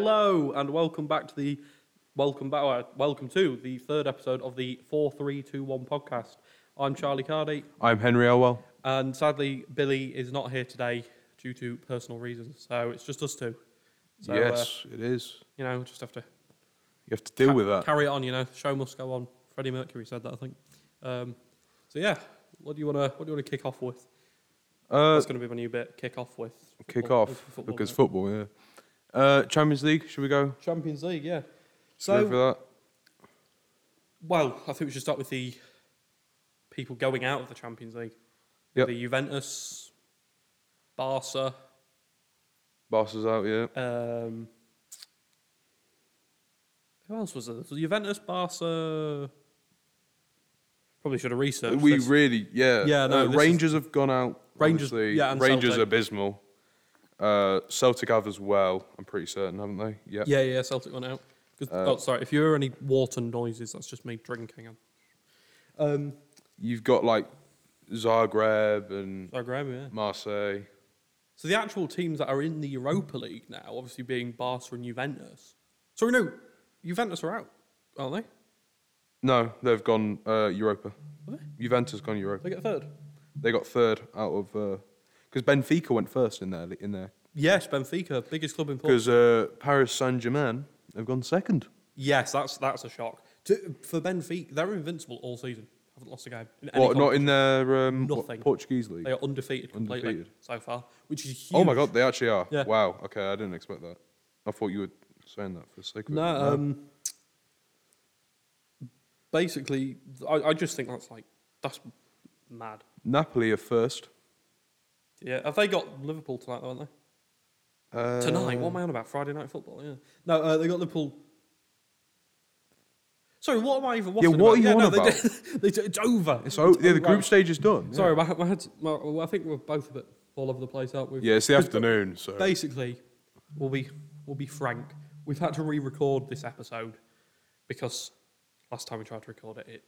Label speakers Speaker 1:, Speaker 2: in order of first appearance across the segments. Speaker 1: Hello and welcome back to the welcome back uh, welcome to the third episode of the four three two one podcast. I'm Charlie Cardy,
Speaker 2: I'm Henry Elwell.
Speaker 1: and sadly Billy is not here today due to personal reasons. So it's just us two. So, uh,
Speaker 2: yes, it is.
Speaker 1: you know, just have to
Speaker 2: You have to deal
Speaker 1: ca-
Speaker 2: with that.
Speaker 1: Carry it on, you know. The show must go on. Freddie Mercury said that, I think. Um, so yeah, what do you want to what do you want to kick off with?
Speaker 2: Uh,
Speaker 1: That's going to be my new bit. Kick off with.
Speaker 2: kick
Speaker 1: football-
Speaker 2: off
Speaker 1: with football,
Speaker 2: because
Speaker 1: mate.
Speaker 2: football. Yeah. Uh, Champions League. Should we go?
Speaker 1: Champions League, yeah.
Speaker 2: Should we go
Speaker 1: So
Speaker 2: for that.
Speaker 1: Well, I think we should start with the people going out of the Champions League.
Speaker 2: Yep.
Speaker 1: The Juventus, Barca,
Speaker 2: Barca's out. Yeah.
Speaker 1: um, who else was there? So Juventus, Barca. Probably should have researched.
Speaker 2: we
Speaker 1: this.
Speaker 2: really. Yeah.
Speaker 1: Yeah, no,
Speaker 2: uh,
Speaker 1: this is-
Speaker 2: Rangers have gone out.
Speaker 1: Rangers-
Speaker 2: obviously.
Speaker 1: yeah, and
Speaker 2: Rangers
Speaker 1: Celtic.
Speaker 2: abysmal. Uh, Celtic have as well. I'm pretty certain, haven't they? Yeah.
Speaker 1: yeah, yeah, Celtic went out. 'Cause-
Speaker 2: Uh,
Speaker 1: oh, sorry. If you hear any water noises, that's just me drinking. Um,
Speaker 2: You've got like Zagreb and
Speaker 1: sorry, Graham, yeah.
Speaker 2: Marseille.
Speaker 1: So the actual teams that are in the Europa League now, obviously being Barca and Juventus. Sorry, no, Juventus are out, aren't they?
Speaker 2: No, they've gone uh, Europa.
Speaker 1: What?
Speaker 2: Juventus gone Europa.
Speaker 1: They get third.
Speaker 2: They got third out of because Benfica went first in their in their
Speaker 1: Yes, Benfica, biggest club in Portugal.
Speaker 2: because uh, Paris Saint Germain have gone second.
Speaker 1: Yes, that's that's a shock. To, for Benfica, they're invincible all season. Haven't lost a game. In any
Speaker 2: What not in their um, what,
Speaker 1: Nothing.
Speaker 2: Portuguese
Speaker 1: competition.
Speaker 2: league?
Speaker 1: They are undefeated completely
Speaker 2: Undefeated.
Speaker 1: so far, which is huge.
Speaker 2: Oh my god, they actually are.
Speaker 1: Yeah.
Speaker 2: Wow. Okay, I didn't expect that. I thought you were saying that for the sake of
Speaker 1: No,
Speaker 2: it.
Speaker 1: um, basically, I, I just think that's like that's mad.
Speaker 2: Napoli are first.
Speaker 1: Yeah, have they got Liverpool tonight, though, haven't they?
Speaker 2: Uh,
Speaker 1: Tonight? What am I on about? Friday night football? Yeah. Um, No, uh, they got Liverpool. Sorry, what am I even?
Speaker 2: Yeah,
Speaker 1: waffling
Speaker 2: what are you
Speaker 1: yeah,
Speaker 2: on
Speaker 1: no,
Speaker 2: about?
Speaker 1: They, did- they, did- it's over.
Speaker 2: It's o- yeah, the
Speaker 1: over.
Speaker 2: group stage is done. yeah.
Speaker 1: Sorry, my, my head's. My, well, I think we're both a bit all over the place, aren't we?
Speaker 2: Yeah, it's the
Speaker 1: Because
Speaker 2: afternoon. So
Speaker 1: Basically, we'll be we'll be frank. We've had to re-record this episode because last time we tried to record it, it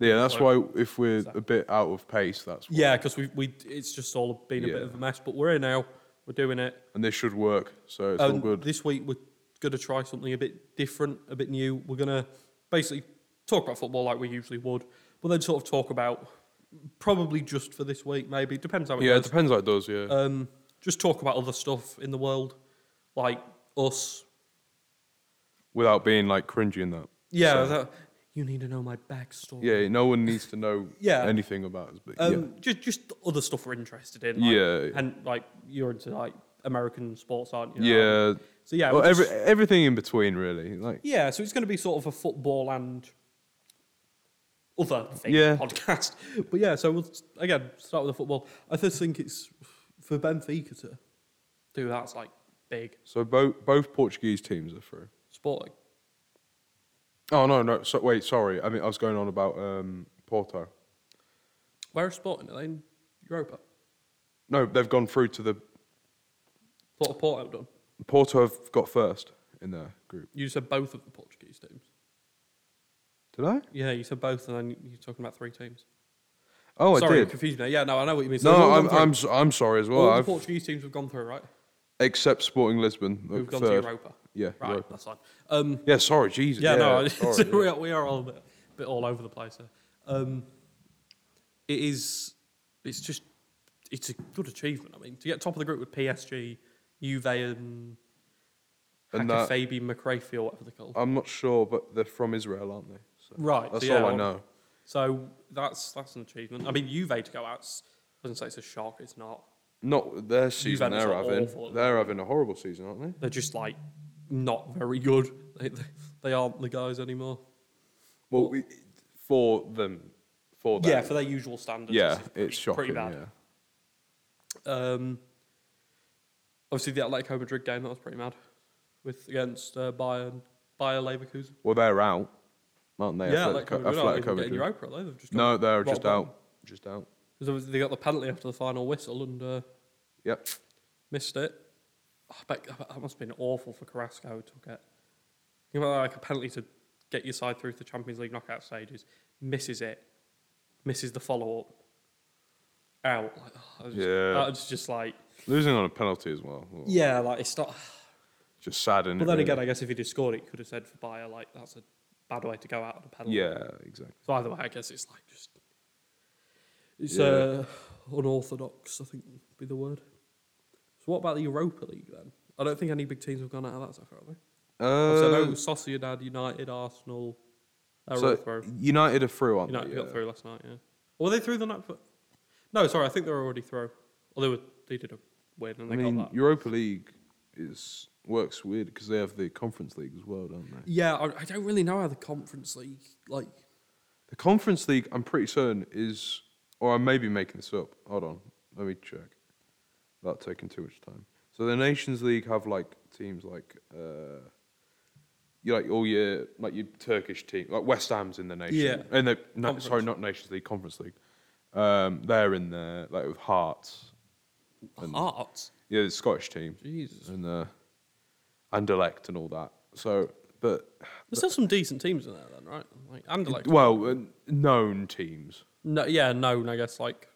Speaker 2: yeah, that's why if we're
Speaker 1: So-
Speaker 2: a bit out of pace, that's why.
Speaker 1: yeah, because we we it's just all been a bit
Speaker 2: Yeah.
Speaker 1: of a mess. But we're here now. We're doing it.
Speaker 2: and this should work. So it's all
Speaker 1: Um,
Speaker 2: good.
Speaker 1: This week we're going to try something a bit different, a bit new. We're going to basically talk about football like we usually would, but then sort of talk about probably just for this week, maybe depends how it
Speaker 2: yeah, it
Speaker 1: goes.
Speaker 2: depends how it does. Yeah,
Speaker 1: Um, just talk about other stuff in the world, like us.
Speaker 2: without being like cringy in that.
Speaker 1: Yeah, that, you need to know my backstory.
Speaker 2: Yeah, no one needs to know
Speaker 1: Yeah.
Speaker 2: anything about us. But
Speaker 1: Um,
Speaker 2: yeah.
Speaker 1: Just just other stuff we're interested in. like-
Speaker 2: Yeah.
Speaker 1: And like you're into like American sports, aren't you?
Speaker 2: Yeah.
Speaker 1: So yeah,
Speaker 2: well,
Speaker 1: we'll
Speaker 2: every,
Speaker 1: just-
Speaker 2: everything in between, really. Like,
Speaker 1: Yeah, so it's going to be sort of a football and other thing
Speaker 2: Yeah.
Speaker 1: podcast. But yeah, so we'll s- again start with the football. I just think it's for Benfica to do that's like big
Speaker 2: so both both Portuguese teams are through.
Speaker 1: sporting.
Speaker 2: Oh no, no. So, wait, sorry. I mean, I was going on about um, Porto.
Speaker 1: Where is Sporting? Are they in Europa?
Speaker 2: No, they've gone through to the
Speaker 1: Thought of Porto done.
Speaker 2: Porto have got first in their group.
Speaker 1: You said both of the Portuguese teams.
Speaker 2: Did I?
Speaker 1: Yeah, you said both, and then you- you're talking about three teams.
Speaker 2: Oh,
Speaker 1: Sorry,
Speaker 2: I did.
Speaker 1: confused me. Yeah, no, I know what you mean. So they've
Speaker 2: No,
Speaker 1: all
Speaker 2: I'm,
Speaker 1: gone through.
Speaker 2: I'm s- I'm sorry as well.
Speaker 1: all the
Speaker 2: I've,
Speaker 1: Portuguese teams have gone through, right?
Speaker 2: except Sporting Lisbon,
Speaker 1: Who've
Speaker 2: like,
Speaker 1: gone
Speaker 2: third.
Speaker 1: to Europa.
Speaker 2: Yeah,
Speaker 1: Right,
Speaker 2: Europa.
Speaker 1: that's fine. Um,
Speaker 2: Yeah, sorry, Jesus.
Speaker 1: Yeah, no,
Speaker 2: sorry,
Speaker 1: we, are, we are all a bit, bit all over the place there. Um, it is, it's just, it's a good achievement. I mean, to get top of the group with PSG, Juve, and,
Speaker 2: And
Speaker 1: and
Speaker 2: that-
Speaker 1: Fabi McRae or whatever they're called.
Speaker 2: I'm not sure, but they're from Israel, aren't they? So
Speaker 1: right, so
Speaker 2: that's
Speaker 1: yeah,
Speaker 2: all I
Speaker 1: well,
Speaker 2: know.
Speaker 1: So that's that's an achievement. I mean, Juve to go out, s- I wouldn't say it's a shock. It's not.
Speaker 2: Not their season.
Speaker 1: Juventus
Speaker 2: They're
Speaker 1: are
Speaker 2: having.
Speaker 1: awful at the
Speaker 2: They're having a horrible season, aren't they?
Speaker 1: They're just like not very good. They, they, they aren't the guys anymore.
Speaker 2: Well, we, for them, for them.
Speaker 1: Yeah, for their usual standards.
Speaker 2: yeah,
Speaker 1: pretty-
Speaker 2: it's shocking.
Speaker 1: Pretty bad.
Speaker 2: Yeah.
Speaker 1: Um, obviously, the Atletico Madrid game that was pretty mad, with against uh, Bayern, Bayer Leverkusen.
Speaker 2: Well, they're out, aren't they?
Speaker 1: yeah,
Speaker 2: Atletico,
Speaker 1: Atletico Madrid aren't
Speaker 2: Atletico
Speaker 1: even getting
Speaker 2: Madrid.
Speaker 1: Europa, are they? They've just
Speaker 2: No,
Speaker 1: gone
Speaker 2: they're
Speaker 1: bottom
Speaker 2: just
Speaker 1: one.
Speaker 2: out. Just out.
Speaker 1: 'Cause obviously they got the penalty after the final whistle and uh,
Speaker 2: Yep.
Speaker 1: missed it. I bet I bet that must have been awful for Carrasco who took it. You know, like a penalty to get your side through to the Champions League knockout stages, misses it, misses the follow up, out. Like, oh, I was just,
Speaker 2: Yeah.
Speaker 1: I was just like,
Speaker 2: Losing on a penalty as well. Well,
Speaker 1: yeah, like it's not.
Speaker 2: just saddened.
Speaker 1: But
Speaker 2: it
Speaker 1: then
Speaker 2: really.
Speaker 1: again, I guess if he'd have scored it, you could have said for Bayer, like, that's a bad way to go out on a penalty.
Speaker 2: yeah, exactly.
Speaker 1: So either way, I guess it's like just. It's
Speaker 2: Yeah.
Speaker 1: uh, unorthodox, I think would be the word. So what about the Europa League then? I don't think any big teams have gone out of that so far, have they? Obviously, I know
Speaker 2: Uh,
Speaker 1: Sociedad, United, Arsenal, they're all
Speaker 2: so
Speaker 1: through.
Speaker 2: United are through, aren't
Speaker 1: United
Speaker 2: they?
Speaker 1: got
Speaker 2: Yeah.
Speaker 1: through last night, yeah. Or were they through the night before? No, sorry, I think they were already through. Or they were they did a win and
Speaker 2: I
Speaker 1: they
Speaker 2: mean,
Speaker 1: got that.
Speaker 2: Europa League is works weird because they have the Conference League as well, don't they?
Speaker 1: Yeah, I, I don't really know how the Conference League like.
Speaker 2: The Conference League, I'm pretty certain, is, or I may be making this up. Hold on, let me check. Without taking too much time. So the Nations League have like teams like, uh, you like all your like your Turkish team, like West Ham's in the nation.
Speaker 1: Yeah.
Speaker 2: And the no,
Speaker 1: Conference.
Speaker 2: sorry, not Nations League, Conference League. Um, they're in there like with Hearts. And-
Speaker 1: Hearts.
Speaker 2: Yeah, the Scottish team
Speaker 1: Jesus.
Speaker 2: and uh, Anderlecht and all that. So, but
Speaker 1: There's still some decent teams in there then, right? Like Anderlecht.
Speaker 2: well, uh, known teams.
Speaker 1: No, yeah, known, I guess, like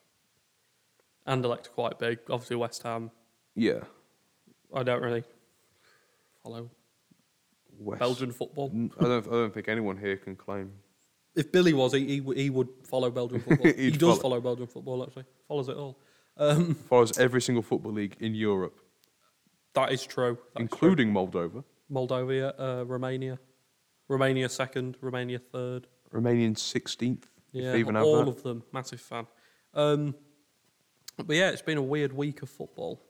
Speaker 1: Anderlecht are quite big. Obviously, West Ham.
Speaker 2: Yeah.
Speaker 1: I don't really follow
Speaker 2: West
Speaker 1: Belgian football.
Speaker 2: N- I don't. I don't think anyone here can claim.
Speaker 1: If Billy was, he, he, would- he would follow Belgian football.
Speaker 2: He'd
Speaker 1: he does
Speaker 2: follow-
Speaker 1: follow Belgian football, actually. Follows it all. Um,
Speaker 2: Follows every single football league in Europe,
Speaker 1: that is true. That is true.
Speaker 2: including Moldova.
Speaker 1: Moldova, uh, Romania. Romania second, Romania third.
Speaker 2: Romanian sixteenth.
Speaker 1: Yeah,
Speaker 2: if they even have
Speaker 1: all
Speaker 2: that.
Speaker 1: of them. Massive fan. Um, but yeah, it's been a weird week of football.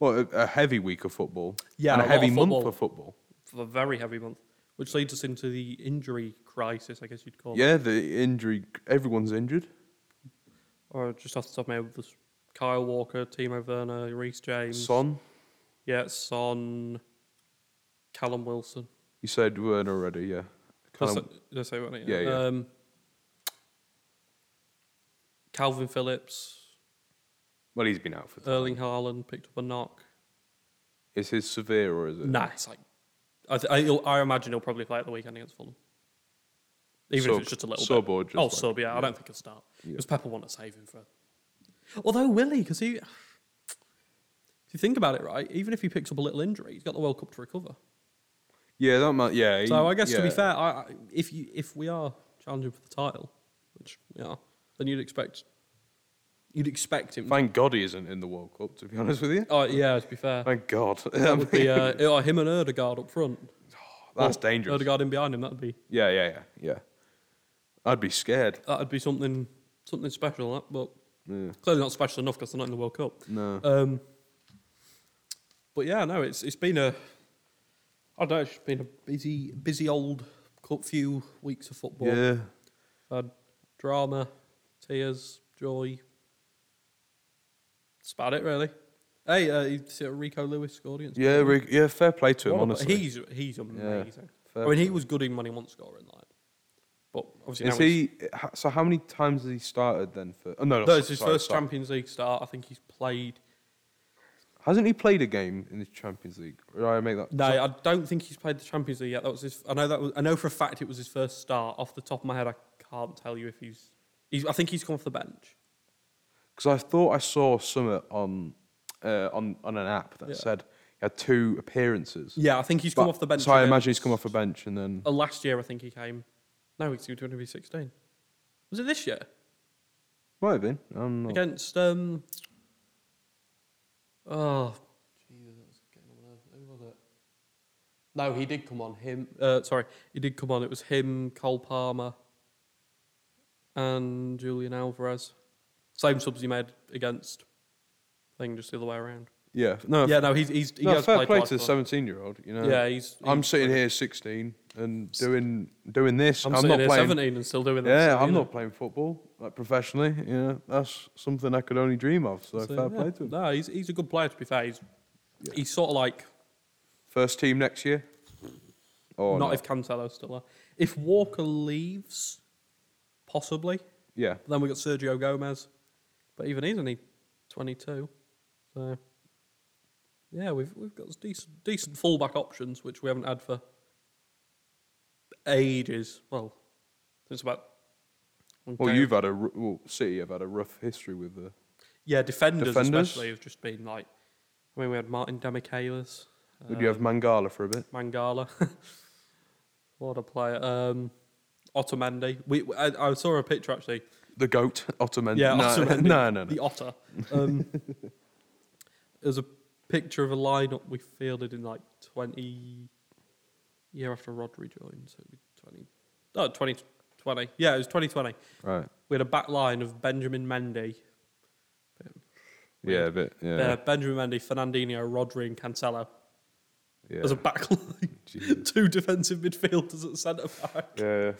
Speaker 2: well, a, a heavy week of football.
Speaker 1: Yeah, a
Speaker 2: and a
Speaker 1: lot of
Speaker 2: heavy month
Speaker 1: football.
Speaker 2: for football.
Speaker 1: for a very heavy month, which leads us into the injury crisis, I guess you'd call it.
Speaker 2: Yeah, the injury. Everyone's injured.
Speaker 1: Or just off the top of my head, there's Kyle Walker, Timo Werner, Reece James.
Speaker 2: Son,
Speaker 1: Yeah, Son, Callum Wilson.
Speaker 2: you said Werner already. Yeah.
Speaker 1: That's
Speaker 2: Callum-
Speaker 1: it- did I say Werner?
Speaker 2: Yeah, yeah.
Speaker 1: Um, Calvin Phillips,
Speaker 2: well, he's been out for. time.
Speaker 1: Erling Haaland picked up a knock.
Speaker 2: Is his severe or is it?
Speaker 1: Nah, it's like, I, th- I, he'll- I imagine he'll probably play at the weekend against Fulham. Even if
Speaker 2: Sub-
Speaker 1: it's just a little
Speaker 2: sub
Speaker 1: bit.
Speaker 2: or just
Speaker 1: oh,
Speaker 2: like-
Speaker 1: sub, yeah, I
Speaker 2: yeah.
Speaker 1: don't think he'll start.
Speaker 2: Yeah.
Speaker 1: Because Pepper want to save him for. Although, will he? Because he. If you think about it, right, even if he picks up a little injury, he's got the World Cup to recover.
Speaker 2: Yeah, that might. Yeah.
Speaker 1: So
Speaker 2: he-
Speaker 1: I guess to be
Speaker 2: yeah.
Speaker 1: fair, I, I- if you if we are challenging for the title, which we are, then you'd expect you'd expect him.
Speaker 2: Thank God he isn't in the World Cup. To be honest with you.
Speaker 1: oh yeah, to be fair,
Speaker 2: Thank God.
Speaker 1: that would be uh, oh, him and Erdegaard up front.
Speaker 2: That's
Speaker 1: Or
Speaker 2: dangerous.
Speaker 1: Erdegaard in behind him. That'd be
Speaker 2: Yeah, yeah, yeah, yeah. I'd be scared.
Speaker 1: that'd be something something special. That, but
Speaker 2: Yeah.
Speaker 1: clearly not special enough because they're not in the World Cup.
Speaker 2: No.
Speaker 1: Um, but yeah, no, it's it's been a I don't know, it's been a busy busy old cu- few weeks of football.
Speaker 2: yeah.
Speaker 1: Had drama, tears, joy. That's about it, really. Hey, uh, you see Rico Lewis scored against.
Speaker 2: Yeah, re- yeah, fair play to him,
Speaker 1: What a-
Speaker 2: honestly.
Speaker 1: he's he's amazing.
Speaker 2: fair
Speaker 1: I mean, he
Speaker 2: play.
Speaker 1: was good in when he wants scoring, like. But obviously,
Speaker 2: Is
Speaker 1: now he's-
Speaker 2: he, h- so how many times has he started then for, oh, no, no,
Speaker 1: No, it's his
Speaker 2: sorry,
Speaker 1: first
Speaker 2: sorry.
Speaker 1: Champions League start. I think he's played.
Speaker 2: Hasn't he played a game in the Champions League? Or Did I make that?
Speaker 1: No, I don't think he's played the Champions League yet. That was his. I know that. Was, I know for a fact it was his first start. Off the top of my head, I can't tell you if he's. he's I think he's come off the bench.
Speaker 2: Because I thought I saw Summer on, uh, on, on an app that
Speaker 1: Yeah.
Speaker 2: said he had two appearances.
Speaker 1: Yeah, I think he's come
Speaker 2: But-
Speaker 1: off the bench.
Speaker 2: So I
Speaker 1: against-
Speaker 2: imagine he's come off a bench and then,
Speaker 1: Uh, last year, I think he came. No, he's going to be 16. Was it this year?
Speaker 2: might have been. I'm not.
Speaker 1: Against, um. Oh. Jesus, that was getting on my nerves. Who was it? No, he did come on. Him. Uh, sorry, he did come on. It was him, Cole Palmer, and Julian Alvarez. Same subs he made against. Thing just the other way around.
Speaker 2: Yeah, no,
Speaker 1: yeah, no, he's he's he
Speaker 2: no
Speaker 1: has
Speaker 2: fair
Speaker 1: played
Speaker 2: play
Speaker 1: twice
Speaker 2: to the
Speaker 1: for us.
Speaker 2: 17 year old, you know.
Speaker 1: Yeah, he's.
Speaker 2: I'm
Speaker 1: he's-
Speaker 2: sitting here 16 and doing doing this.
Speaker 1: I'm,
Speaker 2: I'm,
Speaker 1: sitting
Speaker 2: not
Speaker 1: here
Speaker 2: playing.
Speaker 1: 17 and still doing that.
Speaker 2: Yeah,
Speaker 1: so, you
Speaker 2: I'm
Speaker 1: know.
Speaker 2: not playing football like professionally. You know, that's something I could only dream of. So,
Speaker 1: So,
Speaker 2: fair
Speaker 1: yeah.
Speaker 2: play to him.
Speaker 1: No, he's, he's a good player, to be fair. He's, he's sort of like,
Speaker 2: First team next year. Or
Speaker 1: not if Cancelo's still there. If Walker leaves, possibly.
Speaker 2: yeah,
Speaker 1: But then we've got Sergio Gomez. But even he's only 22. So, yeah, we've, we've got decent, decent fullback options, which we haven't had for ages. Well, since about.
Speaker 2: well,
Speaker 1: Okay.
Speaker 2: you've had a ru- well, City have had a rough history with the
Speaker 1: Yeah, defenders,
Speaker 2: Defenders?
Speaker 1: especially have just been like. I mean, we had Martin Demichelis,
Speaker 2: Would you have Mangala for a bit?
Speaker 1: Mangala. what a player. Um, Otamendi. We, we- I, I saw a picture actually.
Speaker 2: The goat, Ottoman.
Speaker 1: Yeah,
Speaker 2: no,
Speaker 1: Otamendi.
Speaker 2: No, no, no.
Speaker 1: The otter. Um, there's a picture of a lineup we fielded in like 20 year after Rodri joined, so it'd be 20. No, 2020. Yeah, it was 2020.
Speaker 2: Right.
Speaker 1: We had a back line of Benjamin Mendy,
Speaker 2: Yeah, a bit. Yeah.
Speaker 1: uh, Benjamin Mendy, Fernandinho, Rodri, and Cancelo
Speaker 2: yeah.
Speaker 1: as a back line.
Speaker 2: Jesus.
Speaker 1: Two defensive midfielders at centre back.
Speaker 2: yeah.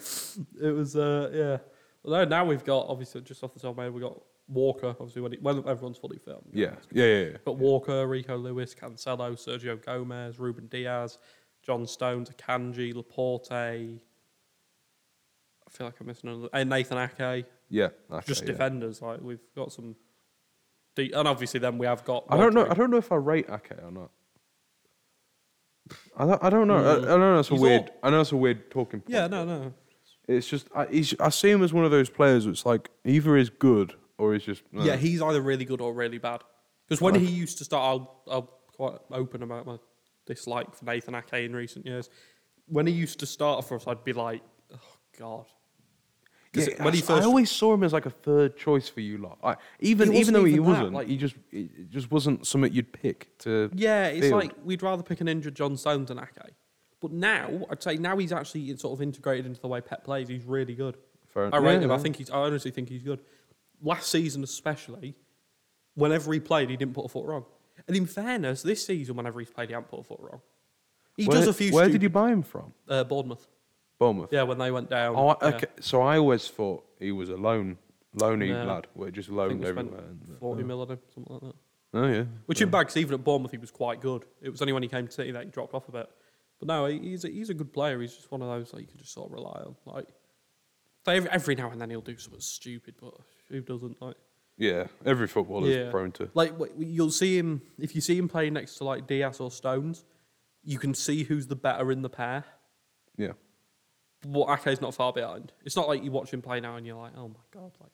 Speaker 1: It was, uh, yeah. Although now we've got obviously just off the top of my head, we have got Walker. Obviously, when, he, when everyone's fully fit,
Speaker 2: Yeah. Yeah. Yeah. yeah.
Speaker 1: But Walker, Rico Lewis, Cancelo, Sergio Gomez, Ruben Diaz, John Stones, Akanji, Laporte. I feel like I'm missing another. And Nathan Ake.
Speaker 2: Yeah. okay,
Speaker 1: just
Speaker 2: yeah.
Speaker 1: defenders. Like we've got some. De- and obviously, then we have got.
Speaker 2: I don't know.
Speaker 1: Rodri.
Speaker 2: I don't know if I rate Ake or not. I don't, I don't know. I, I don't know. That's a
Speaker 1: He's
Speaker 2: weird.
Speaker 1: all-
Speaker 2: I know it's a weird talking point.
Speaker 1: Yeah, no, no.
Speaker 2: It's just I, he's, I see him as one of those players that's like either is good or he's just no.
Speaker 1: Yeah, he's either really good or really bad. Because when
Speaker 2: Right.
Speaker 1: he used to start, I'll, I'll quite open about my dislike for Nathan Ake in recent years. When he used to start for us, I'd be like, oh god.
Speaker 2: Yeah,
Speaker 1: 'Cause when he
Speaker 2: that's- I
Speaker 1: first
Speaker 2: always saw him as like a third choice for you lot. I, even
Speaker 1: He wasn't
Speaker 2: even though he
Speaker 1: even that,
Speaker 2: wasn't,
Speaker 1: like-
Speaker 2: like he just it it just wasn't something you'd pick to.
Speaker 1: Yeah, it's
Speaker 2: field.
Speaker 1: like we'd rather pick an injured John Stones than Ake. But now, I'd say now he's actually sort of integrated into the way Pep plays. He's really good.
Speaker 2: Fair en-
Speaker 1: I rate
Speaker 2: yeah,
Speaker 1: him. I
Speaker 2: yeah.
Speaker 1: think he's. I honestly think he's good. Last season, especially, whenever he played, he didn't put a foot wrong. And in fairness, this season, whenever he's played, he hasn't put a foot wrong. He
Speaker 2: where,
Speaker 1: does a few.
Speaker 2: Where
Speaker 1: stupid,
Speaker 2: did you buy him from?
Speaker 1: Uh, Bournemouth.
Speaker 2: Bournemouth.
Speaker 1: Yeah, when they went down.
Speaker 2: Oh,
Speaker 1: yeah.
Speaker 2: I- okay. So I always thought he was a lone, lonely
Speaker 1: No.
Speaker 2: lad, where just
Speaker 1: I think
Speaker 2: loaned
Speaker 1: we spent
Speaker 2: everywhere. and- uh,
Speaker 1: forty mil on him, something like that.
Speaker 2: Oh yeah.
Speaker 1: Which in bags, even at Bournemouth, he was quite good. It was only when he came to City that he dropped off a bit. But no, he- he's a, he's a good player. He's just one of those that you can just sort of rely on. Like they, every, every now and then he'll do something stupid, but who doesn't? Like
Speaker 2: Yeah. Every footballer
Speaker 1: Yeah.
Speaker 2: is prone to.
Speaker 1: like wh- you'll see him if you see him playing next to like Diaz or Stones, you can see who's the better in the pair.
Speaker 2: Yeah.
Speaker 1: But Ake's not far behind. It's not like you watch him play now and you're like, oh my god, like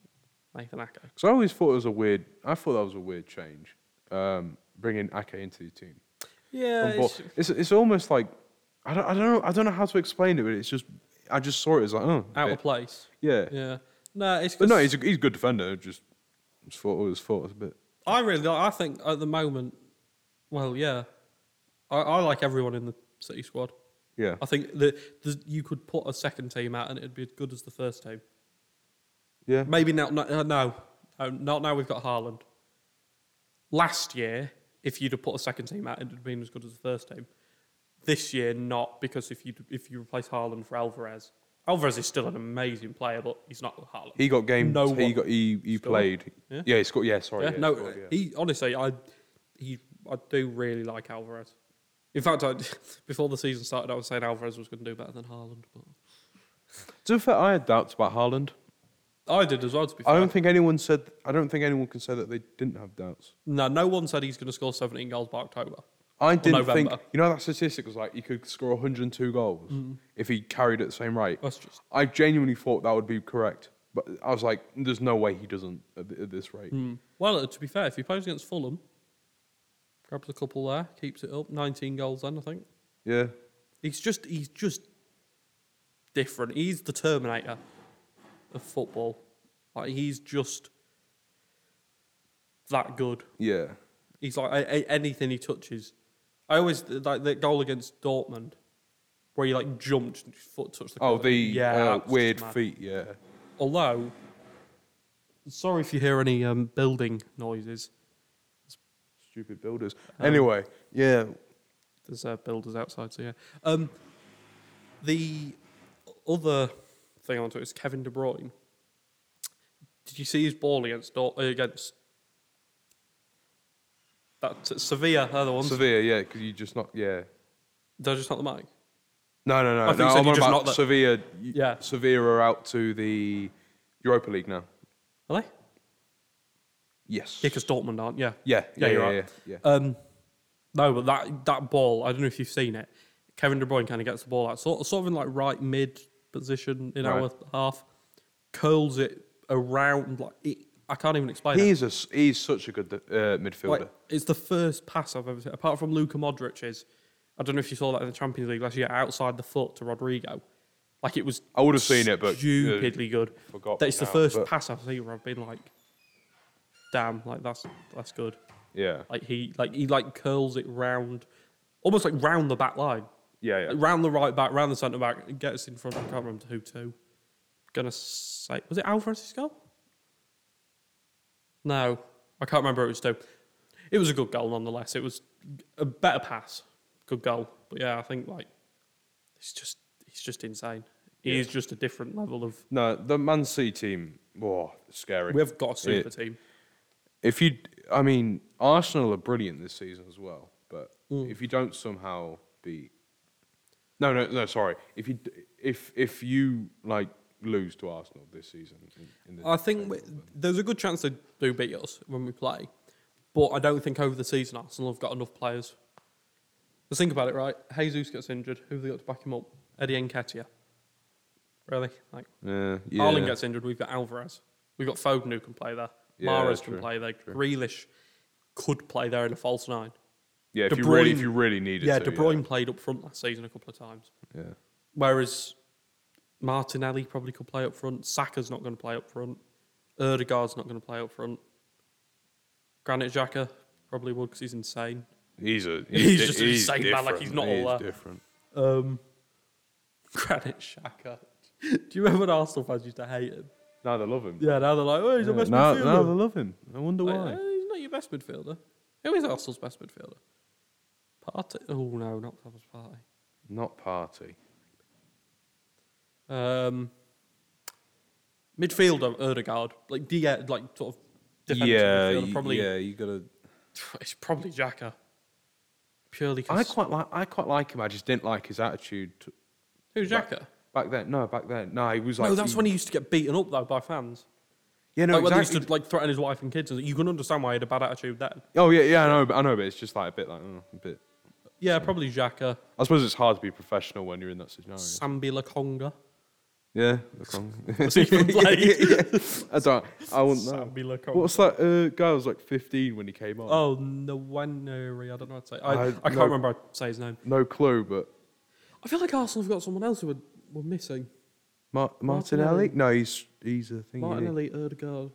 Speaker 1: Nathan Ake.
Speaker 2: Because I always thought it was a weird. I thought that was a weird change, um, bringing Ake into the team.
Speaker 1: Yeah,
Speaker 2: on board.
Speaker 1: it's-
Speaker 2: It's, it's almost like I don't, I don't know I don't know how to explain it, but it's just I just saw it as like oh
Speaker 1: out
Speaker 2: yeah.
Speaker 1: of place.
Speaker 2: yeah.
Speaker 1: Yeah, no, it's
Speaker 2: But no,
Speaker 1: 'cause-
Speaker 2: he's a, he's a good defender. Just just thought it was thought it was a bit.
Speaker 1: I really, like, I think at the moment, well, yeah, I, I like everyone in the City squad.
Speaker 2: Yeah,
Speaker 1: I think that there's- you could put a second team out and it'd be as good as the first team.
Speaker 2: yeah,
Speaker 1: Maybe now, no, uh, no, Oh, not now we've got Haaland. Last year, if you'd have put a second team out, it'd have been as good as the first team. This year, not because if you if you replace Haaland for Alvarez, Alvarez is still an amazing player, but he's not Haaland.
Speaker 2: he got game.
Speaker 1: No
Speaker 2: he
Speaker 1: one-
Speaker 2: got he he
Speaker 1: Scored.
Speaker 2: played.
Speaker 1: Yeah.
Speaker 2: Yeah. he scored. Yeah, sorry.
Speaker 1: yeah,
Speaker 2: yeah,
Speaker 1: no,
Speaker 2: scored, yeah.
Speaker 1: he honestly, I he I do really like Alvarez. In fact, I, before the season started, I was saying Alvarez was going to do better than Haaland, but
Speaker 2: To be fair, I had doubts about Haaland.
Speaker 1: I did as well. To be fair,
Speaker 2: I don't think anyone said. I don't think anyone can say that they didn't have doubts.
Speaker 1: no, no one said he's going to score 17 goals by October.
Speaker 2: I didn't think.
Speaker 1: November.
Speaker 2: You know that statistic was like he could score 102 goals
Speaker 1: Mm-hmm.
Speaker 2: if he carried it the same rate.
Speaker 1: That's just
Speaker 2: I genuinely thought that would be correct, but I was like, "There's no way he doesn't at, th- at this rate."
Speaker 1: hmm. well. To be fair, if he plays against Fulham, grabs a couple there, keeps it up, 19 goals. Then I think
Speaker 2: Yeah,
Speaker 1: he's just he's just different. He's the Terminator of football. Like he's just that good.
Speaker 2: yeah,
Speaker 1: He's like a- a- anything he touches. I always like that goal against Dortmund, where he like jumped and his foot touched the.
Speaker 2: Oh,
Speaker 1: cover.
Speaker 2: the
Speaker 1: that
Speaker 2: uh,
Speaker 1: was just
Speaker 2: weird
Speaker 1: mad.
Speaker 2: feet. Yeah,
Speaker 1: Although, sorry if you hear any um, building noises.
Speaker 2: stupid builders.
Speaker 1: Um,
Speaker 2: anyway, yeah,
Speaker 1: There's uh, builders outside, so yeah. Um, the other thing I want to is Kevin De Bruyne. Did you see his ball against Dor- uh, against that Sevilla? They're the ones.
Speaker 2: Sevilla. Yeah, because you just not. Yeah,
Speaker 1: Did I just not the mic?
Speaker 2: no, no, no.
Speaker 1: I think
Speaker 2: no
Speaker 1: so,
Speaker 2: I'm
Speaker 1: you
Speaker 2: on
Speaker 1: just
Speaker 2: about
Speaker 1: knocked that-
Speaker 2: Sevilla. y-
Speaker 1: Yeah.
Speaker 2: Sevilla are out to the Europa League now.
Speaker 1: Are they?
Speaker 2: Yes.
Speaker 1: Yeah, because Dortmund aren't. Yeah.
Speaker 2: yeah, yeah, yeah,
Speaker 1: you're
Speaker 2: yeah,
Speaker 1: right.
Speaker 2: yeah.
Speaker 1: Um, no, but that that ball, I don't know if you've seen it. Kevin De Bruyne kind of gets the ball out, sort sort of in like right mid position in our
Speaker 2: Right.
Speaker 1: half, curls it around like it, I can't even explain it.
Speaker 2: He's a s- he's such a good uh, midfielder.
Speaker 1: Like, it's the first pass I've ever seen, apart from Luka Modric's, I don't know if you saw that in the Champions League last year, outside the foot to Rodrigo. Like it was
Speaker 2: I would have seen it, but uh,
Speaker 1: stupidly good.
Speaker 2: forgot.
Speaker 1: That's the
Speaker 2: now,
Speaker 1: first
Speaker 2: but-
Speaker 1: pass I've seen where I've been like, damn, like that's that's good.
Speaker 2: Yeah,
Speaker 1: Like he like he like curls it round, almost like round the back line,
Speaker 2: yeah, yeah.
Speaker 1: Like, round the right back, round the centre back, and gets in front. I can't remember who to. Gonna say was it Al Francisco? No, I can't remember. Who it was to. It was a good goal nonetheless. It was a better pass, good goal. But yeah, I think like it's just he's just insane. He
Speaker 2: Yeah.
Speaker 1: is just a different level of.
Speaker 2: No, the Man City team, oh, scary.
Speaker 1: We have got a super
Speaker 2: It-
Speaker 1: team.
Speaker 2: if you, I mean, Arsenal are brilliant this season as well. But
Speaker 1: Mm.
Speaker 2: if you don't somehow beat, no, no, no, sorry. If you, d- if if you like lose to Arsenal this season, in, in the
Speaker 1: I think we, there's a good chance they do beat us when we play, but I don't think over the season Arsenal have got enough players. Let's think about it, right? Jesus gets injured. Who have they got to back him up? Eddie Nketiah. Really? Like
Speaker 2: yeah, yeah,
Speaker 1: Uh, Arlen gets injured. We've got Alvarez. We've got Foden who can play there.
Speaker 2: Yeah,
Speaker 1: Mahrez can
Speaker 2: true,
Speaker 1: play there. Grealish could play there in a false nine.
Speaker 2: yeah. If
Speaker 1: De
Speaker 2: you really,
Speaker 1: Bruyne-
Speaker 2: if you really needed,
Speaker 1: yeah,
Speaker 2: to,
Speaker 1: De Bruyne played up front last season a couple of times.
Speaker 2: yeah.
Speaker 1: Whereas Martinelli probably could play up front. Saka's not going to play up front. Erdegaard's not going to play up front. Granit Xhaka probably would because he's insane.
Speaker 2: He's a
Speaker 1: He's
Speaker 2: di-
Speaker 1: just an insane man, like, he's
Speaker 2: different.
Speaker 1: not all that.
Speaker 2: different.
Speaker 1: Um, Granit Xhaka. Do you remember when Arsenal fans used to hate him?
Speaker 2: Now they love him.
Speaker 1: Yeah, now they're like, oh, he's
Speaker 2: Yeah,
Speaker 1: the best
Speaker 2: now,
Speaker 1: midfielder.
Speaker 2: now they love him. I wonder
Speaker 1: Like,
Speaker 2: why.
Speaker 1: "Eh, he's not your best midfielder. Who is Arsenal's best midfielder? Party? Oh, no, not Thomas Party.
Speaker 2: Not party.
Speaker 1: Um, midfielder, Erdegaard. Like, D- uh, like sort of defensive midfielder. Probably
Speaker 2: you gotta.
Speaker 1: It's probably Jacker. Purely
Speaker 2: I
Speaker 1: because.
Speaker 2: quite like. I quite like him. I just didn't like his attitude t-
Speaker 1: Who's Jacker?
Speaker 2: back then. No, back then. No, he was like.
Speaker 1: no, that's when he used to get beaten up, though, by fans.
Speaker 2: Yeah, no,
Speaker 1: like, when they
Speaker 2: exactly.
Speaker 1: used to like, threaten his wife and kids. and You can understand why he had a bad attitude then.
Speaker 2: Oh yeah, yeah, I know, but I know, but it's just like a bit like oh, a bit.
Speaker 1: Yeah, probably Jacker.
Speaker 2: I suppose it's hard to be professional when you're in that scenario.
Speaker 1: Sambi Lakonga.
Speaker 2: Yeah, that's wrong.
Speaker 1: Was he from Blade?
Speaker 2: I don't. I wouldn't know.
Speaker 1: Sambi Lakonga.
Speaker 2: What's that uh, guy? was like 15 when he came on.
Speaker 1: Oh, Nwaneri. I don't know how to say I, I,
Speaker 2: I-
Speaker 1: can't
Speaker 2: no.
Speaker 1: remember how to say his name.
Speaker 2: No clue, but
Speaker 1: I feel like Arsenal have got someone else who were, were missing.
Speaker 2: Mar-
Speaker 1: Martinelli?
Speaker 2: Martinelli. No, he's he's a thing.
Speaker 1: Martinelli, Erdegaard,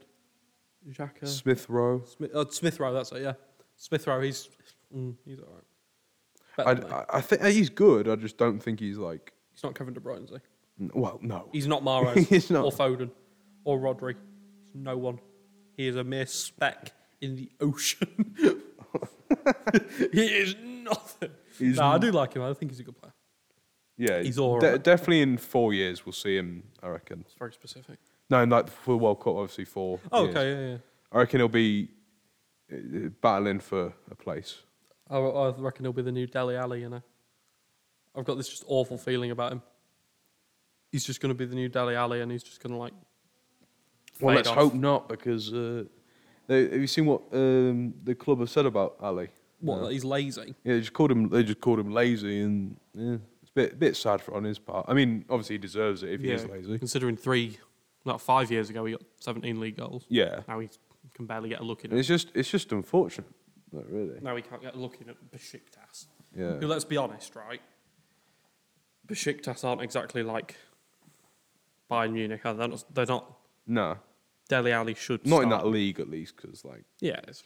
Speaker 1: Jacker.
Speaker 2: Smith Rowe.
Speaker 1: Smith, uh, Smith Rowe, that's it, yeah. Smith Rowe, he's, mm, he's all right. Better
Speaker 2: I,
Speaker 1: than me.
Speaker 2: I, I think he's good. I just don't think he's like.
Speaker 1: He's not Kevin De Bruyne, is he?
Speaker 2: n- Well, no.
Speaker 1: He's not Mahrez
Speaker 2: He's not.
Speaker 1: or Foden or Rodri. He's no one. He is a mere speck in the ocean. he is nothing.
Speaker 2: He's
Speaker 1: no, I do like him. I think he's a good player.
Speaker 2: Yeah,
Speaker 1: He's all
Speaker 2: de-
Speaker 1: right.
Speaker 2: Definitely in four years we'll see him. I reckon.
Speaker 1: It's very specific.
Speaker 2: No, in like for World Cup, obviously four.
Speaker 1: Oh,
Speaker 2: years.
Speaker 1: okay, yeah, yeah.
Speaker 2: I reckon he'll be uh, uh, battling for a place.
Speaker 1: I, I reckon he'll be the new Deli Alley, you know. I've got this just awful feeling about him. He's just going to be the new Deli Alley and he's just going to like.
Speaker 2: Well,
Speaker 1: fade
Speaker 2: let's
Speaker 1: off.
Speaker 2: hope not, because uh, they, have you seen what um, the club have said about Ali?
Speaker 1: What,
Speaker 2: No.
Speaker 1: that he's lazy?
Speaker 2: Yeah, they just called him. They just called him lazy, and yeah, it's a bit bit sad for on his part. I mean, obviously he deserves it if he is lazy.
Speaker 1: Considering three, like five years ago, he got 17 league goals.
Speaker 2: Yeah,
Speaker 1: Now he can barely get a look in.
Speaker 2: and it's just it's just unfortunate. Like really,
Speaker 1: Now he can't get a look in at Besiktas. Who,
Speaker 2: yeah,
Speaker 1: let's be honest, right? Besiktas aren't exactly like Bayern Munich. Are they? They're not. They're not
Speaker 2: no,
Speaker 1: Deli Ali should
Speaker 2: not in
Speaker 1: start.
Speaker 2: that league at least, because like
Speaker 1: Yeah, it's,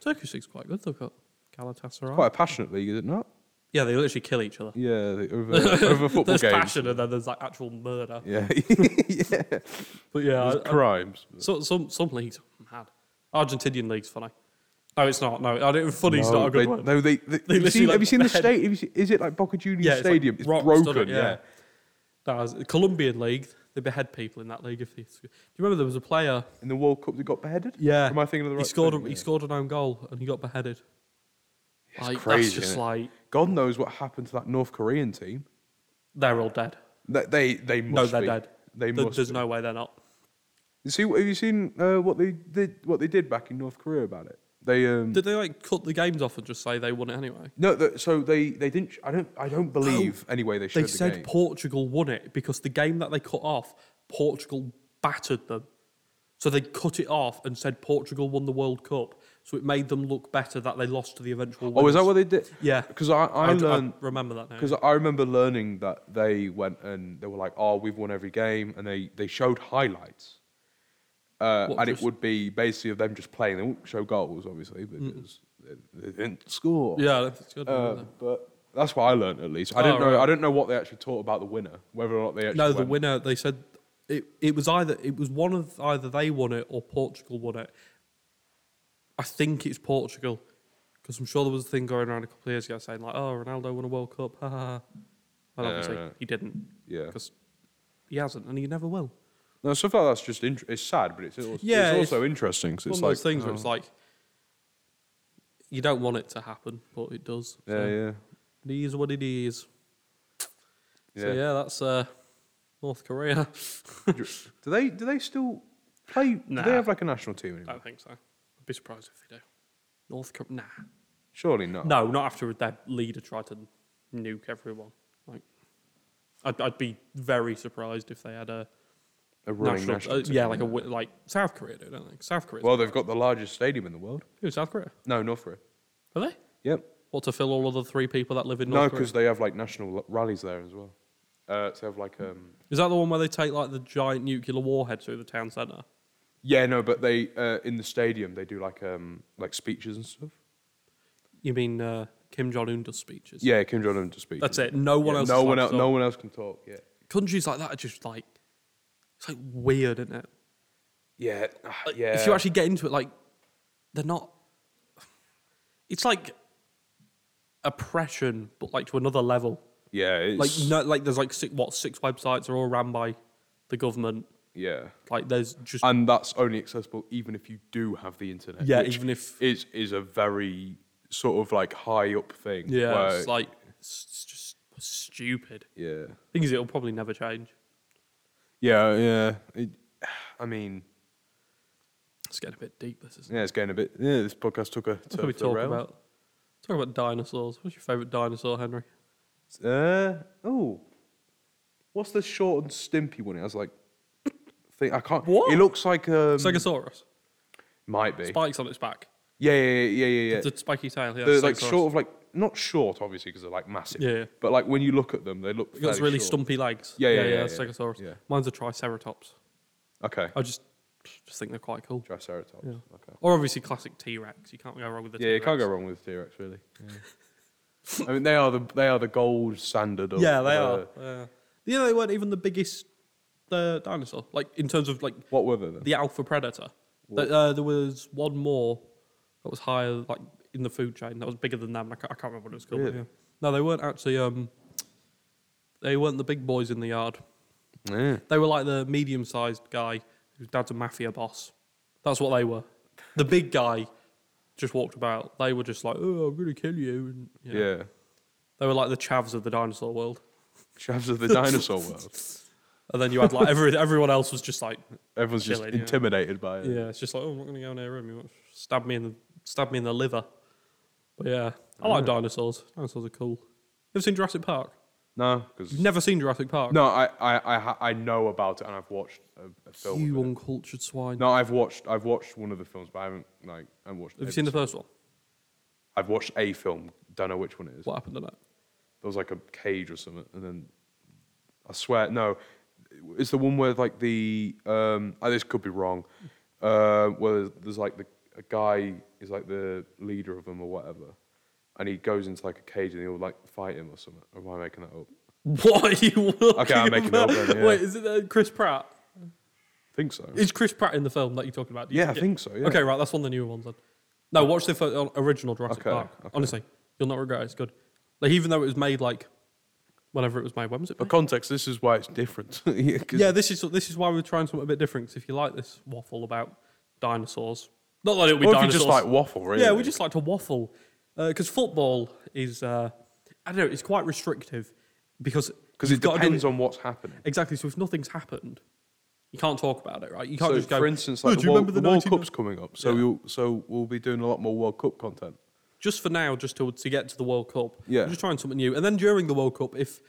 Speaker 1: Turkish league's quite good. They've got Galatasaray.
Speaker 2: quite a passionate league, is it not?
Speaker 1: Yeah, they literally kill each other.
Speaker 2: Yeah, the, over over football
Speaker 1: there's
Speaker 2: games.
Speaker 1: passion and then there's like actual murder.
Speaker 2: Yeah, yeah,
Speaker 1: But yeah,
Speaker 2: There's
Speaker 1: I- I-
Speaker 2: crimes.
Speaker 1: so, some some leagues are mad. Argentinian league's funny. No, it's not. No, I don't. Funny's
Speaker 2: no,
Speaker 1: not a good
Speaker 2: they,
Speaker 1: word.
Speaker 2: No, they. they,
Speaker 1: They
Speaker 2: have, you
Speaker 1: literally,
Speaker 2: seen,
Speaker 1: like,
Speaker 2: have you seen the
Speaker 1: bend.
Speaker 2: state? Have you seen, is it like Boca Juniors
Speaker 1: Yeah, it's like
Speaker 2: Stadium? It's,
Speaker 1: rocks, doesn't
Speaker 2: broken.
Speaker 1: it?
Speaker 2: yeah.
Speaker 1: Yeah. That was- the Colombian league, they behead people in that league. If they, do you remember there was a player?
Speaker 2: In the World Cup, they got beheaded.
Speaker 1: Yeah,
Speaker 2: Am I thinking of the right?
Speaker 1: he scored. A,
Speaker 2: thing?
Speaker 1: He
Speaker 2: Yeah.
Speaker 1: scored an own goal and he got beheaded. like,
Speaker 2: crazy,
Speaker 1: That's just
Speaker 2: isn't it?
Speaker 1: like
Speaker 2: God knows what happened to that North Korean team.
Speaker 1: they're all dead.
Speaker 2: They they, they
Speaker 1: no,
Speaker 2: must
Speaker 1: they're
Speaker 2: be.
Speaker 1: dead.
Speaker 2: They
Speaker 1: There-
Speaker 2: must.
Speaker 1: there's
Speaker 2: be.
Speaker 1: no way they're not.
Speaker 2: You see, have you seen uh, what they did? What they did back in North Korea about it? They um.
Speaker 1: Did they like cut the games off and just say they won it anyway? Oh,
Speaker 2: no, the, so they, they didn't. I don't. I don't believe anyway. They showed
Speaker 1: They
Speaker 2: the
Speaker 1: said
Speaker 2: game.
Speaker 1: Portugal won it because the game that they cut off, Portugal battered them. So they cut it off and said Portugal won the World Cup. so it made them look better that they lost to the eventual.
Speaker 2: Oh, is that
Speaker 1: winners.
Speaker 2: what they did?
Speaker 1: Yeah,
Speaker 2: Because I, I,
Speaker 1: I, d- I
Speaker 2: learned
Speaker 1: remember that now.
Speaker 2: because I remember learning that they went and they were like, "Oh, we've won every game," and they they showed highlights, uh,
Speaker 1: What,
Speaker 2: and
Speaker 1: just-
Speaker 2: it would be basically of them just playing. They wouldn't show goals, obviously, because they, they didn't score.
Speaker 1: Mm. yeah, that's good.
Speaker 2: Uh,
Speaker 1: isn't it?
Speaker 2: but that's what I learned at least. I
Speaker 1: Oh,
Speaker 2: don't know.
Speaker 1: right.
Speaker 2: I don't know what they actually taught about the winner, whether or not they actually
Speaker 1: no, the
Speaker 2: went.
Speaker 1: winner. They said it. It was either it was one of either they won it or Portugal won it. I think it's Portugal because I'm sure there was a thing going around a couple of years ago saying like, "Oh, Ronaldo won a World Cup." Ha ha. ha. And
Speaker 2: Yeah,
Speaker 1: obviously
Speaker 2: right.
Speaker 1: he didn't
Speaker 2: Yeah.
Speaker 1: because he hasn't and he never will.
Speaker 2: No, stuff like that's just int- it's sad, but it's also,
Speaker 1: Yeah,
Speaker 2: it's
Speaker 1: it's
Speaker 2: also interesting 'cause
Speaker 1: It's
Speaker 2: it's
Speaker 1: one
Speaker 2: like uh, oh.
Speaker 1: of those things where it's like you don't want it to happen, but it does.
Speaker 2: yeah,
Speaker 1: so
Speaker 2: yeah,
Speaker 1: It is what it is.
Speaker 2: yeah.
Speaker 1: So yeah, that's uh, North Korea.
Speaker 2: Do they do they still play?
Speaker 1: Nah.
Speaker 2: Do they have like a national team
Speaker 1: I
Speaker 2: anymore?
Speaker 1: don't think so. I'd be surprised if they do. North Korea, nah.
Speaker 2: Surely not.
Speaker 1: No, not after their leader tried to nuke everyone. Like, I'd, I'd be very surprised if they had a
Speaker 2: A running
Speaker 1: national,
Speaker 2: national
Speaker 1: uh,
Speaker 2: team.
Speaker 1: yeah, like a wi- like South Korea do, don't they? South Korea.
Speaker 2: Well, they've got the largest stadium in the world.
Speaker 1: who South Korea?
Speaker 2: No, North Korea.
Speaker 1: Are they?
Speaker 2: Yep.
Speaker 1: What to fill all of the three people that live in
Speaker 2: No,
Speaker 1: North
Speaker 2: because
Speaker 1: Korea?
Speaker 2: they have like national l- rallies there as well. Uh, so they have like um.
Speaker 1: Is that the one where they take like the giant nuclear warhead through the town centre?
Speaker 2: Yeah, no, but they uh, in the stadium they do like um like speeches and stuff.
Speaker 1: You mean uh, Kim Jong Un does speeches?
Speaker 2: Yeah, Kim Jong Un to speak.
Speaker 1: that's it. No one else.
Speaker 2: No
Speaker 1: is
Speaker 2: one
Speaker 1: allowed
Speaker 2: else.
Speaker 1: to
Speaker 2: No
Speaker 1: talk.
Speaker 2: one else can talk. Yeah.
Speaker 1: Countries like that are just like it's like weird, isn't it?
Speaker 2: Yeah. ah,
Speaker 1: Like,
Speaker 2: yeah.
Speaker 1: Uh, If you actually get into it, like they're not. It's like oppression, but like to another level.
Speaker 2: yeah. It's,
Speaker 1: Like no, like there's like six, what six websites are all ran by the government.
Speaker 2: Yeah.
Speaker 1: Like there's just
Speaker 2: And that's only accessible even if you do have the internet.
Speaker 1: yeah,
Speaker 2: which
Speaker 1: even if
Speaker 2: is is a very sort of like high up thing.
Speaker 1: yeah,
Speaker 2: where-
Speaker 1: it's like it's it's just stupid.
Speaker 2: yeah.
Speaker 1: Thing is, it'll probably never change.
Speaker 2: Yeah, yeah. It, I mean,
Speaker 1: It's getting a bit deep. This is.
Speaker 2: yeah, it's getting a bit. Yeah, this podcast took a
Speaker 1: What can
Speaker 2: turn
Speaker 1: we
Speaker 2: for the
Speaker 1: talk
Speaker 2: rails.
Speaker 1: about? Talk about dinosaurs. What's your favourite dinosaur, Henry?
Speaker 2: Uh, oh, what's the short and stimpy one? It has like, thing. I can't.
Speaker 1: What?
Speaker 2: It looks like um.
Speaker 1: Stegosaurus.
Speaker 2: might be.
Speaker 1: Spikes on its back.
Speaker 2: yeah, yeah, yeah, yeah, yeah.
Speaker 1: The spiky tail. Yeah,
Speaker 2: They're like
Speaker 1: Stegosaurus.
Speaker 2: sort of like not short, obviously, because they're like massive.
Speaker 1: Yeah, yeah.
Speaker 2: But like when you look at them, they look.
Speaker 1: It got
Speaker 2: fairly
Speaker 1: really
Speaker 2: short.
Speaker 1: stumpy legs.
Speaker 2: Yeah, yeah, yeah,
Speaker 1: that's
Speaker 2: yeah.
Speaker 1: Stegosaurus.
Speaker 2: Yeah.
Speaker 1: Mine's a Triceratops.
Speaker 2: Okay.
Speaker 1: I just just think they're quite cool.
Speaker 2: Triceratops.
Speaker 1: Yeah.
Speaker 2: Okay.
Speaker 1: Or obviously classic T Rex. You can't go wrong with the
Speaker 2: Yeah, you can't go wrong with T Rex, really. I mean, they are the they are the gold standard. Of,
Speaker 1: Yeah, they
Speaker 2: uh,
Speaker 1: are. Yeah. yeah, they weren't even the biggest uh, dinosaur. Like in terms of like
Speaker 2: What were they then?
Speaker 1: the alpha predator. Th- uh, there was one more that was higher, like in the food chain, that was bigger than them. I can't, I can't remember what it was called. but
Speaker 2: Really?
Speaker 1: yeah. No, they weren't actually. Um, they weren't the big boys in the yard.
Speaker 2: Yeah.
Speaker 1: They were like the medium-sized guy whose dad's a mafia boss. That's what they were. The big guy just walked about. They were just like, "Oh, I'm gonna kill you." And, you know,
Speaker 2: yeah.
Speaker 1: They were like the chavs of the dinosaur world.
Speaker 2: Shabs of the dinosaur world.
Speaker 1: And then you had like every, everyone else was just like,
Speaker 2: Everyone's just
Speaker 1: Chilling, yeah.
Speaker 2: intimidated by it.
Speaker 1: "Yeah, it's just like, oh, I'm not gonna go in their room. You want to stab me in the stab me in the liver." But yeah, I like dinosaurs. Dinosaurs are cool. You ever seen Jurassic Park?
Speaker 2: No, because
Speaker 1: You've never seen Jurassic Park?
Speaker 2: no, I, I, I, ha- I know about it and I've watched a, a film.
Speaker 1: You
Speaker 2: of it.
Speaker 1: uncultured swine.
Speaker 2: No, I've watched I've watched one of the films, but I haven't like I haven't watched.
Speaker 1: Have you
Speaker 2: every
Speaker 1: seen the
Speaker 2: single-
Speaker 1: first one?
Speaker 2: I've watched a film. Don't know which one it is.
Speaker 1: What happened to that?
Speaker 2: There was like a cage or something, and then I swear no, it's the one where like the um I, this could be wrong. Uh, where there's, there's like the a guy is like the leader of them or whatever, and he goes into like a cage and he'll like fight him or something. Or am I making that up?
Speaker 1: What are you looking
Speaker 2: Okay, I'm making it up
Speaker 1: about?
Speaker 2: then, yeah.
Speaker 1: Wait, is it uh, Chris Pratt?
Speaker 2: think so.
Speaker 1: Is Chris Pratt in the film that you're talking about? Do you
Speaker 2: Yeah, I think so. Yeah.
Speaker 1: Okay, right, that's one of the newer ones then. No, watch the fir- uh, original Jurassic
Speaker 2: Okay,
Speaker 1: Park.
Speaker 2: okay.
Speaker 1: Honestly, you'll not regret it. It's good. Like, even though it was made like whenever it was made, when was it?
Speaker 2: For
Speaker 1: Made?
Speaker 2: context, this is why it's different. yeah, 'cause-
Speaker 1: Yeah, this is this is why we're trying something a bit different. 'cause if you like this waffle about dinosaurs, not that it'll be
Speaker 2: Or if you
Speaker 1: dinosaurs.
Speaker 2: just like waffle, really.
Speaker 1: Yeah, we just like to waffle because football is uh, I don't know, it's quite restrictive because
Speaker 2: because
Speaker 1: you've
Speaker 2: it
Speaker 1: gotta do
Speaker 2: depends on what's happening.
Speaker 1: Exactly. So if nothing's happened, you can't talk about it, right? You can't
Speaker 2: so,
Speaker 1: just go.
Speaker 2: for instance,
Speaker 1: "Oh,
Speaker 2: like
Speaker 1: do
Speaker 2: the,
Speaker 1: you
Speaker 2: World,
Speaker 1: remember
Speaker 2: the World
Speaker 1: 1990
Speaker 2: Cup's coming up, so
Speaker 1: Yeah.
Speaker 2: we'll so we'll be doing a lot more World Cup content.
Speaker 1: just for now, just to, to get to the World Cup.
Speaker 2: Yeah.
Speaker 1: we're just trying something new, and then during the World Cup, if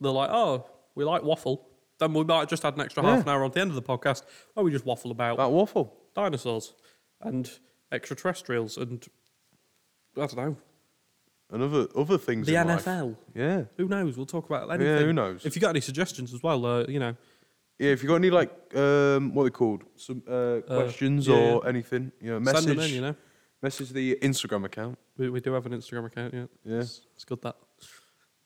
Speaker 1: they're like, "Oh, we like waffle," then we might just add an extra half
Speaker 2: Yeah.
Speaker 1: Oh, an hour on the end of the podcast where we just waffle about
Speaker 2: That waffle,
Speaker 1: dinosaurs, and extraterrestrials and I don't know
Speaker 2: And other other things.
Speaker 1: the
Speaker 2: in life.
Speaker 1: NFL.
Speaker 2: Yeah.
Speaker 1: Who knows? We'll talk about anything.
Speaker 2: Yeah, who knows?
Speaker 1: If you got any suggestions as well, uh, you know,
Speaker 2: Yeah, if you got any like um, what are they called, some uh, questions
Speaker 1: yeah,
Speaker 2: or anything, you know, message
Speaker 1: send them in. You know,
Speaker 2: message the Instagram account.
Speaker 1: we, we do have an Instagram account. Yeah,
Speaker 2: Yeah.
Speaker 1: it's, it's good that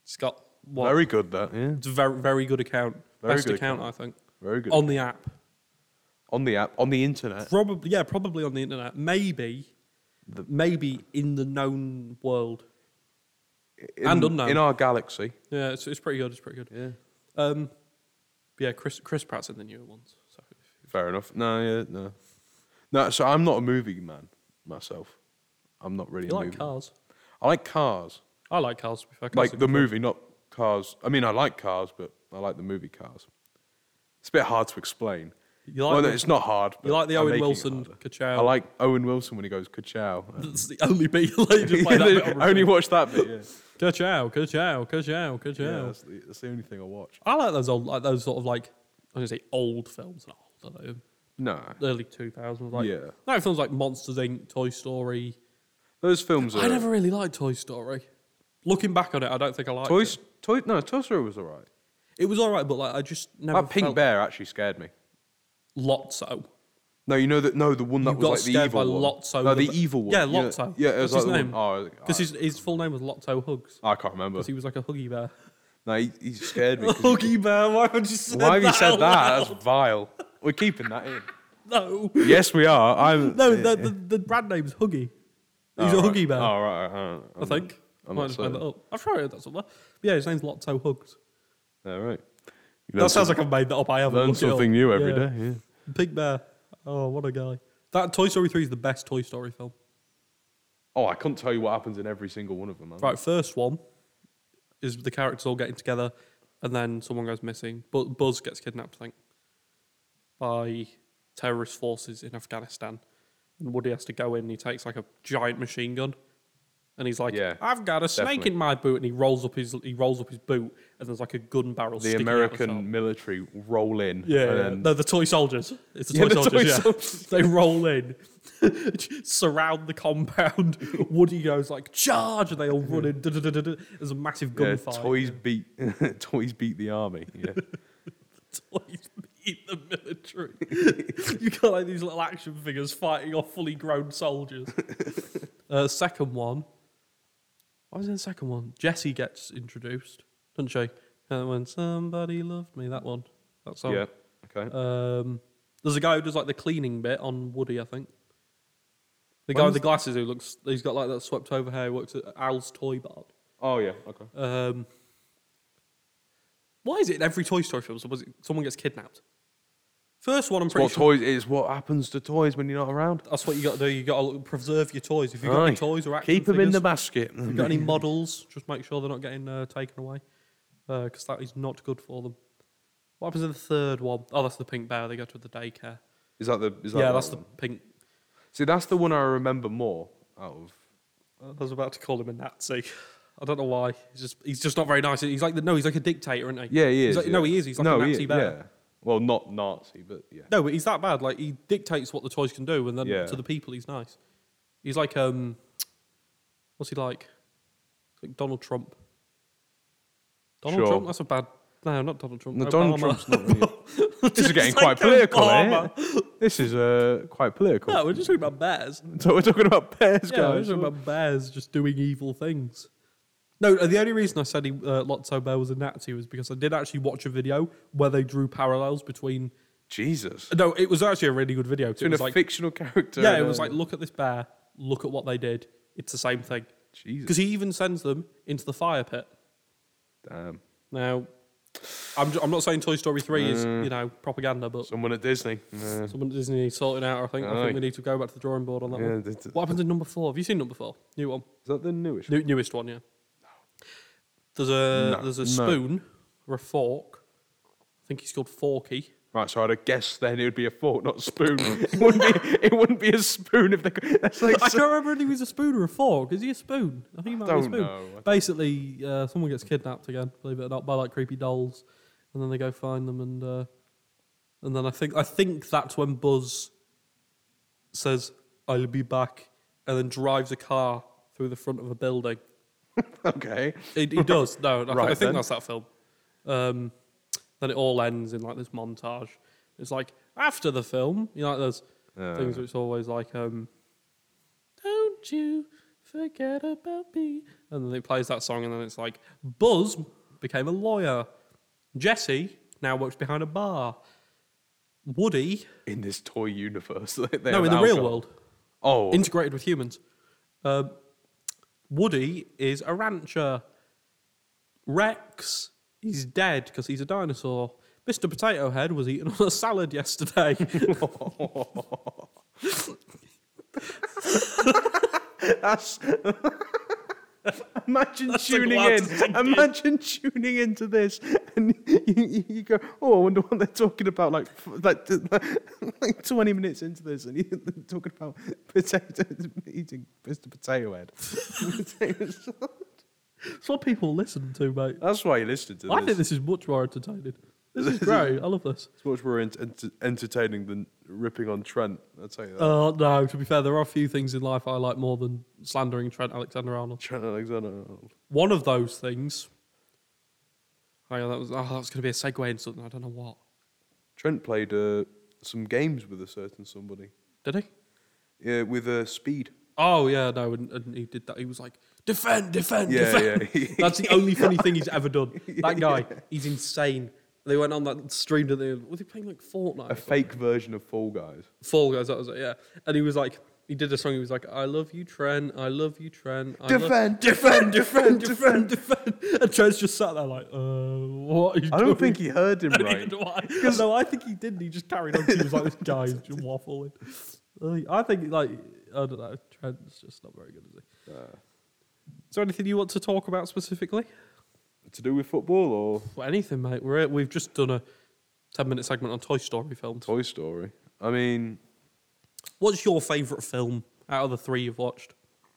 Speaker 1: it's got what
Speaker 2: Very good that. Yeah,
Speaker 1: it's a very very good account,
Speaker 2: Very
Speaker 1: best
Speaker 2: good
Speaker 1: account, I think
Speaker 2: very good. On,
Speaker 1: on the app.
Speaker 2: the app, on the internet,
Speaker 1: Probably yeah, probably on the internet. Maybe
Speaker 2: The-
Speaker 1: maybe in the known world.
Speaker 2: in,
Speaker 1: And unknown.
Speaker 2: in our galaxy.
Speaker 1: Yeah, it's, it's pretty good. It's pretty good.
Speaker 2: Yeah,
Speaker 1: Um, yeah, Chris Chris Pratt's in the newer ones. So
Speaker 2: fair enough. No, yeah, no, no. So I'm not a movie man myself. I'm not really.
Speaker 1: you
Speaker 2: a
Speaker 1: like
Speaker 2: movie.
Speaker 1: cars?
Speaker 2: I like cars,
Speaker 1: I like cars. To be fair. Cars
Speaker 2: like
Speaker 1: are
Speaker 2: the
Speaker 1: good.
Speaker 2: movie, not cars. I mean, I like cars, but I like the movie Cars. It's a bit hard to explain.
Speaker 1: You like
Speaker 2: well,
Speaker 1: the-
Speaker 2: no, it's not hard.
Speaker 1: You
Speaker 2: but
Speaker 1: like the
Speaker 2: I'm
Speaker 1: Owen
Speaker 2: making it
Speaker 1: Wilson
Speaker 2: harder.
Speaker 1: Kachow?
Speaker 2: I like Owen Wilson when he goes ka-chow.
Speaker 1: That's the only beat. like, just play that bit on
Speaker 2: I only
Speaker 1: repeat.
Speaker 2: watched that bit. Yeah,
Speaker 1: Ka-chow, ka-chow, ka-chow, ka-chow.
Speaker 2: yeah that's, the, that's the only thing I watch.
Speaker 1: I like those old, like those sort of like, I was gonna say old films, not old, I don't
Speaker 2: No,
Speaker 1: know, early 2000s. Like,
Speaker 2: Yeah.
Speaker 1: Like films like Monsters Inc., Toy Story.
Speaker 2: those films are.
Speaker 1: I never really liked Toy Story. Looking back on it, I don't think I liked
Speaker 2: Toy,
Speaker 1: it.
Speaker 2: Toy, no, Toy Story was alright.
Speaker 1: It was all right, but like I just never
Speaker 2: That pink
Speaker 1: felt
Speaker 2: bear actually scared me.
Speaker 1: Lotso.
Speaker 2: No, you know that. No, the one that
Speaker 1: You
Speaker 2: was
Speaker 1: got
Speaker 2: like the
Speaker 1: scared
Speaker 2: evil
Speaker 1: by
Speaker 2: one.
Speaker 1: Lotso.
Speaker 2: no,
Speaker 1: the
Speaker 2: the
Speaker 1: ba-
Speaker 2: evil one.
Speaker 1: Yeah,
Speaker 2: you know-
Speaker 1: Lotso.
Speaker 2: Yeah, it was
Speaker 1: What's
Speaker 2: like
Speaker 1: his
Speaker 2: the
Speaker 1: name?
Speaker 2: one. Oh,
Speaker 1: Because
Speaker 2: I-
Speaker 1: his, his full name was Lotso Hugs.
Speaker 2: I can't remember.
Speaker 1: Because he was like a huggy bear.
Speaker 2: No, he, he scared me. 'cause he-
Speaker 1: huggy bear, why would you say
Speaker 2: Why have you said
Speaker 1: out
Speaker 2: that?
Speaker 1: loud?
Speaker 2: That's vile. We're keeping that in.
Speaker 1: No.
Speaker 2: Yes, we are. I'm.
Speaker 1: No, the, the, the brand name's Huggy. He's
Speaker 2: Oh,
Speaker 1: a
Speaker 2: right.
Speaker 1: Huggy bear,
Speaker 2: Oh, right, right.
Speaker 1: I think. i
Speaker 2: Mm-hmm. I'm
Speaker 1: might
Speaker 2: not
Speaker 1: just made that
Speaker 2: certain.
Speaker 1: up. I'm sure I heard that somewhere. But yeah, his name's Lotto Hugs.
Speaker 2: All right. You learn
Speaker 1: That sounds
Speaker 2: some-
Speaker 1: like I've made that up. I haven't.
Speaker 2: learn
Speaker 1: looked it up.
Speaker 2: something new every
Speaker 1: Yeah.
Speaker 2: day. yeah.
Speaker 1: Big Bear. Oh, what a guy. That Toy Story 3 is the best Toy Story film.
Speaker 2: Oh, I couldn't tell you what happens in every single one of them, man.
Speaker 1: Right, first one is the characters all getting together and then someone goes missing. But Buzz gets kidnapped, I think, by terrorist forces in Afghanistan. And Woody has to go in and he takes like a giant machine gun. And he's like,
Speaker 2: Yeah,
Speaker 1: I've got a snake
Speaker 2: definitely.
Speaker 1: in my boot, and he rolls up his he rolls up his boot, and there's like a gun barrel.
Speaker 2: The
Speaker 1: sticking out top.
Speaker 2: American military roll in.
Speaker 1: Yeah,
Speaker 2: and
Speaker 1: yeah.
Speaker 2: then-
Speaker 1: no, the toy soldiers. It's the
Speaker 2: Yeah,
Speaker 1: toy
Speaker 2: the
Speaker 1: soldiers.
Speaker 2: toy
Speaker 1: yeah. they roll in, surround the compound. Woody goes like charge, and they all run in. da-da-da-da-da. There's a massive
Speaker 2: yeah,
Speaker 1: gunfight.
Speaker 2: toys beat toys beat the army. Yeah.
Speaker 1: Toys beat the military. you got like these little action figures fighting off fully grown soldiers. uh, second one. What was in the second one? Jessie gets introduced, doesn't she? And when somebody loved me, that one. That song.
Speaker 2: yeah. Okay.
Speaker 1: Um, there's a guy who does like the cleaning bit on Woody, I think. The guy
Speaker 2: When's
Speaker 1: with the glasses who looks, he's got like that swept over hair, works at Al's Toy Bar.
Speaker 2: oh yeah. Okay.
Speaker 1: Um, why is it in every Toy Story film someone- someone gets kidnapped? First one, I'm pretty
Speaker 2: What
Speaker 1: sure.
Speaker 2: toys is what happens to toys when you're not around?
Speaker 1: That's what you got to do. You got to preserve your toys. If you've got any
Speaker 2: Aye.
Speaker 1: toys or action
Speaker 2: Keep them in the
Speaker 1: figures,
Speaker 2: basket.
Speaker 1: if you've got any models, just make sure they're not getting uh, taken away because that is not good for them. What happens in the third one? Oh, that's the pink bear. They go to the daycare.
Speaker 2: Is that the? Is that
Speaker 1: Yeah,
Speaker 2: that
Speaker 1: that's the
Speaker 2: one?
Speaker 1: pink
Speaker 2: See, that's the one I remember more out of.
Speaker 1: I was about to call him a Nazi. I don't know why. He's just he's just not very nice. He's like the, no, he's like a dictator, isn't he?
Speaker 2: Yeah, he
Speaker 1: He's
Speaker 2: is.
Speaker 1: like-
Speaker 2: yeah.
Speaker 1: No, he is. He's like
Speaker 2: no,
Speaker 1: a
Speaker 2: he
Speaker 1: Nazi
Speaker 2: is,
Speaker 1: bear.
Speaker 2: Yeah. Well, not Nazi, but yeah.
Speaker 1: No, but he's that bad. Like he dictates what the toys can do, and then
Speaker 2: Yeah.
Speaker 1: to the people, he's nice. He's like um, what's he like? He's Like Donald Trump. Donald
Speaker 2: Sure.
Speaker 1: Trump. That's a bad. No, not Donald Trump.
Speaker 2: No, Donald
Speaker 1: Obama.
Speaker 2: Trump's not really. this is
Speaker 1: Just
Speaker 2: getting
Speaker 1: like
Speaker 2: quite political, eh?
Speaker 1: Obama.
Speaker 2: This is uh, quite political.
Speaker 1: No, we're just talking about bears.
Speaker 2: So we're talking about bears,
Speaker 1: Yeah, we're
Speaker 2: guys.
Speaker 1: talking about bears just doing evil things. No, the only reason I said he, uh, Lotso Bear was a Nazi was because I did actually watch a video where they drew parallels between.
Speaker 2: Jesus.
Speaker 1: No, it was actually a really good video. 'cause
Speaker 2: Doing
Speaker 1: It was
Speaker 2: a
Speaker 1: like,
Speaker 2: fictional character.
Speaker 1: yeah,
Speaker 2: and,
Speaker 1: it was
Speaker 2: uh,
Speaker 1: like look at this bear, look at what they did. It's the same thing because
Speaker 2: Jesus.
Speaker 1: he even sends them into the fire pit.
Speaker 2: Damn.
Speaker 1: Now, I'm, ju- I'm not saying Toy Story Three is
Speaker 2: Mm.
Speaker 1: you know propaganda, but
Speaker 2: Someone at Disney. Uh,
Speaker 1: someone at Disney sorting out. I think I
Speaker 2: Aye.
Speaker 1: think we need to go back to the drawing board on that
Speaker 2: yeah,
Speaker 1: one.
Speaker 2: th- th-
Speaker 1: What happened to number four? Have you seen number four? New one.
Speaker 2: is that the newish?
Speaker 1: New, newest one, yeah. There's a
Speaker 2: No,
Speaker 1: there's a
Speaker 2: no.
Speaker 1: spoon or a fork. I think he's called Forky.
Speaker 2: Right, so I'd have guessed then it would be a fork, not a spoon. it wouldn't be. It wouldn't be a spoon if they. c- That's like.
Speaker 1: I
Speaker 2: so-
Speaker 1: can't remember if he was a spoon or a fork. Is he a spoon? I think he might be a
Speaker 2: don't
Speaker 1: spoon.
Speaker 2: know. I-
Speaker 1: Basically, uh, someone gets kidnapped again, believe it or not, by like creepy dolls, and then they go find them, and uh, and then I think I think that's when Buzz says, I'll be back, and then drives a car through the front of a building.
Speaker 2: okay.
Speaker 1: It, he does. No, I, think- I
Speaker 2: Right
Speaker 1: think
Speaker 2: then.
Speaker 1: that's that film. Um, then it all ends in like this montage. It's like after the film, you know, like there's things
Speaker 2: Uh,
Speaker 1: which are always like, um, "Don't you forget about me," and then it plays that song, and then it's like Buzz became a lawyer. Jesse now works behind a bar. Woody,
Speaker 2: in this toy universe, they
Speaker 1: no,
Speaker 2: have
Speaker 1: in the real
Speaker 2: alcohol.
Speaker 1: world,
Speaker 2: Oh,
Speaker 1: integrated with humans. Um, Woody is a rancher. Rex is dead because he's a dinosaur. Mr. Potato Head was eaten on a salad yesterday.
Speaker 2: that's. Imagine
Speaker 1: That's like
Speaker 2: tuning
Speaker 1: wild to
Speaker 2: in.
Speaker 1: think in.
Speaker 2: Imagine tuning into this, and you, you, you go, "Oh, I wonder what they're talking about." Like, f- like, like twenty minutes into this, and you're talking about potatoes eating Mr. Potato Head. Potatoes.
Speaker 1: That's what people listen to, mate.
Speaker 2: That's why you listen to
Speaker 1: I think
Speaker 2: this.
Speaker 1: this is much more entertaining. This is great. I love this.
Speaker 2: It's much more ent- ent- entertaining than ripping on Trent. I'll tell you that.
Speaker 1: Oh, no, to be fair, there are a few things in life I like more than slandering Trent Alexander Arnold.
Speaker 2: Trent Alexander Arnold.
Speaker 1: One of those things. Hang on, that was, oh, that was going to be a segue into something. I don't know what.
Speaker 2: Trent played uh, some games with a certain somebody.
Speaker 1: Did he?
Speaker 2: Yeah, with uh, speed.
Speaker 1: Oh yeah, no, and, and he did that. He was like, defend, defend,
Speaker 2: Yeah,
Speaker 1: defend.
Speaker 2: yeah.
Speaker 1: That's the only funny thing he's ever done. That guy, he's insane. They went on that stream and they was he playing like Fortnite?
Speaker 2: A fake version of Fall Guys.
Speaker 1: Fall Guys, that was it, yeah. And he was like, he did a song. He was like, I love you, Trent. I love you, Trent. I love-
Speaker 2: Defend,
Speaker 1: defend, defend, defend, defend. And Trent's just sat there like, uh, what? Are you
Speaker 2: I don't
Speaker 1: doing?
Speaker 2: think he heard him
Speaker 1: I don't
Speaker 2: right.
Speaker 1: even know why. No, I think he didn't. He just carried on. 'cause He was like, this guy's just waffling. Like, I think, like, I don't know. Trent's just not very good, is he?
Speaker 2: Uh,
Speaker 1: Is there anything you want to talk about specifically?
Speaker 2: To do with football or
Speaker 1: Well, anything, mate. We're, we've just done a 10 minute segment on Toy Story films.
Speaker 2: Toy Story? I mean,
Speaker 1: What's your favourite film out of the three you've watched?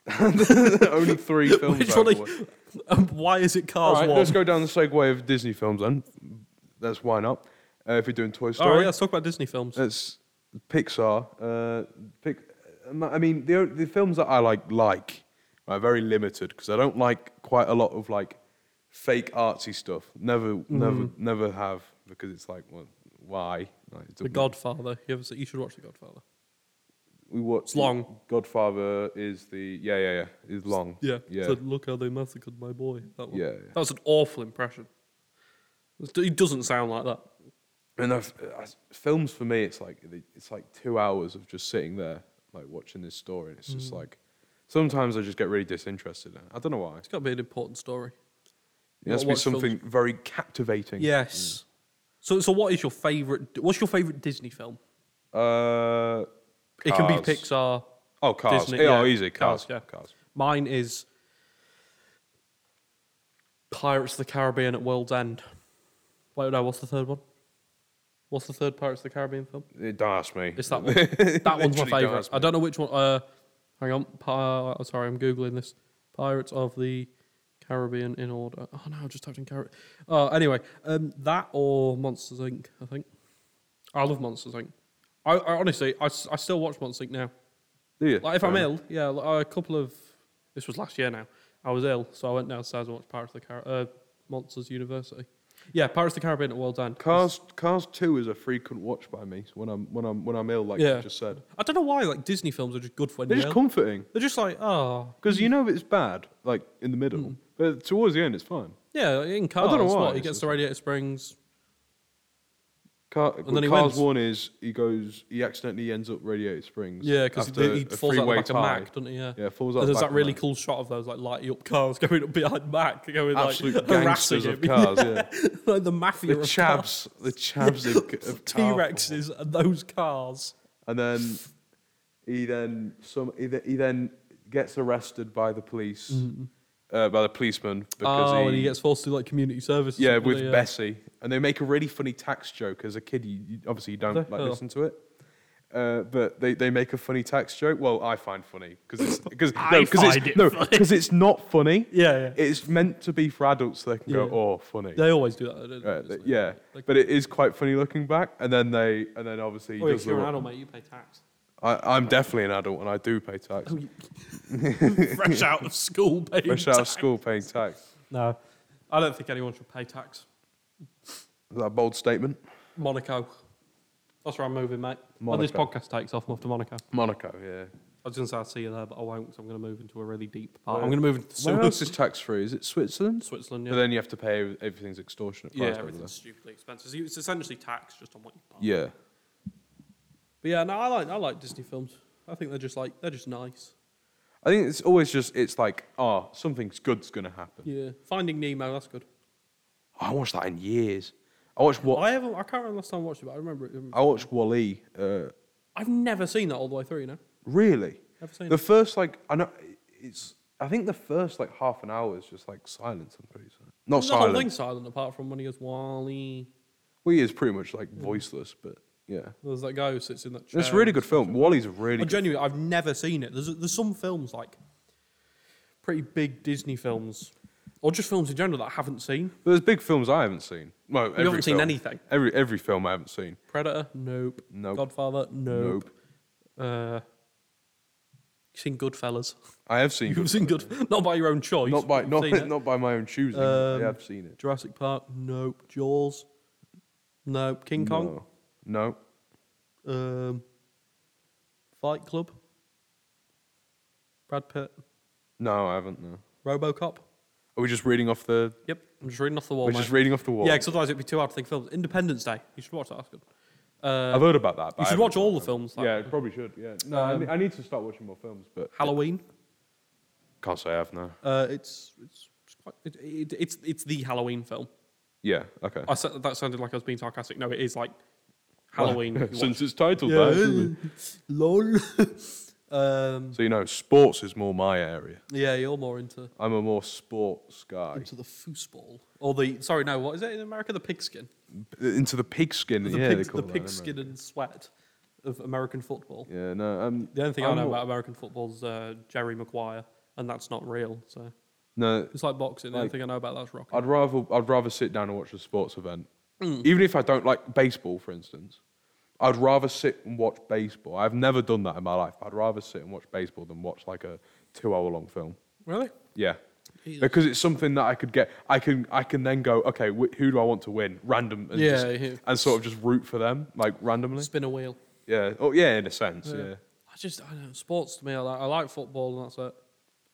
Speaker 2: only three films.
Speaker 1: Which
Speaker 2: I've
Speaker 1: one are
Speaker 2: watched.
Speaker 1: you, um, why is it
Speaker 2: All
Speaker 1: Cars
Speaker 2: right,
Speaker 1: 1?
Speaker 2: let's go down the segue of Disney films then. That's why not. Uh, if you're doing Toy Story,
Speaker 1: All right, let's talk about Disney films.
Speaker 2: It's Pixar. Uh, pic, um, I mean, the the films that I like like are very limited because I don't like quite a lot of like fake artsy stuff. Never, never, never have because it's like, well, why? Like,
Speaker 1: the
Speaker 2: it doesn't-
Speaker 1: Godfather. You, ever see, you should watch The Godfather.
Speaker 2: We watch.
Speaker 1: It's long.
Speaker 2: Godfather is the yeah yeah yeah is long.
Speaker 1: Yeah.
Speaker 2: yeah.
Speaker 1: So look how they massacred my boy. That one.
Speaker 2: Yeah, yeah.
Speaker 1: That was an awful impression. It's- He doesn't sound like that.
Speaker 2: and I've, I, films for me, it's like it's like two hours of just sitting there, like watching this story, and it's just
Speaker 1: Hmm.
Speaker 2: like sometimes I just get really disinterested. in it. I don't know why.
Speaker 1: It's got to be an important story.
Speaker 2: It has to
Speaker 1: What-
Speaker 2: be
Speaker 1: what films-
Speaker 2: something very captivating.
Speaker 1: Yes. Mm. So, so what is your favorite? What's your favorite Disney film?
Speaker 2: Uh,
Speaker 1: It can be
Speaker 2: Cars.
Speaker 1: Pixar.
Speaker 2: Oh, cars.
Speaker 1: Disney,
Speaker 2: oh,
Speaker 1: yeah.
Speaker 2: easy. Cars.
Speaker 1: Cars, yeah.
Speaker 2: Cars.
Speaker 1: Mine is Pirates of the Caribbean at World's End. Wait, no, what's the third one? What's the third Pirates of the Caribbean film?
Speaker 2: It, don't ask me.
Speaker 1: It's that one. that one's my
Speaker 2: Literally don't
Speaker 1: favourite.
Speaker 2: ask
Speaker 1: I don't know which one. Uh, hang on. Pi- oh, sorry, I'm googling this. Pirates of the Caribbean in order. Oh no, I just typed in Caribbean. Uh, anyway, um, that or Monsters Inc. I think. I love Monsters Inc. I, I honestly, I, s- I still watch Monsters Inc. now.
Speaker 2: Do you?
Speaker 1: Like if
Speaker 2: Fair
Speaker 1: I'm
Speaker 2: enough.
Speaker 1: ill, yeah. Like a couple of this was last year now. I was ill, so I went downstairs and watched Pirates of the Car- uh, Monsters University. Yeah, Pirates of the Caribbean at World's End.
Speaker 2: Cars. Cars Two is a frequent watch by me when I'm when I'm when I'm ill, like
Speaker 1: Yeah.
Speaker 2: you just said.
Speaker 1: I don't know why like Disney films are just good for when
Speaker 2: They're
Speaker 1: you're
Speaker 2: just
Speaker 1: ill.
Speaker 2: comforting
Speaker 1: They're just like oh
Speaker 2: because you know it's bad, like in the middle,
Speaker 1: Hmm.
Speaker 2: but towards the end it's fine.
Speaker 1: Yeah, in
Speaker 2: I
Speaker 1: cars.
Speaker 2: don't know why,
Speaker 1: What, he
Speaker 2: it's
Speaker 1: gets
Speaker 2: just-
Speaker 1: to Radiator Springs.
Speaker 2: Car,
Speaker 1: And then he
Speaker 2: Cars
Speaker 1: wins.
Speaker 2: One is he goes he accidentally ends up Radiator Springs.
Speaker 1: Yeah, because he,
Speaker 2: after
Speaker 1: he
Speaker 2: a
Speaker 1: falls out the
Speaker 2: three-way
Speaker 1: back of
Speaker 2: tie.
Speaker 1: Mac, doesn't he? Yeah.
Speaker 2: Yeah, falls out.
Speaker 1: And
Speaker 2: the
Speaker 1: there's
Speaker 2: back
Speaker 1: that
Speaker 2: of
Speaker 1: really
Speaker 2: Mac.
Speaker 1: cool shot of those like lighting up cars going up behind Mac, going like
Speaker 2: Absolute
Speaker 1: harassing
Speaker 2: gangsters
Speaker 1: him.
Speaker 2: of cars. Yeah.
Speaker 1: like the mafia
Speaker 2: the
Speaker 1: of
Speaker 2: chabs, the chabs of, of
Speaker 1: T
Speaker 2: car-
Speaker 1: Rexes and those cars.
Speaker 2: And then he then some he, th- he then gets arrested by the police, uh, by the policeman because
Speaker 1: Mm-hmm. oh,
Speaker 2: he,
Speaker 1: and he gets forced to do, like community service. or
Speaker 2: yeah
Speaker 1: something,
Speaker 2: with
Speaker 1: doesn't he?
Speaker 2: Bessie, and they make a really funny tax joke. As a kid, you, you obviously you don't
Speaker 1: The
Speaker 2: like
Speaker 1: hell?
Speaker 2: listen to it. Uh, but they, they make a funny tax joke. Well, I find funny because it's because
Speaker 1: I
Speaker 2: no, 'cause
Speaker 1: find
Speaker 2: it's
Speaker 1: it
Speaker 2: no,
Speaker 1: funny.
Speaker 2: 'cause it's not funny.
Speaker 1: Yeah, yeah.
Speaker 2: It's meant to be for adults, so they can
Speaker 1: Yeah.
Speaker 2: go, "Oh, funny."
Speaker 1: They always do that. They don't,
Speaker 2: Uh,
Speaker 1: just,
Speaker 2: th-
Speaker 1: like-
Speaker 2: yeah,
Speaker 1: Like,
Speaker 2: but it is quite funny looking back. And then they, and then obviously, he
Speaker 1: oh, yeah,
Speaker 2: does
Speaker 1: 'cause you're
Speaker 2: the-
Speaker 1: an adult, mate. You pay tax.
Speaker 2: I, I'm definitely an adult and I do pay
Speaker 1: Oh,
Speaker 2: tax.
Speaker 3: Fresh out of school, baby.
Speaker 2: Fresh out of school paying tax.
Speaker 1: No, I don't think anyone should pay tax.
Speaker 2: Is that a bold statement?
Speaker 1: Monaco. That's where I'm moving, mate. When this
Speaker 2: Monaco.
Speaker 1: podcast takes off, I'm off to Monaco.
Speaker 2: Monaco, yeah.
Speaker 1: I was going to say I'll see you there, but I won't because I'm going to move into a really deep part.
Speaker 2: Where-
Speaker 1: I'm going to move into the
Speaker 2: Where else
Speaker 1: sewers.
Speaker 2: is tax free? Is it Switzerland?
Speaker 1: Switzerland,
Speaker 2: But
Speaker 1: yeah.
Speaker 2: then you have to pay everything's extortionate
Speaker 1: Yeah,
Speaker 2: price over there.
Speaker 1: everything's stupidly expensive. It's essentially tax just on what you buy.
Speaker 2: Yeah.
Speaker 1: But yeah, no, I like I like Disney films. I think they're just like they're just nice.
Speaker 2: I think it's always just it's like, oh, something's good's gonna happen.
Speaker 1: Yeah, Finding Nemo, that's good.
Speaker 2: I watched that in years. I watched what
Speaker 1: I haven't. I can't remember last time I watched it, but I remember it. Um,
Speaker 2: I watched Wally. Uh,
Speaker 1: I've never seen that all the way through. You know,
Speaker 2: really,
Speaker 1: never seen
Speaker 2: the
Speaker 1: it.
Speaker 2: first like I know it's. I think the first like half an hour is just like silence. I'm pretty sure. Not
Speaker 1: the whole thing's
Speaker 2: silence.
Speaker 1: silent apart from when he goes Wally.
Speaker 2: Wally is pretty much like voiceless, but yeah,
Speaker 1: There's that guy who sits in that chair.
Speaker 2: it's a really
Speaker 1: and
Speaker 2: good film. Wally's a really.
Speaker 1: I
Speaker 2: Good,
Speaker 1: genuinely, I've never seen it. There's there's some films like pretty big Disney films, or just films in general that I haven't seen.
Speaker 2: but there's big films I haven't seen. Well, every
Speaker 1: You haven't seen
Speaker 2: film.
Speaker 1: anything.
Speaker 2: Every every film I haven't seen.
Speaker 1: Predator, nope.
Speaker 2: Nope.
Speaker 1: Godfather, nope. Uh, you seen Goodfellas?
Speaker 2: I have seen.
Speaker 1: You've seen Good, not by your own choice.
Speaker 2: Not by
Speaker 1: but
Speaker 2: not
Speaker 1: you've seen it.
Speaker 2: not by my own choosing.
Speaker 1: Um,
Speaker 2: I have seen it.
Speaker 1: Jurassic Park, nope. Jaws, nope. King Kong,
Speaker 2: No. no.
Speaker 1: um, Fight Club, Brad Pitt,
Speaker 2: No, I haven't. No.
Speaker 1: RoboCop.
Speaker 2: Are we just reading off the?
Speaker 1: Yep, I'm just reading off the wall.
Speaker 2: we're
Speaker 1: mate.
Speaker 2: just reading off the wall.
Speaker 1: Yeah, because otherwise it'd be too hard to think of films. Independence Day. You should watch that. That's good. Uh,
Speaker 2: I've heard about that. but
Speaker 1: you
Speaker 2: I
Speaker 1: should
Speaker 2: haven't-
Speaker 1: watch all the films. Like
Speaker 2: yeah, I probably should. Yeah. No, I
Speaker 1: Um,
Speaker 2: ne- I need to start watching more films, but
Speaker 1: Halloween.
Speaker 2: can't say I have now.
Speaker 1: Uh, it's it's it's, quite, it, it, it's it's the Halloween film.
Speaker 2: Yeah. Okay.
Speaker 1: I said, that sounded like I was being sarcastic. No, it is like Halloween. if you watch
Speaker 2: Since it's titled that.
Speaker 1: Yeah. Lol. um,
Speaker 2: So you know, sports is more my area.
Speaker 1: yeah, you're more into
Speaker 2: I'm a more sports guy.
Speaker 1: into the foosball or the sorry, no, what is it in America? The pigskin.
Speaker 2: Into the pigskin.
Speaker 1: The,
Speaker 2: yeah,
Speaker 1: pig,
Speaker 2: they call
Speaker 1: the
Speaker 2: that, don't
Speaker 1: pigskin and sweat of American football.
Speaker 2: they? Yeah. No. Um,
Speaker 1: The only thing i
Speaker 2: I'm
Speaker 1: know
Speaker 2: more-
Speaker 1: about American football is uh, Jerry Maguire, and that's not real. So
Speaker 2: No.
Speaker 1: it's like boxing. the only
Speaker 2: Like-
Speaker 1: thing I know about that's rock.
Speaker 2: I'd rather I'd rather sit down and watch a sports event,
Speaker 1: Mm.
Speaker 2: even if I don't like baseball, for instance. I'd rather sit and watch baseball. I've never done that in my life. I'd rather sit and watch baseball than watch like a two-hour-long film.
Speaker 1: Really?
Speaker 2: Yeah.
Speaker 1: Jesus.
Speaker 2: Because it's something that I could get, I can, I can then go, okay, wh- who do I want to win? Random, and,
Speaker 1: Yeah,
Speaker 2: just-
Speaker 1: yeah.
Speaker 2: and sort of just root for them, like randomly.
Speaker 1: Spin a wheel.
Speaker 2: Yeah, oh yeah, in a sense, yeah.
Speaker 1: I just I don't know, sports to me. I like, I like football, and that's it.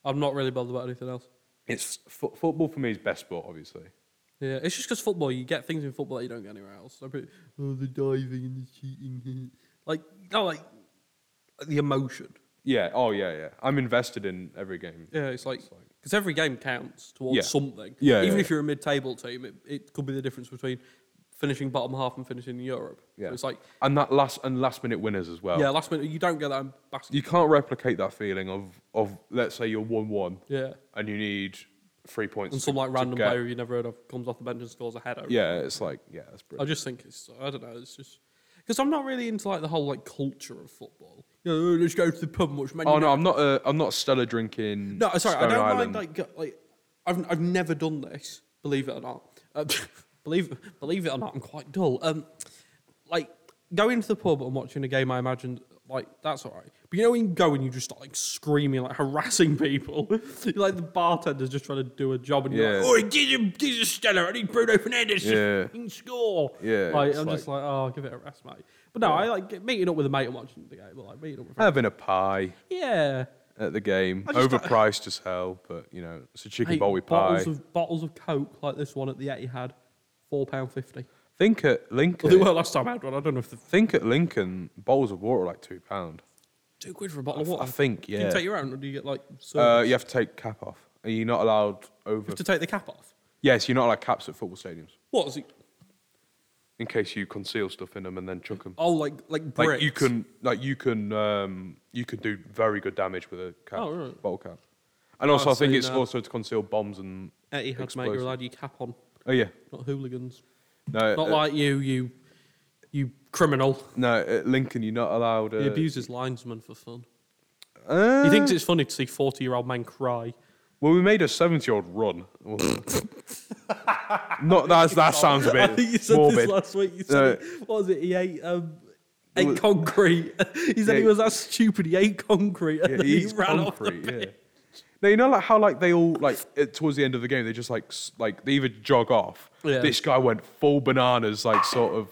Speaker 1: I'm not really bothered about anything else.
Speaker 2: It's fo- football for me is best sport, obviously.
Speaker 1: Yeah, it's just because football, you get things in football that you don't get anywhere else. So pretty, oh, the diving and the cheating. like, no, like, the emotion.
Speaker 2: Yeah. Oh yeah, yeah. I'm invested in every game.
Speaker 1: Yeah, it's like,
Speaker 2: It's like-
Speaker 1: because every game counts towards
Speaker 2: Yeah.
Speaker 1: something.
Speaker 2: Yeah,
Speaker 1: Even
Speaker 2: yeah,
Speaker 1: if
Speaker 2: yeah.
Speaker 1: you're a mid table team, it, it could be the difference between finishing bottom half and finishing in Europe.
Speaker 2: Yeah. Oh.
Speaker 1: So it's like,
Speaker 2: And that last and last minute winners as well.
Speaker 1: yeah, last minute, you don't get that in basketball.
Speaker 2: you can't replicate that feeling of of let's say you're one one
Speaker 1: yeah.
Speaker 2: and you need three points.
Speaker 1: And
Speaker 2: to-
Speaker 1: some like
Speaker 2: to
Speaker 1: random
Speaker 2: get-
Speaker 1: player you've never heard of comes off the bench and scores a header.
Speaker 2: Yeah, it's like yeah, that's
Speaker 1: I
Speaker 2: brilliant.
Speaker 1: just think it's I don't know. It's just because I'm not really into like the whole like culture of football. You know, "Oh, let's go to the pub and watch Man
Speaker 2: Oh
Speaker 1: United."
Speaker 2: no, I'm not a I'm not a Stella drinking.
Speaker 1: no, sorry, I
Speaker 2: Stone
Speaker 1: don't
Speaker 2: Island.
Speaker 1: mind like go- like I've I've never done this. Believe it or not, uh, believe believe it or not, I'm quite dull. Um, like going to the pub and watching a game, I imagined like that's all right. But you know when you go and you just start like screaming, like harassing people, You're like the bartender's just trying to do a job, and you're
Speaker 2: Yeah.
Speaker 1: like, oh, give him, give him Stella, I need Bruno Fernandez
Speaker 2: Yeah.
Speaker 1: to fucking score.
Speaker 2: Yeah,
Speaker 1: like,
Speaker 2: it's
Speaker 1: I'm just like, oh, give it a rest, mate. But no, I like get- meeting up with a mate and watching the game, or like meeting up with. a friend.
Speaker 2: having a pie.
Speaker 1: yeah.
Speaker 2: at the game.
Speaker 1: I just don't-
Speaker 2: Overpriced as hell, but you know, it's a chicken
Speaker 1: Mate,
Speaker 2: bowie pie.
Speaker 1: bottles of bottles of Coke like this one at the Etihad, four pound fifty.
Speaker 2: think at
Speaker 1: Well, they
Speaker 2: Lincoln.
Speaker 1: were last time I had one. I don't know if the
Speaker 2: think at Lincoln, bottles of water are like two pound.
Speaker 1: two quid for a bottle
Speaker 2: I,
Speaker 1: of water.
Speaker 2: think,
Speaker 1: Do you
Speaker 2: yeah.
Speaker 1: take your own, or do you get like? So
Speaker 2: uh, you have to take cap off. Are you not allowed over?
Speaker 1: to take the cap off.
Speaker 2: yes, you're not allowed caps at football stadiums
Speaker 1: What is it?
Speaker 2: in case you conceal stuff in them and then chuck them.
Speaker 1: Oh, like like bricks.
Speaker 2: like you can, like you can, um, you can do very good damage with a cap,
Speaker 1: Oh, right.
Speaker 2: bottle cap. And also, I think
Speaker 1: seen
Speaker 2: it's
Speaker 1: that.
Speaker 2: also to conceal bombs and.
Speaker 1: Etihad, mate. You're
Speaker 2: explosive.
Speaker 1: allowed your cap on,
Speaker 2: Oh yeah,
Speaker 1: not hooligans.
Speaker 2: no,
Speaker 1: Not
Speaker 2: uh,
Speaker 1: like you, you, you criminal.
Speaker 2: no. At Lincoln, you're not allowed. Uh,
Speaker 1: he abuses linesmen for fun.
Speaker 2: Uh,
Speaker 1: He thinks it's funny to see forty-year-old men cry.
Speaker 2: Well, we made a 70 odd run. Not that. That sounds a bit
Speaker 1: I think you said
Speaker 2: morbid.
Speaker 1: this last week. You said, it- what was it? He ate um, ate
Speaker 2: was-
Speaker 1: concrete. he said
Speaker 2: Yeah.
Speaker 1: he was that stupid. He ate concrete and
Speaker 2: Yeah,
Speaker 1: then
Speaker 2: he
Speaker 1: he,
Speaker 2: eats
Speaker 1: ran off.
Speaker 2: concrete. yeah. Now you know like how like they all like at, towards the end of the game they just like s- like they either jog off.
Speaker 1: Yeah.
Speaker 2: This guy went full bananas, like sort of.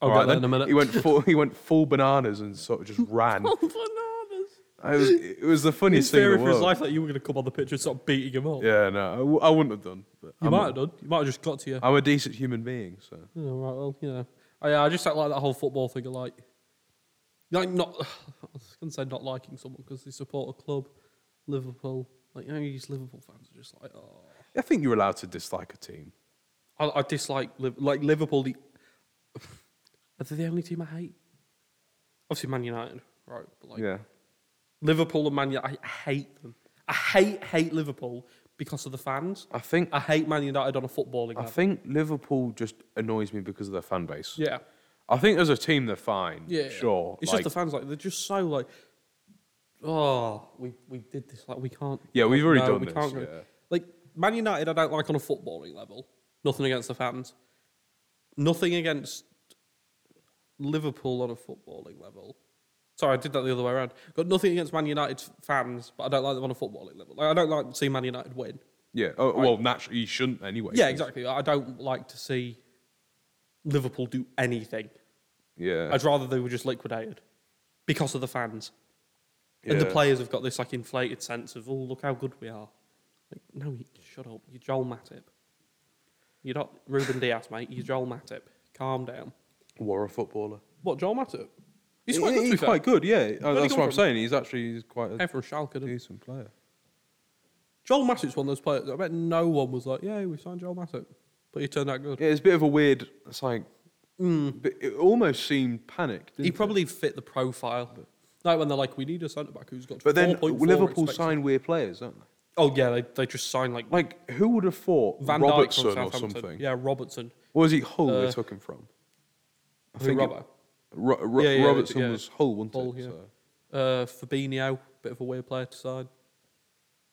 Speaker 1: I'll get that
Speaker 2: Alright then.
Speaker 1: in a minute.
Speaker 2: He went full. He went full bananas and sort of just ran.
Speaker 1: Oh, bananas.
Speaker 2: I was, it was the
Speaker 1: His
Speaker 2: funniest thing in
Speaker 1: fear
Speaker 2: the
Speaker 1: for his
Speaker 2: world.
Speaker 1: life that you were going to come on the pitch and start beating him up.
Speaker 2: Yeah, no, I, w- I wouldn't have done. but
Speaker 1: You
Speaker 2: I'm
Speaker 1: might
Speaker 2: a-
Speaker 1: have done. You might have just got to you.
Speaker 2: I'm a decent human being, so
Speaker 1: Yeah, right, well, you know. I, yeah, I just don't like that whole football thing of like, like not, I was going to say not liking someone because they support a club, Liverpool. Like, you know, these Liverpool fans are just like, oh.
Speaker 2: I think you're allowed to dislike a team.
Speaker 1: I, I dislike, Liv- like, Liverpool, the, are they the only team I hate? Obviously, Man United, right? But like,
Speaker 2: yeah,
Speaker 1: Liverpool and Man United, I hate them. I hate, hate Liverpool because of the fans.
Speaker 2: I think
Speaker 1: I hate Man United on a footballing
Speaker 2: I
Speaker 1: level.
Speaker 2: think Liverpool just annoys me because of their fan base.
Speaker 1: Yeah.
Speaker 2: I think as a team they're fine.
Speaker 1: Yeah,
Speaker 2: sure.
Speaker 1: It's
Speaker 2: like-
Speaker 1: just the fans like they're just so like, oh, we we did this like we can't.
Speaker 2: Yeah, we've already
Speaker 1: no,
Speaker 2: done
Speaker 1: we
Speaker 2: this,
Speaker 1: Can't, go-
Speaker 2: yeah.
Speaker 1: Like Man United, I don't like on a footballing level. Nothing against the fans. Nothing against Liverpool on a footballing level. Sorry, I did that the other way around. Got nothing against Man United fans, but I don't like them on a footballing level. Like, I don't like to see Man United win.
Speaker 2: Yeah. Oh, well, naturally, you shouldn't anyway.
Speaker 1: Yeah,
Speaker 2: 'cause-
Speaker 1: exactly. I don't like to see Liverpool do anything.
Speaker 2: Yeah.
Speaker 1: I'd rather they were just liquidated because of the fans. And the
Speaker 2: Yeah.
Speaker 1: players have got this like inflated sense of, oh, look how good we are. Like, no, you, shut up. You're Joel Matip. You're not Ruben Diaz, mate. You're Joel Matip. Calm down.
Speaker 2: War a footballer.
Speaker 1: What, Joel Matip? He's
Speaker 2: He's
Speaker 1: quite good, to be fair.
Speaker 2: quite good. Yeah, Uh,
Speaker 1: he
Speaker 2: that's
Speaker 1: come
Speaker 2: what I'm
Speaker 1: from?
Speaker 2: saying. He's actually he's quite a
Speaker 1: Came from Schalke. didn't he?
Speaker 2: decent player.
Speaker 1: Joel Matip's one of those players. that I bet no one was like, yeah, we signed Joel Matip. But he turned out good.
Speaker 2: Yeah, it's a bit of a weird. It's like, but it almost seemed panicked.
Speaker 1: Hmm. he
Speaker 2: didn't it?
Speaker 1: probably fit the profile. Like when they're like, we need a centre back who's got.
Speaker 2: But then
Speaker 1: 4.4
Speaker 2: Liverpool
Speaker 1: expected-
Speaker 2: signed weird players, don't they?
Speaker 1: Oh yeah, they, they just signed like
Speaker 2: Like, who would have thought
Speaker 1: Van Dijk from
Speaker 2: Robertson or
Speaker 1: Southampton.
Speaker 2: something?
Speaker 1: Yeah, Robertson.
Speaker 2: Or was it Hull
Speaker 1: Uh,
Speaker 2: they took him from? I
Speaker 1: Who,
Speaker 2: think it-
Speaker 1: Robbo?
Speaker 2: Ro- Ro-
Speaker 1: Yeah, yeah,
Speaker 2: Robertson
Speaker 1: yeah.
Speaker 2: was Hull, wasn't
Speaker 1: Hull,
Speaker 2: it?
Speaker 1: yeah.
Speaker 2: So-
Speaker 1: Uh, Fabinho, bit of a weird player to sign.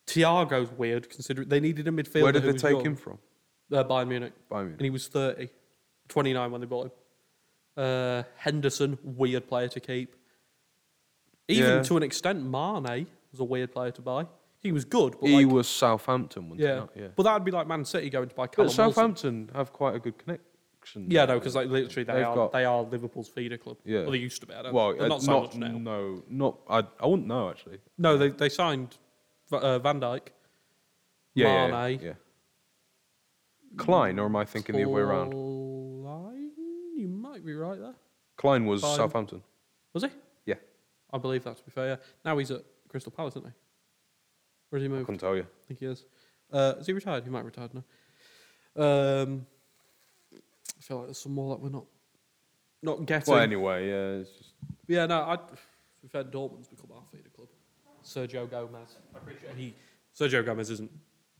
Speaker 1: Tiago's weird, considering they needed a midfielder.
Speaker 2: Where did
Speaker 1: who
Speaker 2: they
Speaker 1: was
Speaker 2: take
Speaker 1: young.
Speaker 2: him from?
Speaker 1: Uh, Bayern Munich.
Speaker 2: Bayern
Speaker 1: And he was 30, 29 when they bought him. Uh, Henderson, weird player to keep. Even
Speaker 2: Yeah.
Speaker 1: to an extent, Mane was a weird player to buy. He was good, but
Speaker 2: He
Speaker 1: like,
Speaker 2: was Southampton, wasn't he?
Speaker 1: yeah.
Speaker 2: Not- yeah.
Speaker 1: But that would be like Man City going to buy Callum
Speaker 2: But
Speaker 1: Wilson.
Speaker 2: Southampton have quite a good connection.
Speaker 1: Yeah, no, because like literally they
Speaker 2: They've
Speaker 1: are
Speaker 2: got-
Speaker 1: they are Liverpool's feeder club.
Speaker 2: Yeah.
Speaker 1: well, they used to be. I don't,
Speaker 2: Well,
Speaker 1: they're
Speaker 2: uh,
Speaker 1: not so much now.
Speaker 2: No, not I. I wouldn't know actually.
Speaker 1: No, they they signed Va- uh, Van Dyke.
Speaker 2: Yeah, yeah,
Speaker 1: Mane.
Speaker 2: yeah, yeah. Klein, or am I thinking the other way around?
Speaker 1: Klein? You might be right there.
Speaker 2: Klein was
Speaker 1: Klein.
Speaker 2: Southampton.
Speaker 1: Was he?
Speaker 2: Yeah,
Speaker 1: I believe that, to be fair. Yeah. Now he's at Crystal Palace, isn't he? Where's he
Speaker 2: I
Speaker 1: moved?
Speaker 2: couldn't tell you.
Speaker 1: I think he is. Uh, is he retired? He might be retired now. Um, I feel like there's some more that we're not not getting.
Speaker 2: Well, anyway, yeah, it's just
Speaker 1: Yeah, no, I. To be fair, Dortmund's become our feeder club. Sergio Gomez. I appreciate he. Sergio Gomez isn't.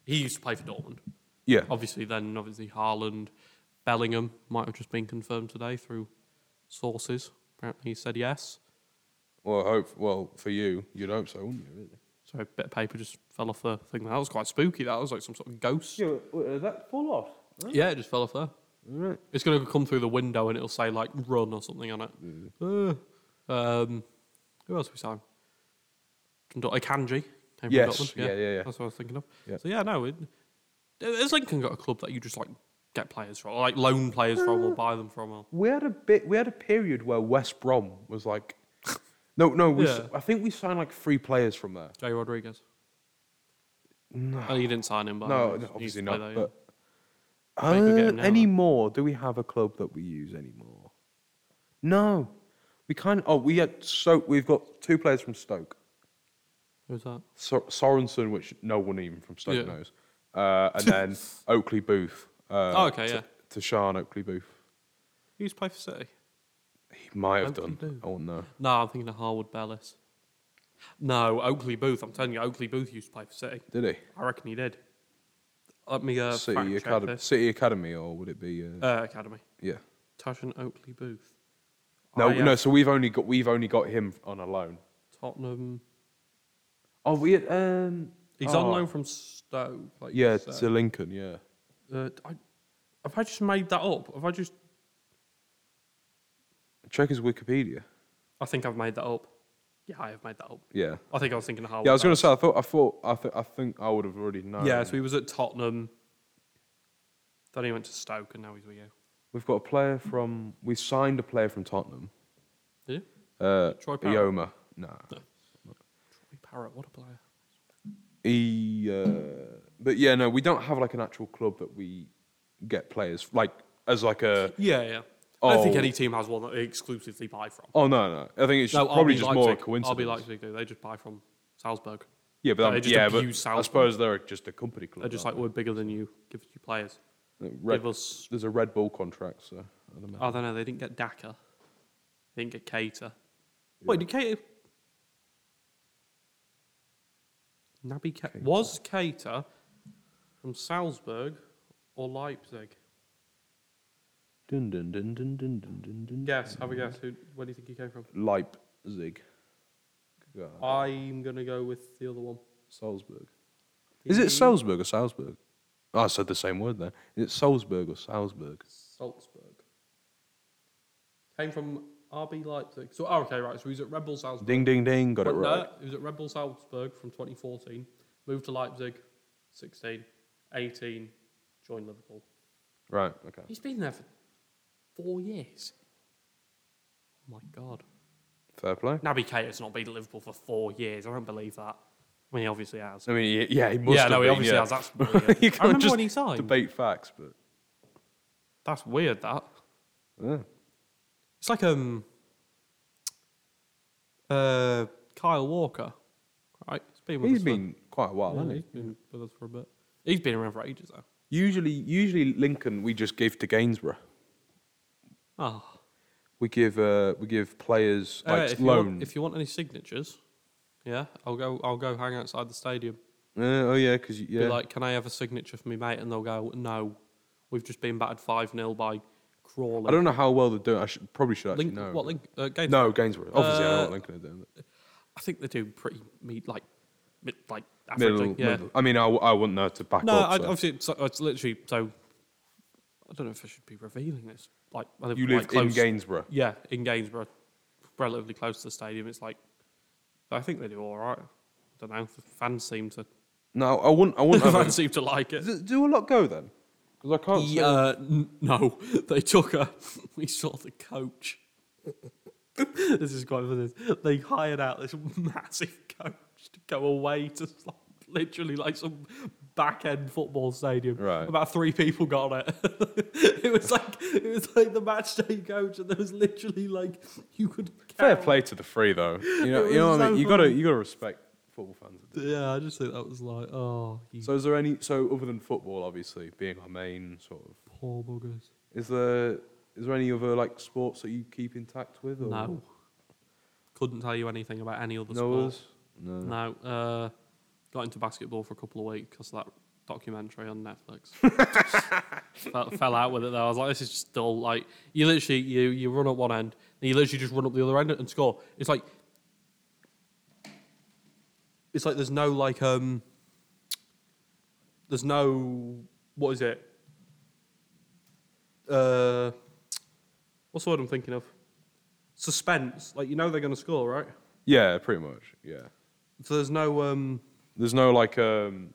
Speaker 1: He used to play for Dortmund.
Speaker 2: yeah.
Speaker 1: Obviously, then obviously Haaland, Bellingham might have just been confirmed today through sources. Apparently, he said yes.
Speaker 2: Well, hope. Well, for you, you'd hope so, wouldn't you? Really?
Speaker 1: Sorry, a bit of paper just fell off the thing. That was quite spooky. That was like some sort of ghost. Yeah,
Speaker 2: that fall off.
Speaker 1: it just fell off there.
Speaker 2: Right.
Speaker 1: It's going to come through the window and it'll say like run or something on it.
Speaker 2: Mm-hmm.
Speaker 1: Uh, um, who else we signed? From Dor- like Kanji. Came
Speaker 2: Yes,
Speaker 1: Dortmund,
Speaker 2: yeah, yeah, yeah.
Speaker 1: That's what I was thinking of.
Speaker 2: Yeah.
Speaker 1: So yeah, no, it, has Lincoln got a club that you just like get players from, or, like loan players from,
Speaker 2: Uh.
Speaker 1: or buy them from? Or,
Speaker 2: We had a bit. We had a period where West Brom was like, no, no. We, s
Speaker 1: Yeah.
Speaker 2: I think we signed like three players from there.
Speaker 1: Jay Rodriguez. No, oh, you didn't sign him, but
Speaker 2: No,
Speaker 1: he
Speaker 2: no,
Speaker 1: used
Speaker 2: obviously
Speaker 1: to play
Speaker 2: not.
Speaker 1: there, yeah.
Speaker 2: But
Speaker 1: But you could get
Speaker 2: uh,
Speaker 1: him now,
Speaker 2: anymore, do we have a club that we use anymore? No, we kind of. Oh, we had so we've got two players from Stoke,
Speaker 1: who's that?
Speaker 2: Sor- Sorensen, which no one even from Stoke
Speaker 1: Yeah.
Speaker 2: knows, uh, and then Oakley Booth. Uh,
Speaker 1: Oh, okay,
Speaker 2: T-
Speaker 1: yeah.
Speaker 2: Tashan Oakley Booth.
Speaker 1: He used to play for City.
Speaker 2: He might have
Speaker 1: Oakley
Speaker 2: done.
Speaker 1: Booth.
Speaker 2: I wouldn't know.
Speaker 1: No, I'm thinking of Harwood Bellis. No, Oakley Booth. I'm telling you, Oakley Booth used to play for City.
Speaker 2: Did he?
Speaker 1: I reckon he did. Let me uh,
Speaker 2: City,
Speaker 1: fact check
Speaker 2: Academy,
Speaker 1: this.
Speaker 2: City Academy, or would it be? Uh,
Speaker 1: Uh, Academy.
Speaker 2: yeah.
Speaker 1: Tashan Oakley Booth.
Speaker 2: No,
Speaker 1: I uh, am
Speaker 2: no. So we've only got we've only got him on a loan.
Speaker 1: Tottenham.
Speaker 2: Oh, we um.
Speaker 1: He's
Speaker 2: oh,
Speaker 1: on loan from Stoke. Like you
Speaker 2: Yeah,
Speaker 1: said.
Speaker 2: to Lincoln. Yeah.
Speaker 1: Uh, I, have I just made that up? Have I just?
Speaker 2: Check his Wikipedia.
Speaker 1: I think I've made that up. Yeah, I have made that up.
Speaker 2: Yeah.
Speaker 1: I think I was thinking of how.
Speaker 2: Yeah, I was going to say. I thought. I thought. I, th- I think I would have already known.
Speaker 1: Oh, Yeah, so he was at Tottenham. Then he went to Stoke, and now he's with you.
Speaker 2: we've got a player from. We signed a player from Tottenham.
Speaker 1: Did you?
Speaker 2: Uh,
Speaker 1: Troy Parrott.
Speaker 2: Ioma. Nah.
Speaker 1: Troy Parrott, what a player.
Speaker 2: He. Uh, but yeah, no, we don't have like an actual club that we get players like as like a.
Speaker 1: Yeah, yeah. I don't think
Speaker 2: Oh.
Speaker 1: any team has one that they exclusively buy from.
Speaker 2: Oh no, no. I think it's
Speaker 1: No,
Speaker 2: probably
Speaker 1: RB
Speaker 2: just
Speaker 1: Leipzig,
Speaker 2: more a coincidence.
Speaker 1: RB Leipzig do. They just buy from Salzburg.
Speaker 2: Yeah, but
Speaker 1: They
Speaker 2: that-
Speaker 1: just
Speaker 2: yeah, but
Speaker 1: abuse
Speaker 2: I
Speaker 1: Salzburg.
Speaker 2: suppose they're just a company club.
Speaker 1: They're just like,
Speaker 2: aren't
Speaker 1: we're bigger than you. Give us your players.
Speaker 2: they? Red,
Speaker 1: Give us.
Speaker 2: there's a Red Bull contract, so I don't know.
Speaker 1: Oh, no, no, they didn't get Daka. They didn't get Cater. Wait, did Cater. Naby Ke- Was Cater from Salzburg or Leipzig?
Speaker 2: Dun, dun, dun, dun, dun, dun, dun, dun.
Speaker 1: Guess, have a guess. Who, where do you think he came from?
Speaker 2: Leipzig. God.
Speaker 1: Uh, I'm going to go with the other one.
Speaker 2: Salzburg. Is it Salzburg or Salzburg? Oh, I said the same word there. Is it Salzburg or Salzburg?
Speaker 1: Salzburg. Came from RB Leipzig. So, oh, okay, right. So he's at Red Bull Salzburg.
Speaker 2: Ding, ding, ding. Got it
Speaker 1: Went there,
Speaker 2: right.
Speaker 1: he was at Red Bull Salzburg from 2014. Moved to Leipzig, 16, 18, joined Liverpool.
Speaker 2: Right. Okay.
Speaker 1: He's been there for four years. Oh my God.
Speaker 2: Fair play.
Speaker 1: Naby Keita's not been at Liverpool for four years. I don't believe that. I mean, he obviously has.
Speaker 2: I mean, he- yeah, he must.
Speaker 1: yeah,
Speaker 2: have
Speaker 1: no, he
Speaker 2: been,
Speaker 1: obviously
Speaker 2: yeah.
Speaker 1: has. That's weird.
Speaker 2: You
Speaker 1: I
Speaker 2: can't
Speaker 1: remember
Speaker 2: just
Speaker 1: when he signed.
Speaker 2: Debate facts, but
Speaker 1: That's weird, that.
Speaker 2: yeah.
Speaker 1: It's like um, uh, Kyle Walker, right? He's been with
Speaker 2: he's
Speaker 1: us
Speaker 2: been quite a
Speaker 1: For,
Speaker 2: while,
Speaker 1: yeah,
Speaker 2: hasn't he?
Speaker 1: he's been with us for a bit. He's been around for ages, though.
Speaker 2: Usually, usually Lincoln we just give to Gainsborough.
Speaker 1: Oh,
Speaker 2: We give uh, we give players
Speaker 1: Uh,
Speaker 2: Ah, like
Speaker 1: if, you
Speaker 2: loan.
Speaker 1: want, if you want any signatures, yeah, I'll go. I'll go hang outside the stadium.
Speaker 2: Uh, oh yeah, because yeah,
Speaker 1: Be like, can I have a signature for me, mate? And they'll go, no, we've just been battered five 0 by crawling.
Speaker 2: I don't know how well they're doing. I should, probably should actually
Speaker 1: Link,
Speaker 2: know.
Speaker 1: what link? Uh, Gaines-
Speaker 2: No, Gainsborough. Obviously, I know what
Speaker 1: Uh,
Speaker 2: Lincoln are doing. but
Speaker 1: I think they do pretty meet like, mid, like averagely.
Speaker 2: Middle,
Speaker 1: yeah,
Speaker 2: middle. I mean, I, w- I wouldn't know to back
Speaker 1: No,
Speaker 2: up.
Speaker 1: I,
Speaker 2: so.
Speaker 1: obviously, it's, it's literally. So, I don't know if I should be revealing this. Like, I live
Speaker 2: you
Speaker 1: quite
Speaker 2: live in
Speaker 1: close-
Speaker 2: Gainsborough.
Speaker 1: Yeah, in Gainsborough, relatively close to the stadium. It's like, I think they do all right. I don't know. The fans seem to.
Speaker 2: No, I wouldn't. I
Speaker 1: The
Speaker 2: wouldn't. have
Speaker 1: fans
Speaker 2: a-
Speaker 1: seem to like it.
Speaker 2: Do- Do a lot go then? Because I can't.
Speaker 1: He,
Speaker 2: say-
Speaker 1: uh, n- no, they took a. We saw the coach. this is quite funny. They hired out this massive coach to go away to like, literally like some back end football stadium.
Speaker 2: Right.
Speaker 1: About three people got on it. it was like it was like the match day coach, and there was literally like you could.
Speaker 2: Fair
Speaker 1: count-
Speaker 2: play to the free though. Um, You know,
Speaker 1: It
Speaker 2: you know
Speaker 1: was
Speaker 2: what I
Speaker 1: so
Speaker 2: mean. You gotta,
Speaker 1: funny.
Speaker 2: you gotta respect football fans.
Speaker 1: Yeah, I just think that was like oh, you
Speaker 2: So, is there any? So, other than football, obviously being our main sort of,
Speaker 1: poor buggers.
Speaker 2: is there, is there any other like sports that you keep intact with? Or
Speaker 1: No, couldn't tell you anything about any other
Speaker 2: No
Speaker 1: sport.
Speaker 2: others? No.
Speaker 1: No, uh, got into basketball for a couple of weeks because of that documentary on Netflix. fell, fell out with it though. I was like, this is just dull. Like you literally you you run up one end, and you literally just run up the other end and score. It's like it's like there's no like um there's no what is it uh what's the word I'm thinking of suspense like you know they're gonna score right
Speaker 2: Yeah, pretty much. Yeah.
Speaker 1: so there's no um
Speaker 2: There's no like um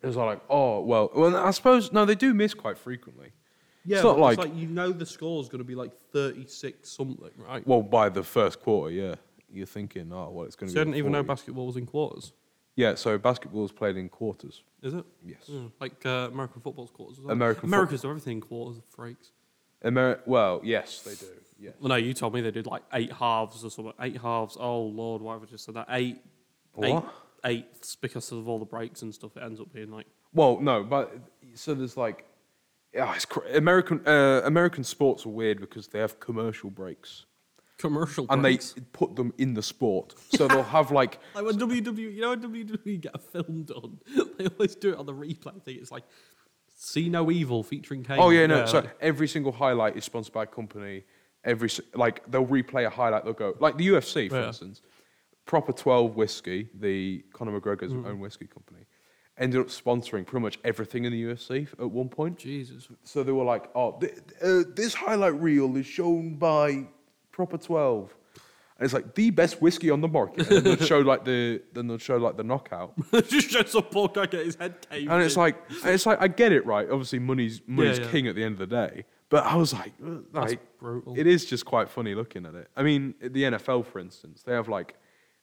Speaker 2: there's not like oh well well I suppose no they do miss quite frequently.
Speaker 1: Yeah,
Speaker 2: It's not
Speaker 1: but
Speaker 2: like-
Speaker 1: you know the score's going to be like 36 something, right?
Speaker 2: Well by the first quarter, yeah. You're thinking, oh well it's
Speaker 1: so
Speaker 2: gonna
Speaker 1: you
Speaker 2: be.
Speaker 1: didn't even know
Speaker 2: 40.
Speaker 1: basketball was in quarters,
Speaker 2: Yeah, so basketball's played in quarters.
Speaker 1: is it?
Speaker 2: Yes.
Speaker 1: Yeah, like uh, American football's quarters. As well.
Speaker 2: American fo-
Speaker 1: America's do everything in quarters, freaks.
Speaker 2: Ameri- well, yes, they do. Yes.
Speaker 1: Well, no, you told me they did like eight halves or something. Eight halves. Oh lord, why have I just said that? Eight.
Speaker 2: What?
Speaker 1: Eight, eighths because of all the breaks and stuff. It ends up being like
Speaker 2: Well, no, but so there's like yeah, it's cr- American uh, American sports are weird because they have commercial breaks
Speaker 1: commercial
Speaker 2: and they
Speaker 1: breaks.
Speaker 2: put them in the sport. So they'll have like
Speaker 1: Like when WWE, you know, when WWE get a film done, they always do it on the replay thing. It's like see no evil featuring Kane.
Speaker 2: Oh yeah, no. so
Speaker 1: like-
Speaker 2: every single highlight is sponsored by a company. Every s- like they'll replay a highlight. They'll go like the UFC, for
Speaker 1: Yeah.
Speaker 2: instance. Proper Twelve whiskey, the Conor McGregor's
Speaker 1: Mm.
Speaker 2: own whiskey company, ended up sponsoring pretty much everything in the UFC f- at one point.
Speaker 1: Jesus.
Speaker 2: So they were like, "Oh, th- uh, this highlight reel is shown by proper twelve. And it's like the best whiskey on the market. And they'll show like the then they'll show like the knockout.
Speaker 1: Just shows some poor guy get his head caved.
Speaker 2: And it's
Speaker 1: in.
Speaker 2: like and it's like I get it right. Obviously money's money's
Speaker 1: yeah.
Speaker 2: king at the end of the day. But I was like, ugh, like
Speaker 4: brutal.
Speaker 2: it is just quite funny looking at it. I mean, at the NFL, for instance, they have like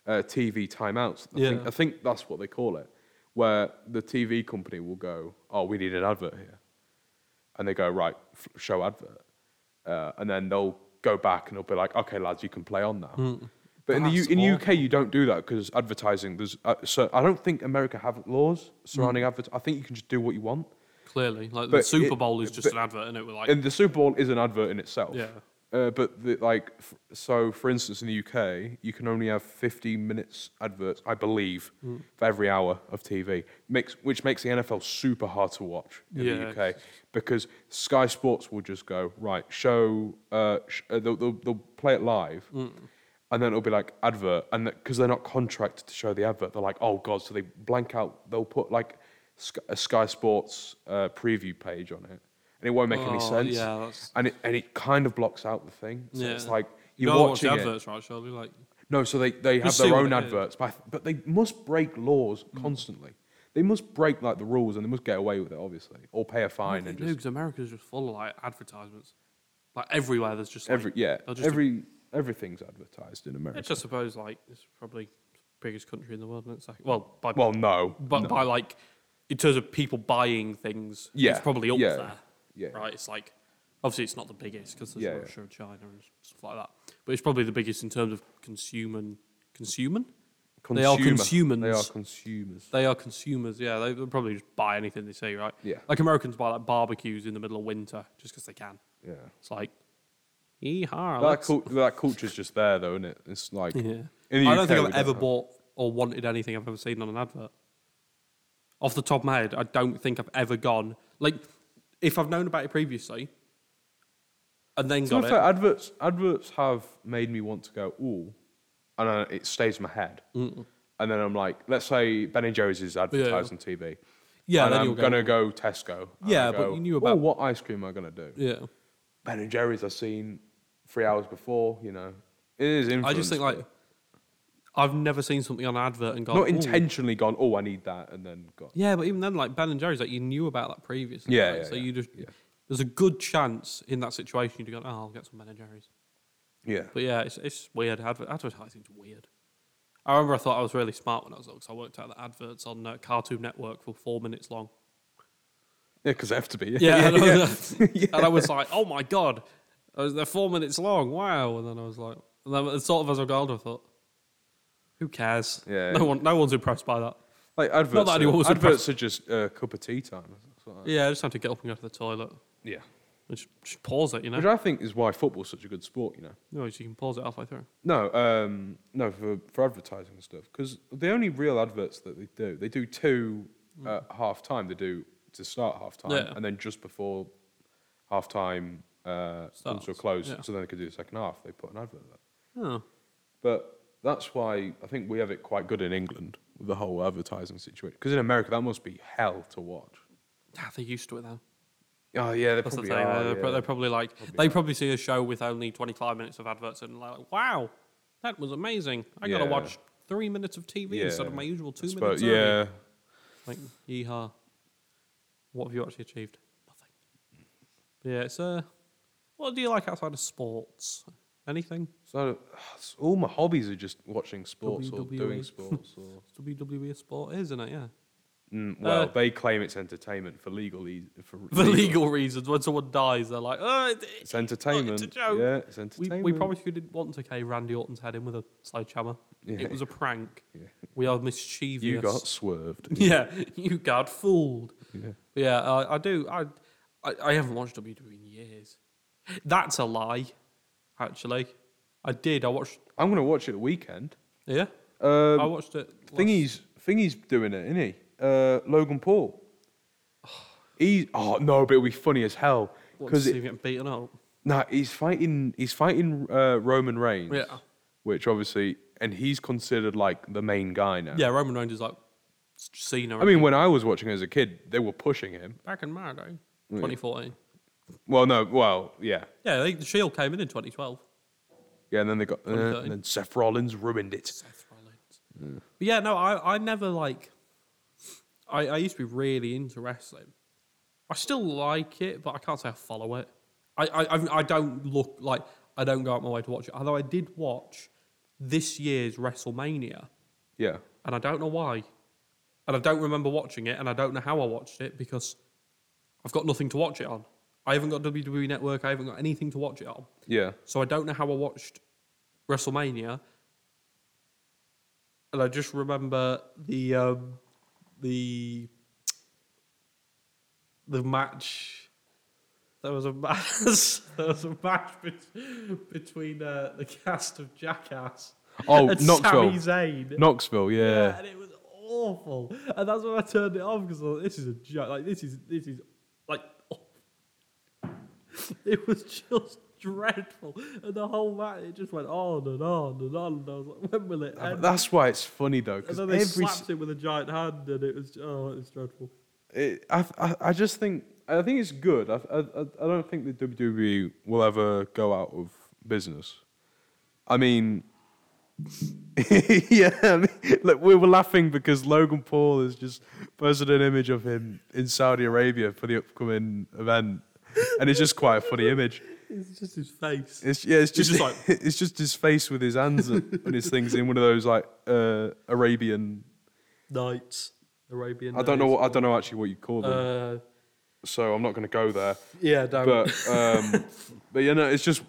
Speaker 2: uh, TV timeouts. I, think,
Speaker 1: Yeah.
Speaker 2: I think that's what they call it, where the TV company will go, "Oh, we need an advert here," and they go, "Right, f- show advert," uh, and then they'll go back and they'll be like, "Okay, lads, you can play on now." But in the U-
Speaker 4: That's
Speaker 2: in UK, you don't do that because advertising. There's uh, so I don't think America have laws surrounding advert. I think you can just do what you want.
Speaker 1: clearly like the
Speaker 2: but
Speaker 1: Super
Speaker 2: it-
Speaker 1: Bowl is just
Speaker 2: but-
Speaker 1: an advert, and it was like
Speaker 2: And the Super Bowl is an advert in itself.
Speaker 1: Yeah.
Speaker 2: Uh, but the, like, f- so for instance, in the UK, you can only have 50 minutes adverts, I believe,
Speaker 1: Mm.
Speaker 2: for every hour of TV, makes, which makes the NFL super hard to watch in
Speaker 1: Yeah.
Speaker 2: the UK because Sky Sports will just go right, show, uh, sh- uh, they'll, they'll, they'll play it live,
Speaker 1: Mm.
Speaker 2: and then it'll be like advert, and because they're not contracted to show the advert, they're like, oh god, so they blank out, they'll put like Sky, a Sky Sports uh, preview page on it, and it won't make
Speaker 1: Oh,
Speaker 2: any sense,
Speaker 1: yeah, that's-
Speaker 2: and it and it kind of blocks out the thing, so it's like
Speaker 1: you
Speaker 2: you're
Speaker 1: don't watch
Speaker 2: watching
Speaker 1: the
Speaker 2: it.
Speaker 1: adverts, right? Surely, like
Speaker 2: No, so they, they have
Speaker 1: Just see
Speaker 2: their
Speaker 1: what
Speaker 2: own
Speaker 1: it is. Mm.
Speaker 2: adverts, but, I th- but they must break laws constantly. They must break like the rules and they must get away with it, obviously, or pay a fine and just
Speaker 1: because America's just full of like advertisements, like everywhere. There's just like,
Speaker 2: every yeah
Speaker 1: they'll just-
Speaker 2: every everything's advertised in America.
Speaker 1: It's just suppose like it's probably the biggest country in the world, isn't it? Second- Well, by
Speaker 2: well, no,
Speaker 1: but by like in terms of people buying things,
Speaker 2: Yeah,
Speaker 1: it's probably up
Speaker 2: yeah,
Speaker 1: there.
Speaker 2: yeah.
Speaker 1: Right? It's like obviously it's not the biggest because there's
Speaker 2: Yeah, yeah.
Speaker 1: Russia and China and stuff like that, but it's probably the biggest in terms of consumer consuming. They are
Speaker 2: Consumer. They are
Speaker 1: consumers.
Speaker 2: consumers.
Speaker 1: They are consumers, yeah. They they'll probably just buy anything they see, right?
Speaker 2: Yeah.
Speaker 1: Like Americans buy like barbecues in the middle of winter just because they can.
Speaker 2: Yeah,
Speaker 1: It's like, yeehaw.
Speaker 2: that
Speaker 1: let's-
Speaker 2: cul- that culture's just there though, isn't it? It's like
Speaker 1: Yeah.
Speaker 2: in the
Speaker 1: I don't
Speaker 2: UK,
Speaker 1: think
Speaker 2: we
Speaker 1: I've ever
Speaker 2: have-
Speaker 1: bought or wanted anything I've ever seen on an advert. Off the top of my head, I don't think I've ever gone like if I've known about it previously and then
Speaker 2: To
Speaker 1: got
Speaker 2: be
Speaker 1: it.
Speaker 2: fair, adverts adverts have made me want to go ooh, and uh, it stays in my head. And then I'm like, let's say Ben and Joe's is advertised on TV.
Speaker 1: Yeah,
Speaker 2: and
Speaker 1: then
Speaker 2: I'm
Speaker 1: you'll go,
Speaker 2: gonna go, Tesco. and
Speaker 1: Yeah,
Speaker 2: I
Speaker 1: but
Speaker 2: go,
Speaker 1: you knew
Speaker 2: "Oh,
Speaker 1: about-
Speaker 2: what ice cream am I gonna do?
Speaker 1: yeah.
Speaker 2: Ben and Jerry's I've seen three hours before. You know, it is.
Speaker 1: I just think
Speaker 2: influenced,
Speaker 1: like I've never seen something on an advert and
Speaker 2: but
Speaker 1: gone
Speaker 2: not
Speaker 1: "Ooh."
Speaker 2: intentionally gone. Oh, I need that, and then got.
Speaker 1: Yeah, but even then, like Ben and Jerry's, like you knew about that previously.
Speaker 2: Yeah,
Speaker 1: right?
Speaker 2: yeah,
Speaker 1: so
Speaker 2: yeah,
Speaker 1: you just
Speaker 2: yeah.
Speaker 1: there's a good chance in that situation you'd go, oh, I'll get some Ben and Jerry's.
Speaker 2: Yeah,
Speaker 1: But yeah, it's, it's weird. Adver- advertising's weird. I remember I thought I was really smart when I was little because I worked out the adverts on uh, Cartoon Network for four minutes long.
Speaker 2: yeah, because I have to be.
Speaker 1: and, I was, and I was like, oh my God, I was, they're four minutes long. Wow. And then I was like, and then sort of as I got older, I thought, who cares?
Speaker 2: Yeah.
Speaker 1: No, one, no one's impressed by that.
Speaker 2: like adverts.
Speaker 1: that anyone was
Speaker 2: are, adverts are just uh, cup of tea time. That's what I-
Speaker 1: Yeah, I just have to get up and go to the toilet.
Speaker 2: Yeah,
Speaker 1: And just, just pause it, you know?
Speaker 2: which I think is why football's such a good sport. You know.
Speaker 1: No, so you can pause it halfway through.
Speaker 2: No, um, no, for, for advertising and stuff. Because the only real adverts that they do, they do two at half time. They do to start half time,
Speaker 1: Yeah.
Speaker 2: and then just before half time uh, comes
Speaker 1: Starts,
Speaker 2: to a close,
Speaker 1: yeah.
Speaker 2: so then they could do the second half. They put an advert there.
Speaker 1: Oh.
Speaker 2: But that's why I think we have it quite good in England with the whole advertising situation. Because in America, that must be hell to watch.
Speaker 1: Ah, they're used to it then.
Speaker 2: Oh yeah, they
Speaker 1: That's the
Speaker 2: probably
Speaker 1: thing.
Speaker 2: are.
Speaker 1: they're,
Speaker 2: yeah.
Speaker 1: pro- they're probably like they probably see a show with only 25 minutes of adverts and like, wow, that was amazing. I gotta
Speaker 2: Yeah.
Speaker 1: watch three minutes of TV instead of
Speaker 2: Yeah.
Speaker 1: my usual two
Speaker 2: I suppose-
Speaker 1: minutes.
Speaker 2: Yeah,
Speaker 1: Like, yeehaw. What have you actually achieved? Nothing. Yeah. It's uh, what do you like outside of sports? Anything?
Speaker 2: so all my hobbies are just watching sports or
Speaker 1: WWE.
Speaker 2: doing sports or.
Speaker 1: WWE E sport is, isn't it? Yeah.
Speaker 2: Mm, well,
Speaker 1: Uh,
Speaker 2: they claim it's entertainment for legal e- for
Speaker 1: For legal reasons, when someone dies, they're like, oh, it-
Speaker 2: It's entertainment.
Speaker 1: It's a joke.
Speaker 2: Yeah, it's
Speaker 1: We,
Speaker 2: entertainment.
Speaker 1: we promised you didn't want to K Randy Orton's head in with a sledgehammer.
Speaker 2: Yeah.
Speaker 1: It was a prank.
Speaker 2: Yeah.
Speaker 1: We are mischievous.
Speaker 2: You got swerved.
Speaker 1: Yeah, you got fooled.
Speaker 2: Yeah.
Speaker 1: Yeah, I, I do. I, I I haven't watched WWE in years. That's a lie, actually. I did. I watched.
Speaker 2: I'm gonna watch it at weekend.
Speaker 1: Yeah, I
Speaker 2: Um,
Speaker 1: watched it. last-
Speaker 2: thingy's thingy's doing it, isn't he? Uh, Logan Paul. He oh no, but it'll be funny as hell
Speaker 1: What,
Speaker 2: because
Speaker 1: see him getting beaten up.
Speaker 2: nah, he's fighting he's fighting uh, Roman Reigns.
Speaker 1: Yeah.
Speaker 2: Which obviously, and he's considered like the main guy now.
Speaker 1: Yeah, Roman Reigns is like Cena.
Speaker 2: I mean, when I was watching as a kid, they were pushing him.
Speaker 1: back in my day, 2014.
Speaker 2: Well, no, well, yeah.
Speaker 1: Yeah, they, the Shield came in in 2012.
Speaker 2: Yeah, and then they got uh,
Speaker 1: 2013.
Speaker 2: and then Seth Rollins ruined it.
Speaker 1: Seth Rollins. Mm. But yeah, no, I, I never like. I, I used to be really into wrestling. I still like it, but I can't say I follow it. I, I, I've- I don't look like I don't go out my way to watch it. Although I did watch this year's WrestleMania,
Speaker 2: Yeah,
Speaker 1: and I don't know why, and I don't remember watching it, and I don't know how I watched it because I've got nothing to watch it on. I haven't got WWE Network. I haven't got anything to watch it on.
Speaker 2: yeah,
Speaker 1: So I don't know how I watched WrestleMania. And I just remember the um, the the match. There was a match. there was a match bet- between uh, the cast of Jackass.
Speaker 2: Oh,
Speaker 1: and
Speaker 2: Knoxville.
Speaker 1: Sami Zayn.
Speaker 2: Knoxville. Yeah,
Speaker 1: Yeah, and it was awful. And that's when I turned it off because I thought, this is a joke. Like this is this is like it was just dreadful. And the whole match it just went on and on and on. And I was like, when will it
Speaker 2: Uh,
Speaker 1: end?
Speaker 2: that's why it's funny though.
Speaker 1: and
Speaker 2: Because
Speaker 1: then they
Speaker 2: every s-
Speaker 1: slapped it with a giant hand, and it was oh, it was dreadful.
Speaker 2: it, I, I, I just think I think it's good. I, I, I- I don't think the WWE will ever go out of business. I mean, yeah, I mean, look, we were laughing because Logan Paul has just posted an image of him in Saudi Arabia for the upcoming event, and it's just quite a funny image.
Speaker 1: It's just his face.
Speaker 2: It's yeah, it's
Speaker 1: He's
Speaker 2: just,
Speaker 1: just like-
Speaker 2: it's just his face with his hands and, and his things in one of those like uh, Arabian.
Speaker 1: Nights, Arabian.
Speaker 2: I don't know
Speaker 1: Nights.
Speaker 2: what I don't know actually what you call them,
Speaker 1: Uh,
Speaker 2: so I'm not going to go there.
Speaker 1: yeah, don't.
Speaker 2: But um, but you know, it's just.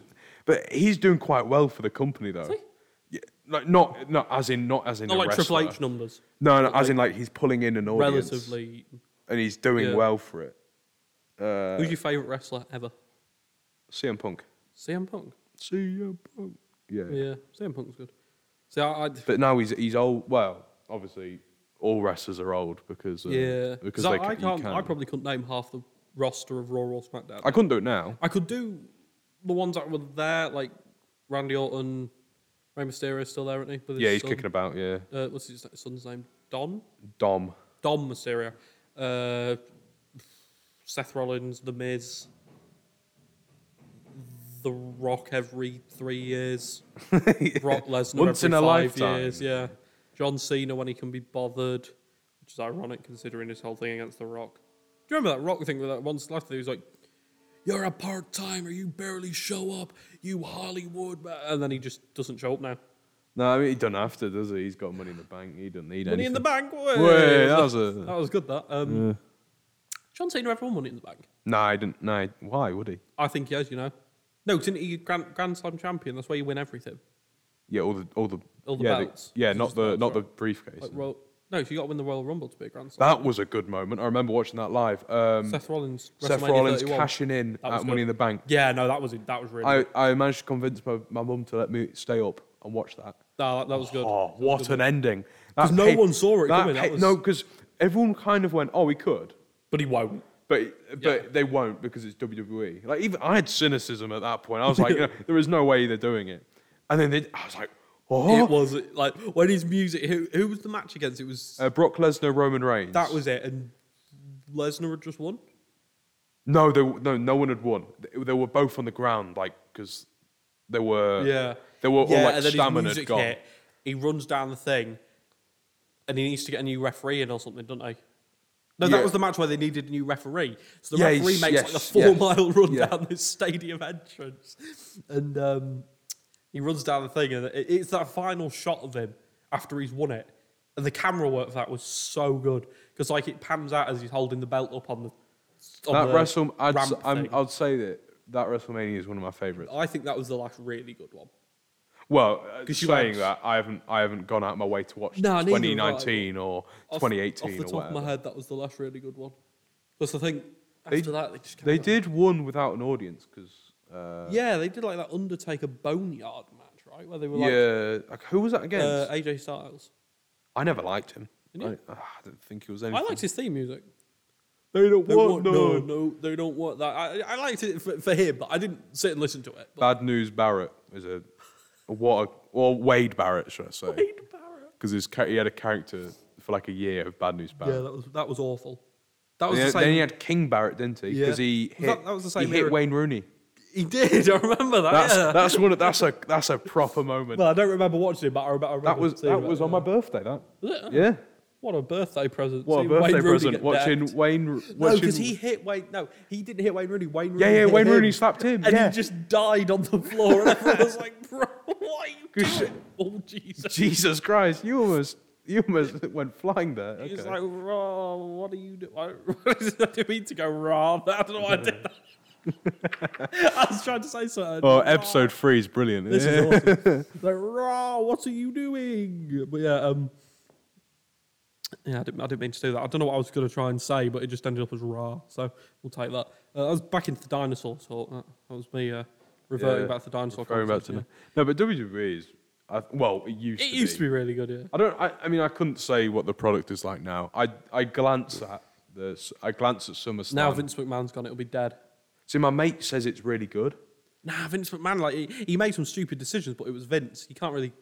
Speaker 2: But he's doing quite well for the company though. Yeah, like not not as in not as in
Speaker 1: not
Speaker 2: a
Speaker 1: like Triple
Speaker 2: wrestler.
Speaker 1: H numbers.
Speaker 2: No, no, as in like he's pulling in an audience,
Speaker 1: Relatively.
Speaker 2: and he's doing
Speaker 1: yeah.
Speaker 2: well for it. Uh,
Speaker 1: Who's your favourite wrestler ever?
Speaker 2: CM Punk.
Speaker 1: CM Punk.
Speaker 2: CM Punk. Yeah.
Speaker 1: Yeah, CM Punk's good. See, I, I
Speaker 2: But now he's he's old. Well, obviously all wrestlers are old because uh,
Speaker 1: Yeah,
Speaker 2: because
Speaker 1: I,
Speaker 2: they,
Speaker 1: I
Speaker 2: c- you
Speaker 1: can't. I
Speaker 2: can.
Speaker 1: probably couldn't name half the roster of Raw or SmackDown.
Speaker 2: I couldn't do it now.
Speaker 1: I could do the ones that were there, like Randy Orton, Rey Mysterio is still there, isn't he? With his
Speaker 2: Yeah, he's
Speaker 1: son.
Speaker 2: kicking about. Yeah,
Speaker 1: Uh, what's his son's name? Don.
Speaker 2: Dom.
Speaker 1: Dom Mysterio. Uh, Seth Rollins, The Miz, The Rock every three years. Brock Lesnar
Speaker 2: Once
Speaker 1: every five
Speaker 2: in a lifetime.
Speaker 1: years. Yeah. John Cena when he can be bothered, which is ironic considering his whole thing against The Rock. Do you remember that Rock thing with that one slap? He was like, "You're a part timer. You barely show up. You Hollywood." ma-" And then he just doesn't show up now.
Speaker 2: No, I mean he doesn't have to, does he? He's got money in the bank. He doesn't need
Speaker 1: Money
Speaker 2: anything.
Speaker 1: in the bank. Way.
Speaker 2: Way, that was a-
Speaker 1: that was good. That um, John Cena ever won Money in the Bank.
Speaker 2: No, I didn't. No, I- why would he?
Speaker 1: I think he has, you know. No, didn't he Grand, Grand Slam champion? That's where you win everything.
Speaker 2: Yeah, all the all the
Speaker 1: All the
Speaker 2: yeah,
Speaker 1: belts.
Speaker 2: yeah,
Speaker 1: It's
Speaker 2: not
Speaker 1: just
Speaker 2: the
Speaker 1: belts,
Speaker 2: not
Speaker 1: right.
Speaker 2: the briefcase.
Speaker 1: Like Royal, no, so you got to win the Royal Rumble to be a Grand Slam.
Speaker 2: that was a good moment. I remember watching that live. Um, Seth,
Speaker 1: Seth Rollins. WrestleMania
Speaker 2: Rollins
Speaker 1: 31.
Speaker 2: cashing in
Speaker 1: That was
Speaker 2: at Money
Speaker 1: good.
Speaker 2: in the Bank.
Speaker 1: Yeah, no, that was that was really.
Speaker 2: I, I managed to convince my, my mum to let me stay up and watch that.
Speaker 1: no, that, that was good.
Speaker 2: Oh, what an ending!
Speaker 1: 'Cause
Speaker 2: That
Speaker 1: no
Speaker 2: paid-
Speaker 1: one saw it
Speaker 2: that
Speaker 1: coming, that
Speaker 2: paid-
Speaker 1: was-
Speaker 2: No, because everyone kind of went, "Oh, we could,"
Speaker 1: But he won't.
Speaker 2: but but
Speaker 1: Yeah.
Speaker 2: they won't because it's WWE. Like even I had cynicism at that point. I was like, you know, "There is no way they're doing it," and then they, I was like, "Oh,
Speaker 1: It was like when his music. Who, who was the match against? It was
Speaker 2: uh, Brock Lesnar, Roman Reigns."
Speaker 1: that was it, and Lesnar had just won.
Speaker 2: No, they, no, no one had won. They, they were both on the ground, like because they were.
Speaker 1: Yeah,
Speaker 2: They were
Speaker 1: yeah,
Speaker 2: all like
Speaker 1: and then his
Speaker 2: stamina
Speaker 1: music
Speaker 2: gone.
Speaker 1: hit, he runs down the thing, and he needs to get a new referee in or something, don't they? No,
Speaker 2: Yeah.
Speaker 1: that was the match where they needed a new referee. So the
Speaker 2: Yeah,
Speaker 1: referee
Speaker 2: he's-
Speaker 1: makes like a
Speaker 2: yes,
Speaker 1: four
Speaker 2: yes,
Speaker 1: mile run
Speaker 2: yeah.
Speaker 1: down this stadium entrance, and um, he runs down the thing, and it, it's that final shot of him after he's won it. And the camera work for that was so good because like it pans out as he's holding the belt up on the. On
Speaker 2: That
Speaker 1: the
Speaker 2: Wrestle, I'd, s-
Speaker 1: ramp
Speaker 2: I'm,
Speaker 1: thing.
Speaker 2: I'd say that that WrestleMania is one of my favorites.
Speaker 1: I think that was the last really good one.
Speaker 2: Well, uh,
Speaker 1: 'Cause you
Speaker 2: saying
Speaker 1: had-
Speaker 2: that, I haven't, I haven't gone out of my way to watch
Speaker 1: No, neither have I.
Speaker 2: 2019 or
Speaker 1: Off-
Speaker 2: 2018
Speaker 1: Off the
Speaker 2: or
Speaker 1: top
Speaker 2: whatever.
Speaker 1: of my head, that was the last really good one. Because I think
Speaker 2: They-
Speaker 1: after that, they just came
Speaker 2: They
Speaker 1: out-
Speaker 2: did one without an audience because. Uh,
Speaker 1: Yeah, they did like that Undertaker Boneyard match, right? Where they were like
Speaker 2: yeah, like, who was that against?
Speaker 1: uh, AJ Styles.
Speaker 2: I never liked him. I,
Speaker 1: Didn't you?
Speaker 2: ah, I don't think he was
Speaker 1: I
Speaker 2: anything.
Speaker 1: liked his theme music.
Speaker 2: They don't
Speaker 1: They
Speaker 2: want
Speaker 1: want, no,
Speaker 2: none.
Speaker 1: no, they don't want that. I, I liked it for, for him, but I didn't sit and listen to it. But
Speaker 2: Bad News Barrett is a, a what a, or Wade Barrett should I say?
Speaker 1: Wade Barrett.
Speaker 2: Because he had a character for like a year of Bad News
Speaker 1: Yeah,
Speaker 2: Barrett.
Speaker 1: that was that was awful. That was
Speaker 2: then,
Speaker 1: the
Speaker 2: then he
Speaker 1: same.
Speaker 2: had King Barrett, didn't he? Because
Speaker 1: Yeah.
Speaker 2: he
Speaker 1: Was
Speaker 2: hit,
Speaker 1: that- that was the same
Speaker 2: he hit
Speaker 1: era.
Speaker 2: Wayne Rooney.
Speaker 1: He did. I remember that.
Speaker 2: That's
Speaker 1: yeah.
Speaker 2: that's one. Of, that's a that's a proper moment.
Speaker 5: Well, I don't remember watching it, but I remember. I
Speaker 2: that
Speaker 5: remember
Speaker 2: was
Speaker 5: seeing
Speaker 2: that was on my birthday. That
Speaker 1: Was it?
Speaker 2: yeah.
Speaker 1: What a birthday present.
Speaker 2: What a
Speaker 1: See,
Speaker 2: birthday
Speaker 1: Wayne Rooney
Speaker 2: present!
Speaker 1: get
Speaker 2: Watching
Speaker 1: decked.
Speaker 2: Wayne. Ro-
Speaker 5: No,
Speaker 2: Watching,
Speaker 5: because he hit Wayne. No, he didn't hit Wayne Rooney. Wayne Rooney.
Speaker 2: Yeah, yeah.
Speaker 5: hit
Speaker 2: Wayne
Speaker 5: him,
Speaker 2: Rooney slapped him.
Speaker 5: And
Speaker 2: yeah.
Speaker 5: he just died on the floor. And everyone was like,
Speaker 1: Bro, what are you
Speaker 2: Goose-
Speaker 1: doing? Oh, Jesus.
Speaker 2: Jesus Christ! You almost you almost went flying there.
Speaker 1: He's
Speaker 2: Okay.
Speaker 1: like, raw, what do you do? I, I didn't mean to go raw. I don't know why I did that. I was trying to say something.
Speaker 2: oh, episode three is brilliant.
Speaker 1: This is awesome. like, raw, what are you doing? But yeah, um, yeah, I didn't, I didn't mean to do that. I don't know what I was going to try and say, but it just ended up as raw. So we'll take that. Uh, I was back into the dinosaur talk. That, that was me uh, reverting
Speaker 2: Yeah,
Speaker 1: back to the dinosaur.
Speaker 2: Very much.
Speaker 1: concept,
Speaker 2: No, but WWE is. I, well, it used
Speaker 1: yeah. It
Speaker 2: to
Speaker 1: used to
Speaker 2: be.
Speaker 1: be really good, yeah.
Speaker 2: I don't. I, I mean, I couldn't say what the product is like now. I I glance at the. s- I glance at SummerSlam.
Speaker 1: Now Vince McMahon's gone, it'll be dead.
Speaker 2: See, my mate says it's really good.
Speaker 1: Nah, Vince McMahon, like he, he made some stupid decisions, but it was Vince. He can't really,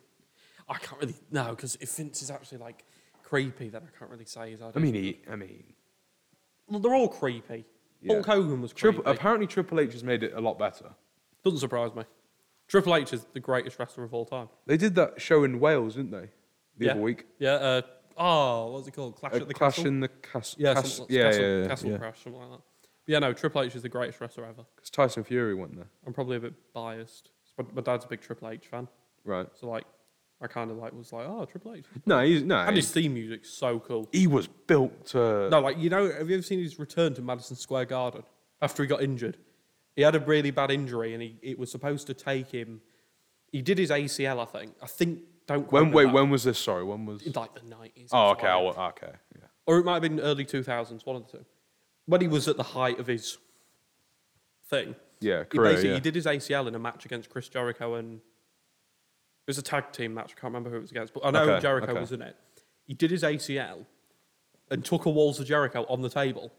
Speaker 1: I can't really no, because if Vince is actually like creepy, then I can't really say. He's, I,
Speaker 2: I mean, he. I mean,
Speaker 1: well, they're all creepy.
Speaker 2: Yeah.
Speaker 1: Hulk Hogan was creepy.
Speaker 2: triple, apparently Triple H has made it a lot better.
Speaker 1: Doesn't surprise me. Triple H is the greatest wrestler of all time.
Speaker 2: They did that show in Wales, didn't they? The
Speaker 1: yeah.
Speaker 2: other week.
Speaker 1: Yeah. Uh, oh, what's it called? Clash
Speaker 2: A
Speaker 1: at the
Speaker 2: clash
Speaker 1: Castle.
Speaker 2: in the cas-
Speaker 1: yeah,
Speaker 2: cas-
Speaker 1: some-
Speaker 2: yeah,
Speaker 1: Castle,
Speaker 2: yeah, yeah,
Speaker 1: Castle
Speaker 2: yeah.
Speaker 1: Crash, something like that. But yeah, no, Triple H is the greatest wrestler ever.
Speaker 2: 'Cause Tyson Fury went there,
Speaker 1: I'm probably a bit biased. My, my dad's a big Triple H fan,
Speaker 2: right?
Speaker 1: so like, I kind of like was like, oh, Triple H,
Speaker 2: No, he's no.
Speaker 1: and his
Speaker 2: he's-
Speaker 1: theme music's so cool.
Speaker 2: he was built to.
Speaker 1: No, like you know, have you ever seen his return to Madison Square Garden after he got injured? He had a really bad injury, and he, it was supposed to take him. He did his ACL, I think. I think. Don't quote
Speaker 2: when
Speaker 1: me
Speaker 2: wait,
Speaker 1: that.
Speaker 2: when was this? Sorry, when was?
Speaker 1: in like the nineties.
Speaker 2: Oh, okay, I'll, okay. Yeah.
Speaker 1: Or it might have been early two thousands, one of the two. When he was at the height of his thing,
Speaker 2: Yeah,
Speaker 1: he
Speaker 2: career,
Speaker 1: basically
Speaker 2: yeah.
Speaker 1: he did his ACL in a match against Chris Jericho, and it was a tag team match. I can't remember who it was against, but I know
Speaker 2: Okay,
Speaker 1: Jericho
Speaker 2: okay.
Speaker 1: was in it. He did his ACL and took a walls of Jericho on the table.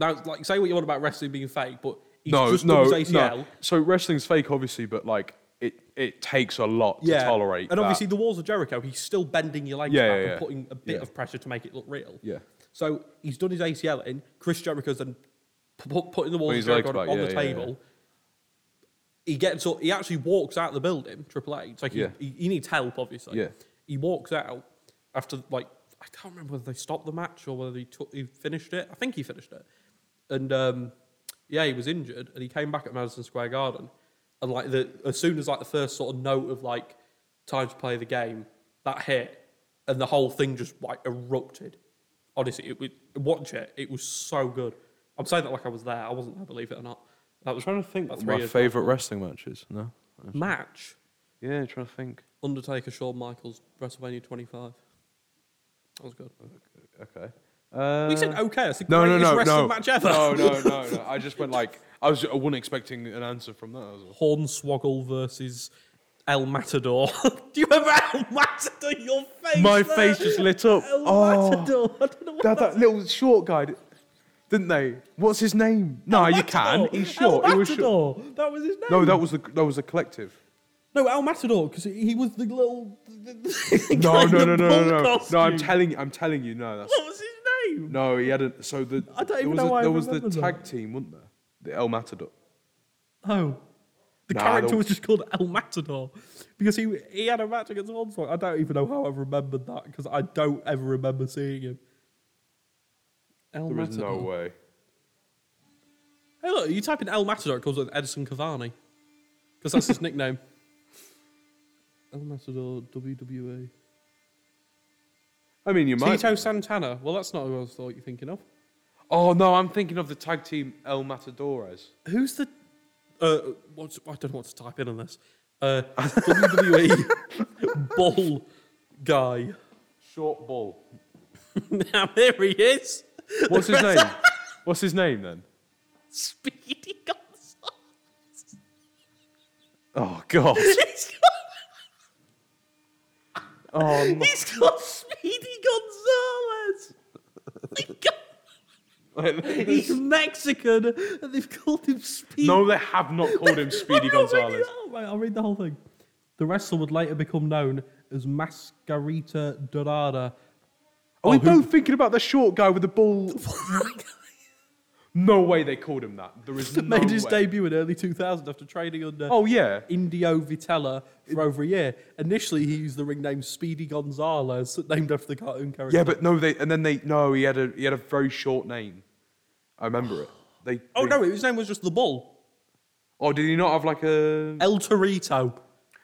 Speaker 1: Now, like, say what you want about wrestling being fake, but he's
Speaker 2: no,
Speaker 1: just
Speaker 2: no,
Speaker 1: done his ACL.
Speaker 2: no. So wrestling's fake, obviously, but like it, it takes a lot to tolerate.
Speaker 1: And
Speaker 2: that.
Speaker 1: obviously, the walls of Jericho, he's still bending your legs
Speaker 2: Yeah,
Speaker 1: back
Speaker 2: yeah,
Speaker 1: and
Speaker 2: yeah.
Speaker 1: putting a bit
Speaker 2: Yeah.
Speaker 1: of pressure to make it look real.
Speaker 2: Yeah.
Speaker 1: So he's done his ACL in. Chris Jericho's then p- p- putting the walls of
Speaker 2: his
Speaker 1: Jericho
Speaker 2: legs
Speaker 1: on,
Speaker 2: back,
Speaker 1: on
Speaker 2: yeah,
Speaker 1: the
Speaker 2: yeah, yeah.
Speaker 1: table. He gets up. He actually walks out the building. Triple H. Like he,
Speaker 2: Yeah.
Speaker 1: he, he needs help, obviously.
Speaker 2: Yeah.
Speaker 1: He walks out after like I can't remember whether they stopped the match or whether he took he finished it. I think he finished it. And um, yeah, he was injured, and he came back at Madison Square Garden, and like the as soon as like the first sort of note of like time to play the game that hit, and the whole thing just like erupted. Honestly, it, it, watch it. It was so good. I'm saying that like I was there. I wasn't there, believe it or not. That was trying to think. About three
Speaker 2: my
Speaker 1: years
Speaker 2: favorite wrestling matches. No.
Speaker 1: back. match.
Speaker 2: Yeah, trying to think.
Speaker 1: Undertaker, Shawn Michaels, WrestleMania 25. That was good.
Speaker 2: Okay. Uh,
Speaker 1: we said okay. That's the
Speaker 2: no, no,
Speaker 1: greatest
Speaker 2: no,
Speaker 1: wrestling
Speaker 2: no.
Speaker 1: match ever.
Speaker 2: No, no, no, no. I just went like I was. I wasn't expecting an answer from that. I was like,
Speaker 1: Hornswoggle versus El Matador. Do you remember El Matador? Your face.
Speaker 2: My
Speaker 1: there?
Speaker 2: face just lit up.
Speaker 1: El
Speaker 2: Oh.
Speaker 1: Matador. I don't know what
Speaker 2: they had
Speaker 1: that's-
Speaker 2: that little short guy, di- didn't they? What's his name? No, you can.
Speaker 1: Matador.
Speaker 2: He's short.
Speaker 1: El
Speaker 2: He was short.
Speaker 1: Matador. That was his name.
Speaker 2: No, that was the that was the collective.
Speaker 1: No, El Matador, because he was the little.
Speaker 2: No, no, no, no, no, no. No, I'm
Speaker 1: costume.
Speaker 2: telling you. I'm telling you. No, that's
Speaker 1: What was his name?
Speaker 2: No, he hadn't. So the
Speaker 1: I don't
Speaker 2: there
Speaker 1: even
Speaker 2: was
Speaker 1: know
Speaker 2: a-
Speaker 1: why I
Speaker 2: there was the
Speaker 1: remember that.
Speaker 2: tag team, wasn't there? The El Matador.
Speaker 1: Oh. The
Speaker 2: Nah, I
Speaker 1: character
Speaker 2: don't-
Speaker 1: was just called El Matador because he he had a match against Onslaught. I don't even know how I remembered that because I don't ever remember seeing him. El
Speaker 2: There is
Speaker 1: Matador.
Speaker 2: no way.
Speaker 1: Hey, look, you type in El Matador, it comes with Edison Cavani because that's his nickname. El Matador WWE.
Speaker 2: I mean, you might.
Speaker 1: Tito Santana. Well, that's not who I was thought you're thinking of.
Speaker 2: oh no, I'm thinking of the tag team El Matadores.
Speaker 1: Who's the? Uh, what's, I don't know what to type in on this. Uh, WWE ball guy.
Speaker 2: Short ball.
Speaker 1: now there he is.
Speaker 2: What's his name? What's his name then?
Speaker 1: Speedy Gonzalez.
Speaker 2: Oh God.
Speaker 1: He's got,
Speaker 2: Oh, no.
Speaker 1: he's got Speedy Gonzalez. They got- He's Mexican and they've called him Speedy.
Speaker 2: no, they have not called him Speedy
Speaker 1: I'll read it
Speaker 2: Gonzalez.
Speaker 1: out, mate, I'll read the whole thing. The wrestler would later become known as Mascarita Dorada.
Speaker 2: Are we
Speaker 1: Oh, who-
Speaker 2: both thinking about the short guy with the ball? No way they called him that. There is no
Speaker 6: Made his
Speaker 2: way.
Speaker 6: debut in early 2000 after trading under
Speaker 2: Oh yeah.
Speaker 6: Indio Vitella for over a year. Initially, he used the ring name Speedy Gonzalez, named after the cartoon character.
Speaker 2: Yeah, but no, they and then they no, he had a he had a very short name. I remember it. They
Speaker 6: Oh
Speaker 2: they-
Speaker 6: no, his name was just the Bull.
Speaker 2: Oh, did he not have like a?
Speaker 6: El Torito.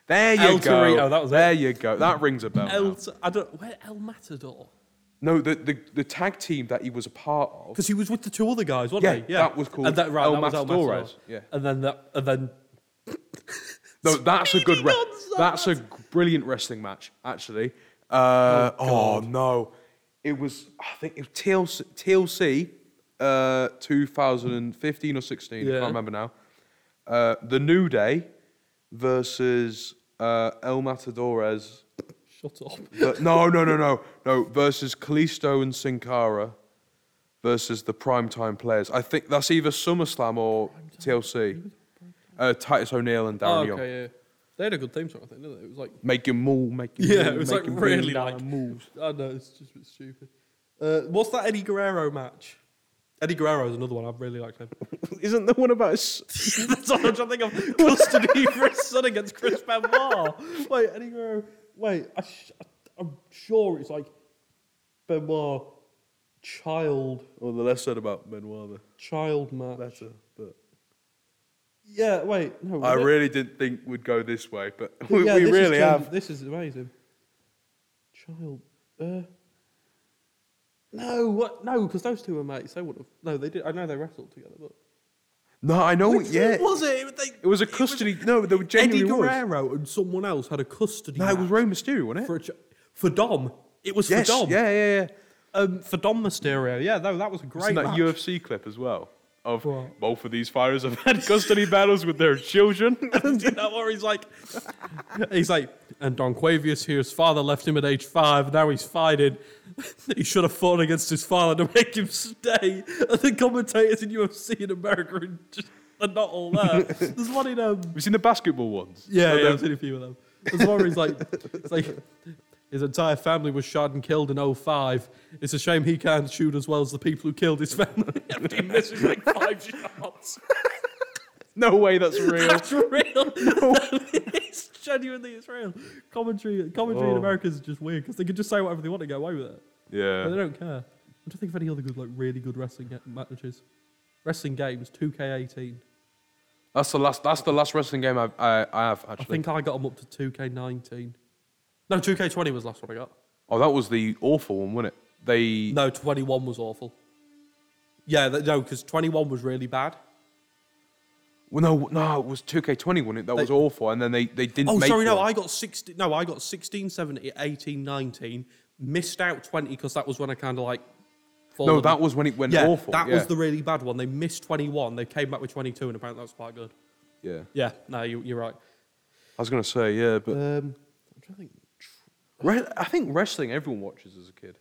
Speaker 2: There you
Speaker 6: El
Speaker 2: go.
Speaker 6: Torito, that was it.
Speaker 2: there you go. That rings a bell.
Speaker 6: El,
Speaker 2: now.
Speaker 6: I don't. Where El Matador?
Speaker 2: No, the, the the tag team that he was a part of.
Speaker 6: Because he was with the two other guys, wasn't
Speaker 2: Yeah,
Speaker 6: he?
Speaker 2: that was called
Speaker 6: and that, right,
Speaker 2: El
Speaker 6: that was El
Speaker 2: Matador,
Speaker 6: Matador.
Speaker 2: yeah.
Speaker 6: And then that, and then
Speaker 2: No, that's a good. Re-
Speaker 6: Gonzalez.
Speaker 2: that's a brilliant wrestling match, actually. Uh, oh, no, it was. I think it was TLC, TLC uh, 2015 or 16. I
Speaker 6: Yeah.
Speaker 2: can't remember now. Uh, the New Day versus uh, El Matadores.
Speaker 6: shut up.
Speaker 2: Ver- no, no, no, no, no. Versus Kalisto and Sin Cara versus the primetime players. I think that's either SummerSlam or TLC. Uh, Titus O'Neil and Darren
Speaker 1: Oh,
Speaker 2: Young.
Speaker 1: okay, yeah. They had a good theme song, I think, didn't they? It was like
Speaker 2: Make him move, make him
Speaker 6: Yeah,
Speaker 2: move,
Speaker 6: it was
Speaker 2: make
Speaker 6: like
Speaker 2: him
Speaker 6: really
Speaker 2: bend down
Speaker 6: like
Speaker 2: and move.
Speaker 6: I know it's just a bit stupid. Uh, what's that Eddie Guerrero match? Eddie Guerrero is another one I've really liked him.
Speaker 2: Isn't the one about his
Speaker 6: That's all I'm trying to think of. Custody for his son against Chris Benoit. Wait, Eddie Guerrero. Wait, I sh- I- I'm sure it's like Benoit child
Speaker 2: Well, the less said about Benoit,
Speaker 6: child match.
Speaker 2: the better. But
Speaker 6: Yeah, wait, no.
Speaker 2: I
Speaker 6: was it?
Speaker 2: really didn't think we'd go this way, but we,
Speaker 6: Yeah,
Speaker 2: we
Speaker 6: this is
Speaker 2: really
Speaker 6: gen-
Speaker 2: have.
Speaker 6: This is amazing. Child. Uh, no, what? No, because those two were mates. They would have. No, they did. I know they wrestled together, but.
Speaker 2: No, I know.
Speaker 6: Which
Speaker 2: Oh, yeah,
Speaker 6: one was it? They,
Speaker 2: it was a custody. no, there were
Speaker 1: Eddie
Speaker 2: genuinely was.
Speaker 1: Guerrero and someone else had a custody.
Speaker 2: No, it was
Speaker 1: match
Speaker 2: Rey Mysterio, wasn't it?
Speaker 1: for, a ch- for Dom. It was
Speaker 2: yes,
Speaker 1: for Dom.
Speaker 2: yeah, yeah, yeah.
Speaker 6: um, for Dom Mysterio. Yeah, no, that was a great
Speaker 2: Isn't that
Speaker 6: match.
Speaker 2: UFC clip as well? Of both of these fighters have had custody battles with their children.
Speaker 1: you know, where he's like, he's like, and Don Quavius here, his father left him at age five. Now he's fighting. He should have fought against his father to make him stay. And the commentators in UFC in America are, just, are not all there. There's one in um,
Speaker 2: We've seen the basketball ones.
Speaker 1: yeah,
Speaker 2: Where
Speaker 1: yeah,
Speaker 2: they're-
Speaker 1: I've seen a few of them. There's one where he's like, it's like his entire family was shot and killed in 05. It's a shame he can't shoot as well as the people who killed his family. After he misses like five shots.
Speaker 2: No way, that's real.
Speaker 1: That's real. it's genuinely it's real. Commentary, commentary in
Speaker 2: Oh.
Speaker 1: America is just weird because they can just say whatever they want and get away with it. But they
Speaker 2: yeah.
Speaker 1: don't care. I don't think of any other good, like really good wrestling ga- matches. Wrestling games, 2K18.
Speaker 2: That's the last. That's the last wrestling game I've, I I have
Speaker 1: I
Speaker 2: actually.
Speaker 1: think I got them up to 2K19. No, 2K20 was the last one I got.
Speaker 2: Oh, that was the awful one, wasn't it? They
Speaker 1: No, 21 was awful. Yeah, th no, because 21 was really bad.
Speaker 2: well, no, no, it was 2K20, wasn't it? That was awful, and then they they didn't.
Speaker 1: Oh,
Speaker 2: make
Speaker 1: sorry, no,
Speaker 2: one.
Speaker 1: I got 16, no, I got 16, 17, 18, 19, missed out 20 because that was when I kind of like...
Speaker 2: no,
Speaker 1: followed
Speaker 2: that was when it went
Speaker 1: yeah,
Speaker 2: awful.
Speaker 1: That
Speaker 2: yeah.
Speaker 1: was the really bad one. They missed 21. They came back with 22, and apparently that was quite good.
Speaker 2: Yeah,
Speaker 1: Yeah, no, you, you're right.
Speaker 2: I was gonna say yeah,
Speaker 1: Uh,
Speaker 2: but
Speaker 6: Um, I'm trying to think.
Speaker 2: re- I think wrestling everyone watches as a kid.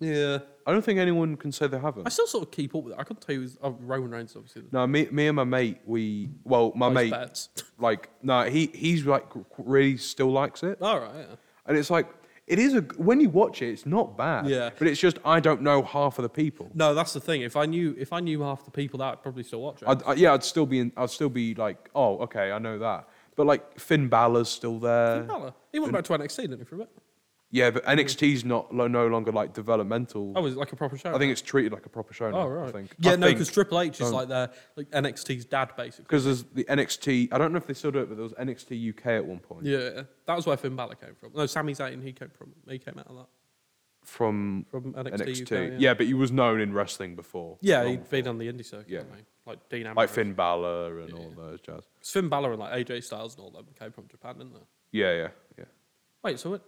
Speaker 1: Yeah.
Speaker 2: I don't think anyone can say they haven't.
Speaker 1: I still sort of keep up with it. I couldn't tell you. who's- Oh, Roman Reigns, obviously.
Speaker 2: No, me, me and my mate, we well, my
Speaker 1: Those
Speaker 2: mate,
Speaker 1: bets.
Speaker 2: like, no, he he's like really still likes it,
Speaker 1: All right, yeah.
Speaker 2: and it's like it is a when you watch it, it's not bad.
Speaker 1: Yeah.
Speaker 2: but it's just I don't know half of the people.
Speaker 1: No, that's the thing. If I knew if I knew half the people that, I'd probably still watch it.
Speaker 2: I'd, I, yeah, I'd still be in, I'd still be like, oh, okay, I know that. But like Finn Balor's still there.
Speaker 1: Balor. He went back to NXT, didn't he, for a bit?
Speaker 2: Yeah, but NXT's not lo- no longer like developmental.
Speaker 1: That Oh, was like a proper show.
Speaker 2: I think it's treated like a proper show now.
Speaker 1: Oh,
Speaker 2: I
Speaker 1: right.
Speaker 2: think.
Speaker 1: Yeah,
Speaker 2: I
Speaker 1: no,
Speaker 2: think. Oh.
Speaker 1: because Triple H is like their like NXT's dad, basically.
Speaker 2: because there's the NXT. I don't know if they still do it, but there was NXT UK at one point
Speaker 1: Yeah, that was where Finn Balor came from. No, Sami Zayn, he came from. He came out of that.
Speaker 2: from
Speaker 1: From NXT
Speaker 2: NXT.
Speaker 1: UK,
Speaker 2: yeah.
Speaker 1: yeah.
Speaker 2: but he was known in wrestling before.
Speaker 1: Yeah,
Speaker 2: Long
Speaker 1: he'd been on the indie circuit,
Speaker 2: Yeah.
Speaker 1: yeah. like Dean Ambrose.
Speaker 2: like Finn Balor and all those jazz.
Speaker 1: 'Cause Finn Balor and like AJ Styles and all them came from Japan, didn't they?
Speaker 2: Yeah, yeah, yeah.
Speaker 1: Wait, so what?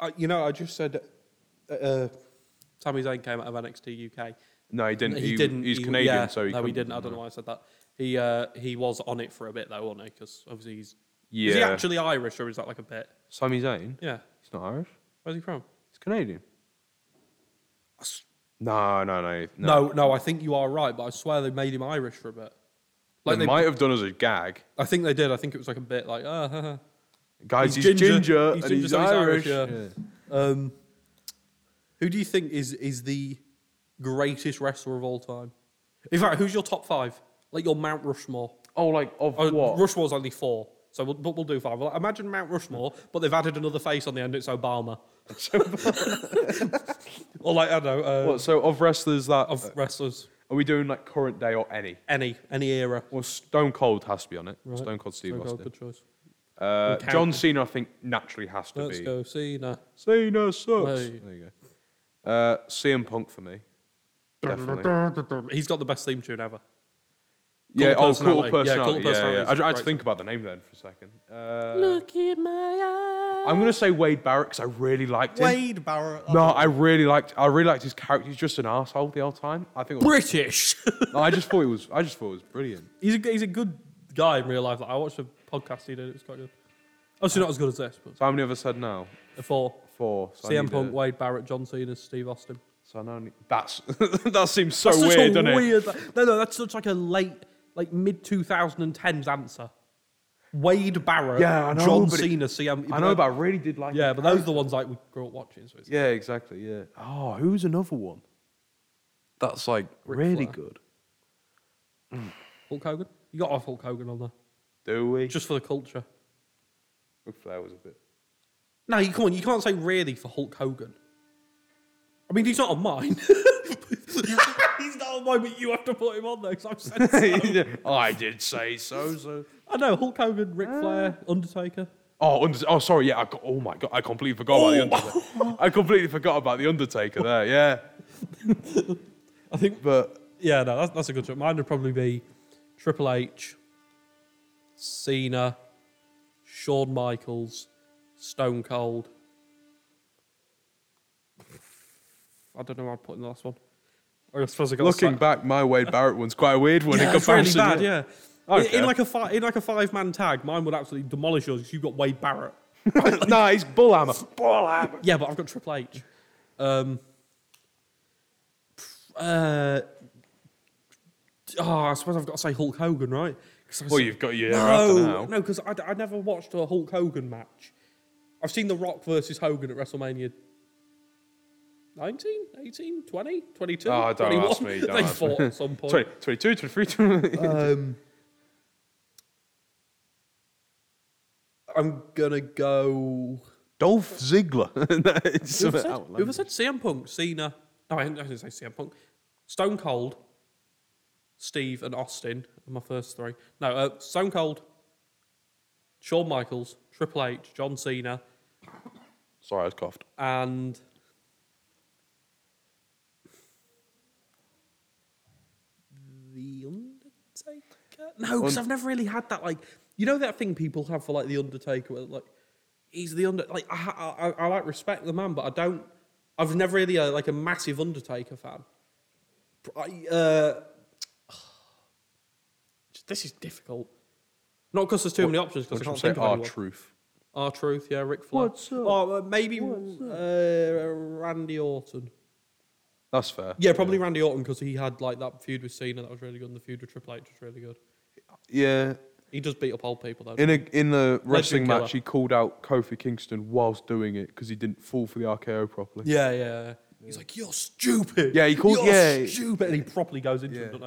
Speaker 6: I, you know, I just said. uh, Uh,
Speaker 1: Sami Zayn came out of NXT UK.
Speaker 2: No, he didn't.
Speaker 1: He, didn't.
Speaker 2: He's
Speaker 1: he-
Speaker 2: Canadian,
Speaker 1: yeah,
Speaker 2: so he
Speaker 1: no, he
Speaker 2: couldn't,
Speaker 1: didn't. I don't know why I said that. He uh, he was on it for a bit though, wasn't he? Because obviously he's
Speaker 2: Yeah,
Speaker 1: is he actually Irish or is that like a bit?
Speaker 2: Sami Zayn.
Speaker 1: Yeah,
Speaker 2: He's not Irish.
Speaker 1: where's he from?
Speaker 2: He's Canadian. No, no, no, no.
Speaker 1: No. no, I think you are right, but I swear they made him Irish for a bit. Like
Speaker 2: they, might have done as a gag.
Speaker 1: I think they did. I think it was like a bit like ah. ha, ha.
Speaker 2: Guys, he's,
Speaker 1: He's
Speaker 2: ginger,
Speaker 1: ginger,
Speaker 2: and
Speaker 1: he's
Speaker 2: he's,
Speaker 1: ginger, so he's
Speaker 2: Irish.
Speaker 1: Irish, yeah. Um, who do you think is is the greatest wrestler of all time? In fact, who's your top five? Like your Mount Rushmore.
Speaker 2: Oh, like of
Speaker 1: Oh,
Speaker 2: what?
Speaker 1: Rushmore's only four, so we'll, but we'll do five. Well, imagine Mount Rushmore, but they've added another face on the end. It's Obama. or like I don't know uh,
Speaker 2: what? So of wrestlers that
Speaker 1: of wrestlers,
Speaker 2: are we doing like current day or any?
Speaker 1: any any era.
Speaker 2: Well, Stone Cold has to be on it. Stone Cold Steve
Speaker 1: There we go,
Speaker 2: Austin.
Speaker 1: good choice.
Speaker 2: Uh,
Speaker 1: Count.
Speaker 2: John Cena, I think, naturally has to
Speaker 1: Let's
Speaker 2: be.
Speaker 1: go, Cena.
Speaker 2: Cena sucks.
Speaker 1: Right.
Speaker 2: There you go. Uh, CM Punk for me. Definitely.
Speaker 1: He's got the best theme tune ever.
Speaker 2: yeah, oh, cool
Speaker 1: personality. Yeah,
Speaker 2: personality.
Speaker 1: cult
Speaker 2: Yeah, yeah,
Speaker 1: personality
Speaker 2: yeah.
Speaker 1: is
Speaker 2: I, I had to
Speaker 1: great.
Speaker 2: think about the name then for a second. Uh,
Speaker 1: Look in my
Speaker 2: I'm going to say Wade Barrett because I really liked him.
Speaker 7: Wade Barrett.
Speaker 2: No, I really liked. I really liked his character. He's just an asshole the whole time. I think. it was-
Speaker 1: British.
Speaker 2: no, I just thought it was. I just thought it was brilliant.
Speaker 1: he's a, he's a good guy in real life. Like, I watched a podcast he did. It's quite good. Obviously not as good as this, but
Speaker 2: So how many of us said now?
Speaker 1: a four.
Speaker 2: Four. So I
Speaker 1: CM
Speaker 2: need
Speaker 1: Punk,
Speaker 2: a-
Speaker 1: Wade Barrett, John Cena, Steve Austin.
Speaker 2: So I now need, that's that seems so
Speaker 1: That's
Speaker 2: weird,
Speaker 1: such a
Speaker 2: doesn't it?
Speaker 1: weird. No, no, that's such like a late, like mid 2010s answer. Wade Barrett,
Speaker 2: Yeah, I know,
Speaker 1: John
Speaker 2: but it-
Speaker 1: Cena, CM.
Speaker 2: I know, but I really did like.
Speaker 1: yeah,
Speaker 2: it.
Speaker 1: but those are the ones like we grew up watching. So it's,
Speaker 2: Yeah, exactly. Yeah. Oh, who's another one? That's like really
Speaker 1: Flair.
Speaker 2: good.
Speaker 1: Hulk Hogan, you got off Hulk Hogan on there
Speaker 2: Do we?
Speaker 1: just for the culture.
Speaker 2: Ric Flair was a bit.
Speaker 1: No, you come on, you can't say really for Hulk Hogan. I mean, he's not on mine. he's not on mine, but you have to put him on there because I've said so.
Speaker 2: I did say so. So.
Speaker 1: I know Hulk Hogan, Ric Flair, Undertaker.
Speaker 2: Oh, under- oh, sorry. Yeah. I co- oh my god. I completely forgot
Speaker 1: Oh.
Speaker 2: about the Undertaker. I completely forgot about the Undertaker there. Yeah.
Speaker 1: I think
Speaker 2: But
Speaker 1: Yeah, no, that's, that's a good choice. Mine would probably be Triple H, Cena, Shawn Michaels, Stone Cold. I don't know where I'd put in the last one. I suppose I got
Speaker 2: looking back, my Wade Barrett one's quite a weird one in
Speaker 1: yeah, it's really bad.
Speaker 2: comparison.
Speaker 1: Yeah, In-
Speaker 2: Okay.
Speaker 1: in, like a fi- in like a five man tag, mine would absolutely demolish yours because you've got Wade Barrett.
Speaker 2: no, he's Bullhammer. Bullhammer.
Speaker 1: Yeah, but I've got Triple H. Um, uh, oh, I suppose I've got to say Hulk Hogan, right? 'Cause I
Speaker 2: Well,
Speaker 1: said-
Speaker 2: you've got your
Speaker 1: No,
Speaker 2: after now.
Speaker 1: no, because I, I never watched a Hulk Hogan match. I've seen The Rock versus Hogan at WrestleMania 19, 18, 20, 22.
Speaker 2: Oh, don't ask
Speaker 1: 21.
Speaker 2: me, don't
Speaker 1: they
Speaker 2: ask me.
Speaker 1: fought at some point.
Speaker 2: 20, 22, 23,
Speaker 1: Uh,
Speaker 2: 20.
Speaker 1: I'm going to go.
Speaker 2: Dolph Ziggler. It's a
Speaker 1: Whoever said,
Speaker 2: bit
Speaker 1: whoever
Speaker 2: outlandish.
Speaker 1: said CM Punk, Cena? No, I didn't, I didn't say CM Punk. Stone Cold, Steve, and Austin are my first three. No, uh, Stone Cold, Shawn Michaels, Triple H, John Cena,
Speaker 2: Sorry, I was coughed.
Speaker 1: and the Undertaker. No, because I've never really had that. Like, you know that thing people have for like the Undertaker, where like he's the under. Like, I, ha- I, I, I like respect the man, but I don't. I've never really uh, like a massive Undertaker fan. Pr- I, uh, this is difficult. Not because there's too many options. Because I
Speaker 2: Which
Speaker 1: can't
Speaker 2: would say
Speaker 1: think of
Speaker 2: Oh, our
Speaker 1: anyone.
Speaker 2: truth.
Speaker 1: Our Truth, yeah, Rick Flair.
Speaker 2: What's up?
Speaker 1: Oh, uh, maybe Uh, Randy Orton.
Speaker 2: That's fair.
Speaker 1: Yeah, probably Randy Orton because he had like that feud with Cena that was really good, and the feud with Triple H was really good.
Speaker 2: Yeah.
Speaker 1: He does beat up old people though.
Speaker 2: In a in the wrestling
Speaker 1: killer.
Speaker 2: match, he called out Kofi Kingston whilst doing it because he didn't fall for the RKO properly.
Speaker 1: yeah, yeah, yeah. He's like, "You're stupid."
Speaker 2: Yeah, he called-
Speaker 1: You're
Speaker 2: yeah.
Speaker 1: stupid, and he properly goes into
Speaker 2: Yeah.
Speaker 1: it, don't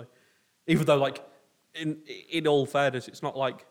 Speaker 1: they? Even though, like, in in all fairness, it's not like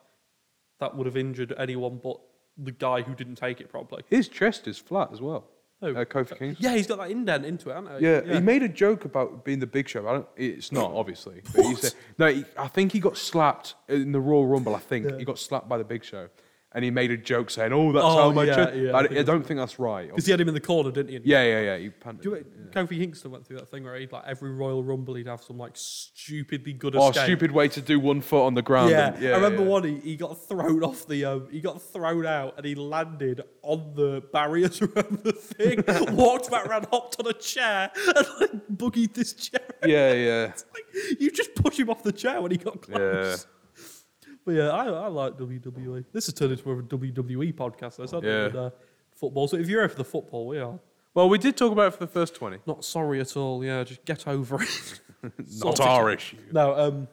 Speaker 1: that would have injured anyone but the guy who didn't take it properly.
Speaker 2: His chest is flat as well.
Speaker 1: Oh.
Speaker 2: Uh, Kofi Kingston.
Speaker 1: Yeah, he's got that indent into it, hasn't he?
Speaker 2: Yeah, he made a joke about being the Big Show. I don't. It's not obviously. But he said, no, he, I think he got slapped in the Royal Rumble. I think he got slapped by the Big Show, and he made a joke saying, "Oh, that's
Speaker 1: Oh,
Speaker 2: how much."
Speaker 1: yeah,
Speaker 2: I,
Speaker 1: yeah, I
Speaker 2: I,
Speaker 1: think
Speaker 2: don't think that's right.
Speaker 1: because he had him in the corner, didn't he? And
Speaker 2: Yeah, yeah, yeah. He panted.
Speaker 1: Do you know, Kofi Kingston went through that thing where he'd like every Royal Rumble he'd have some like stupidly good
Speaker 2: Oh,
Speaker 1: escape.
Speaker 2: stupid way to do one foot on the ground.
Speaker 1: Yeah.
Speaker 2: and- yeah
Speaker 1: I remember
Speaker 2: yeah.
Speaker 1: one he, he got thrown off the um, he got thrown out and he landed on the barriers around the thing, walked back around, hopped on a chair and like boogied this chair.
Speaker 2: Yeah, yeah.
Speaker 1: It's like you just push him off the chair when he got close. But yeah, I, I like WWE. This has turned into a WWE podcast, though, hasn't
Speaker 2: Yeah.
Speaker 1: it? And, uh, football. So if you're here for the football, we are.
Speaker 2: Well, we did talk about it for the first twenty.
Speaker 1: Not sorry at all. Yeah, just get over it.
Speaker 2: Not our issue.
Speaker 1: No. Um.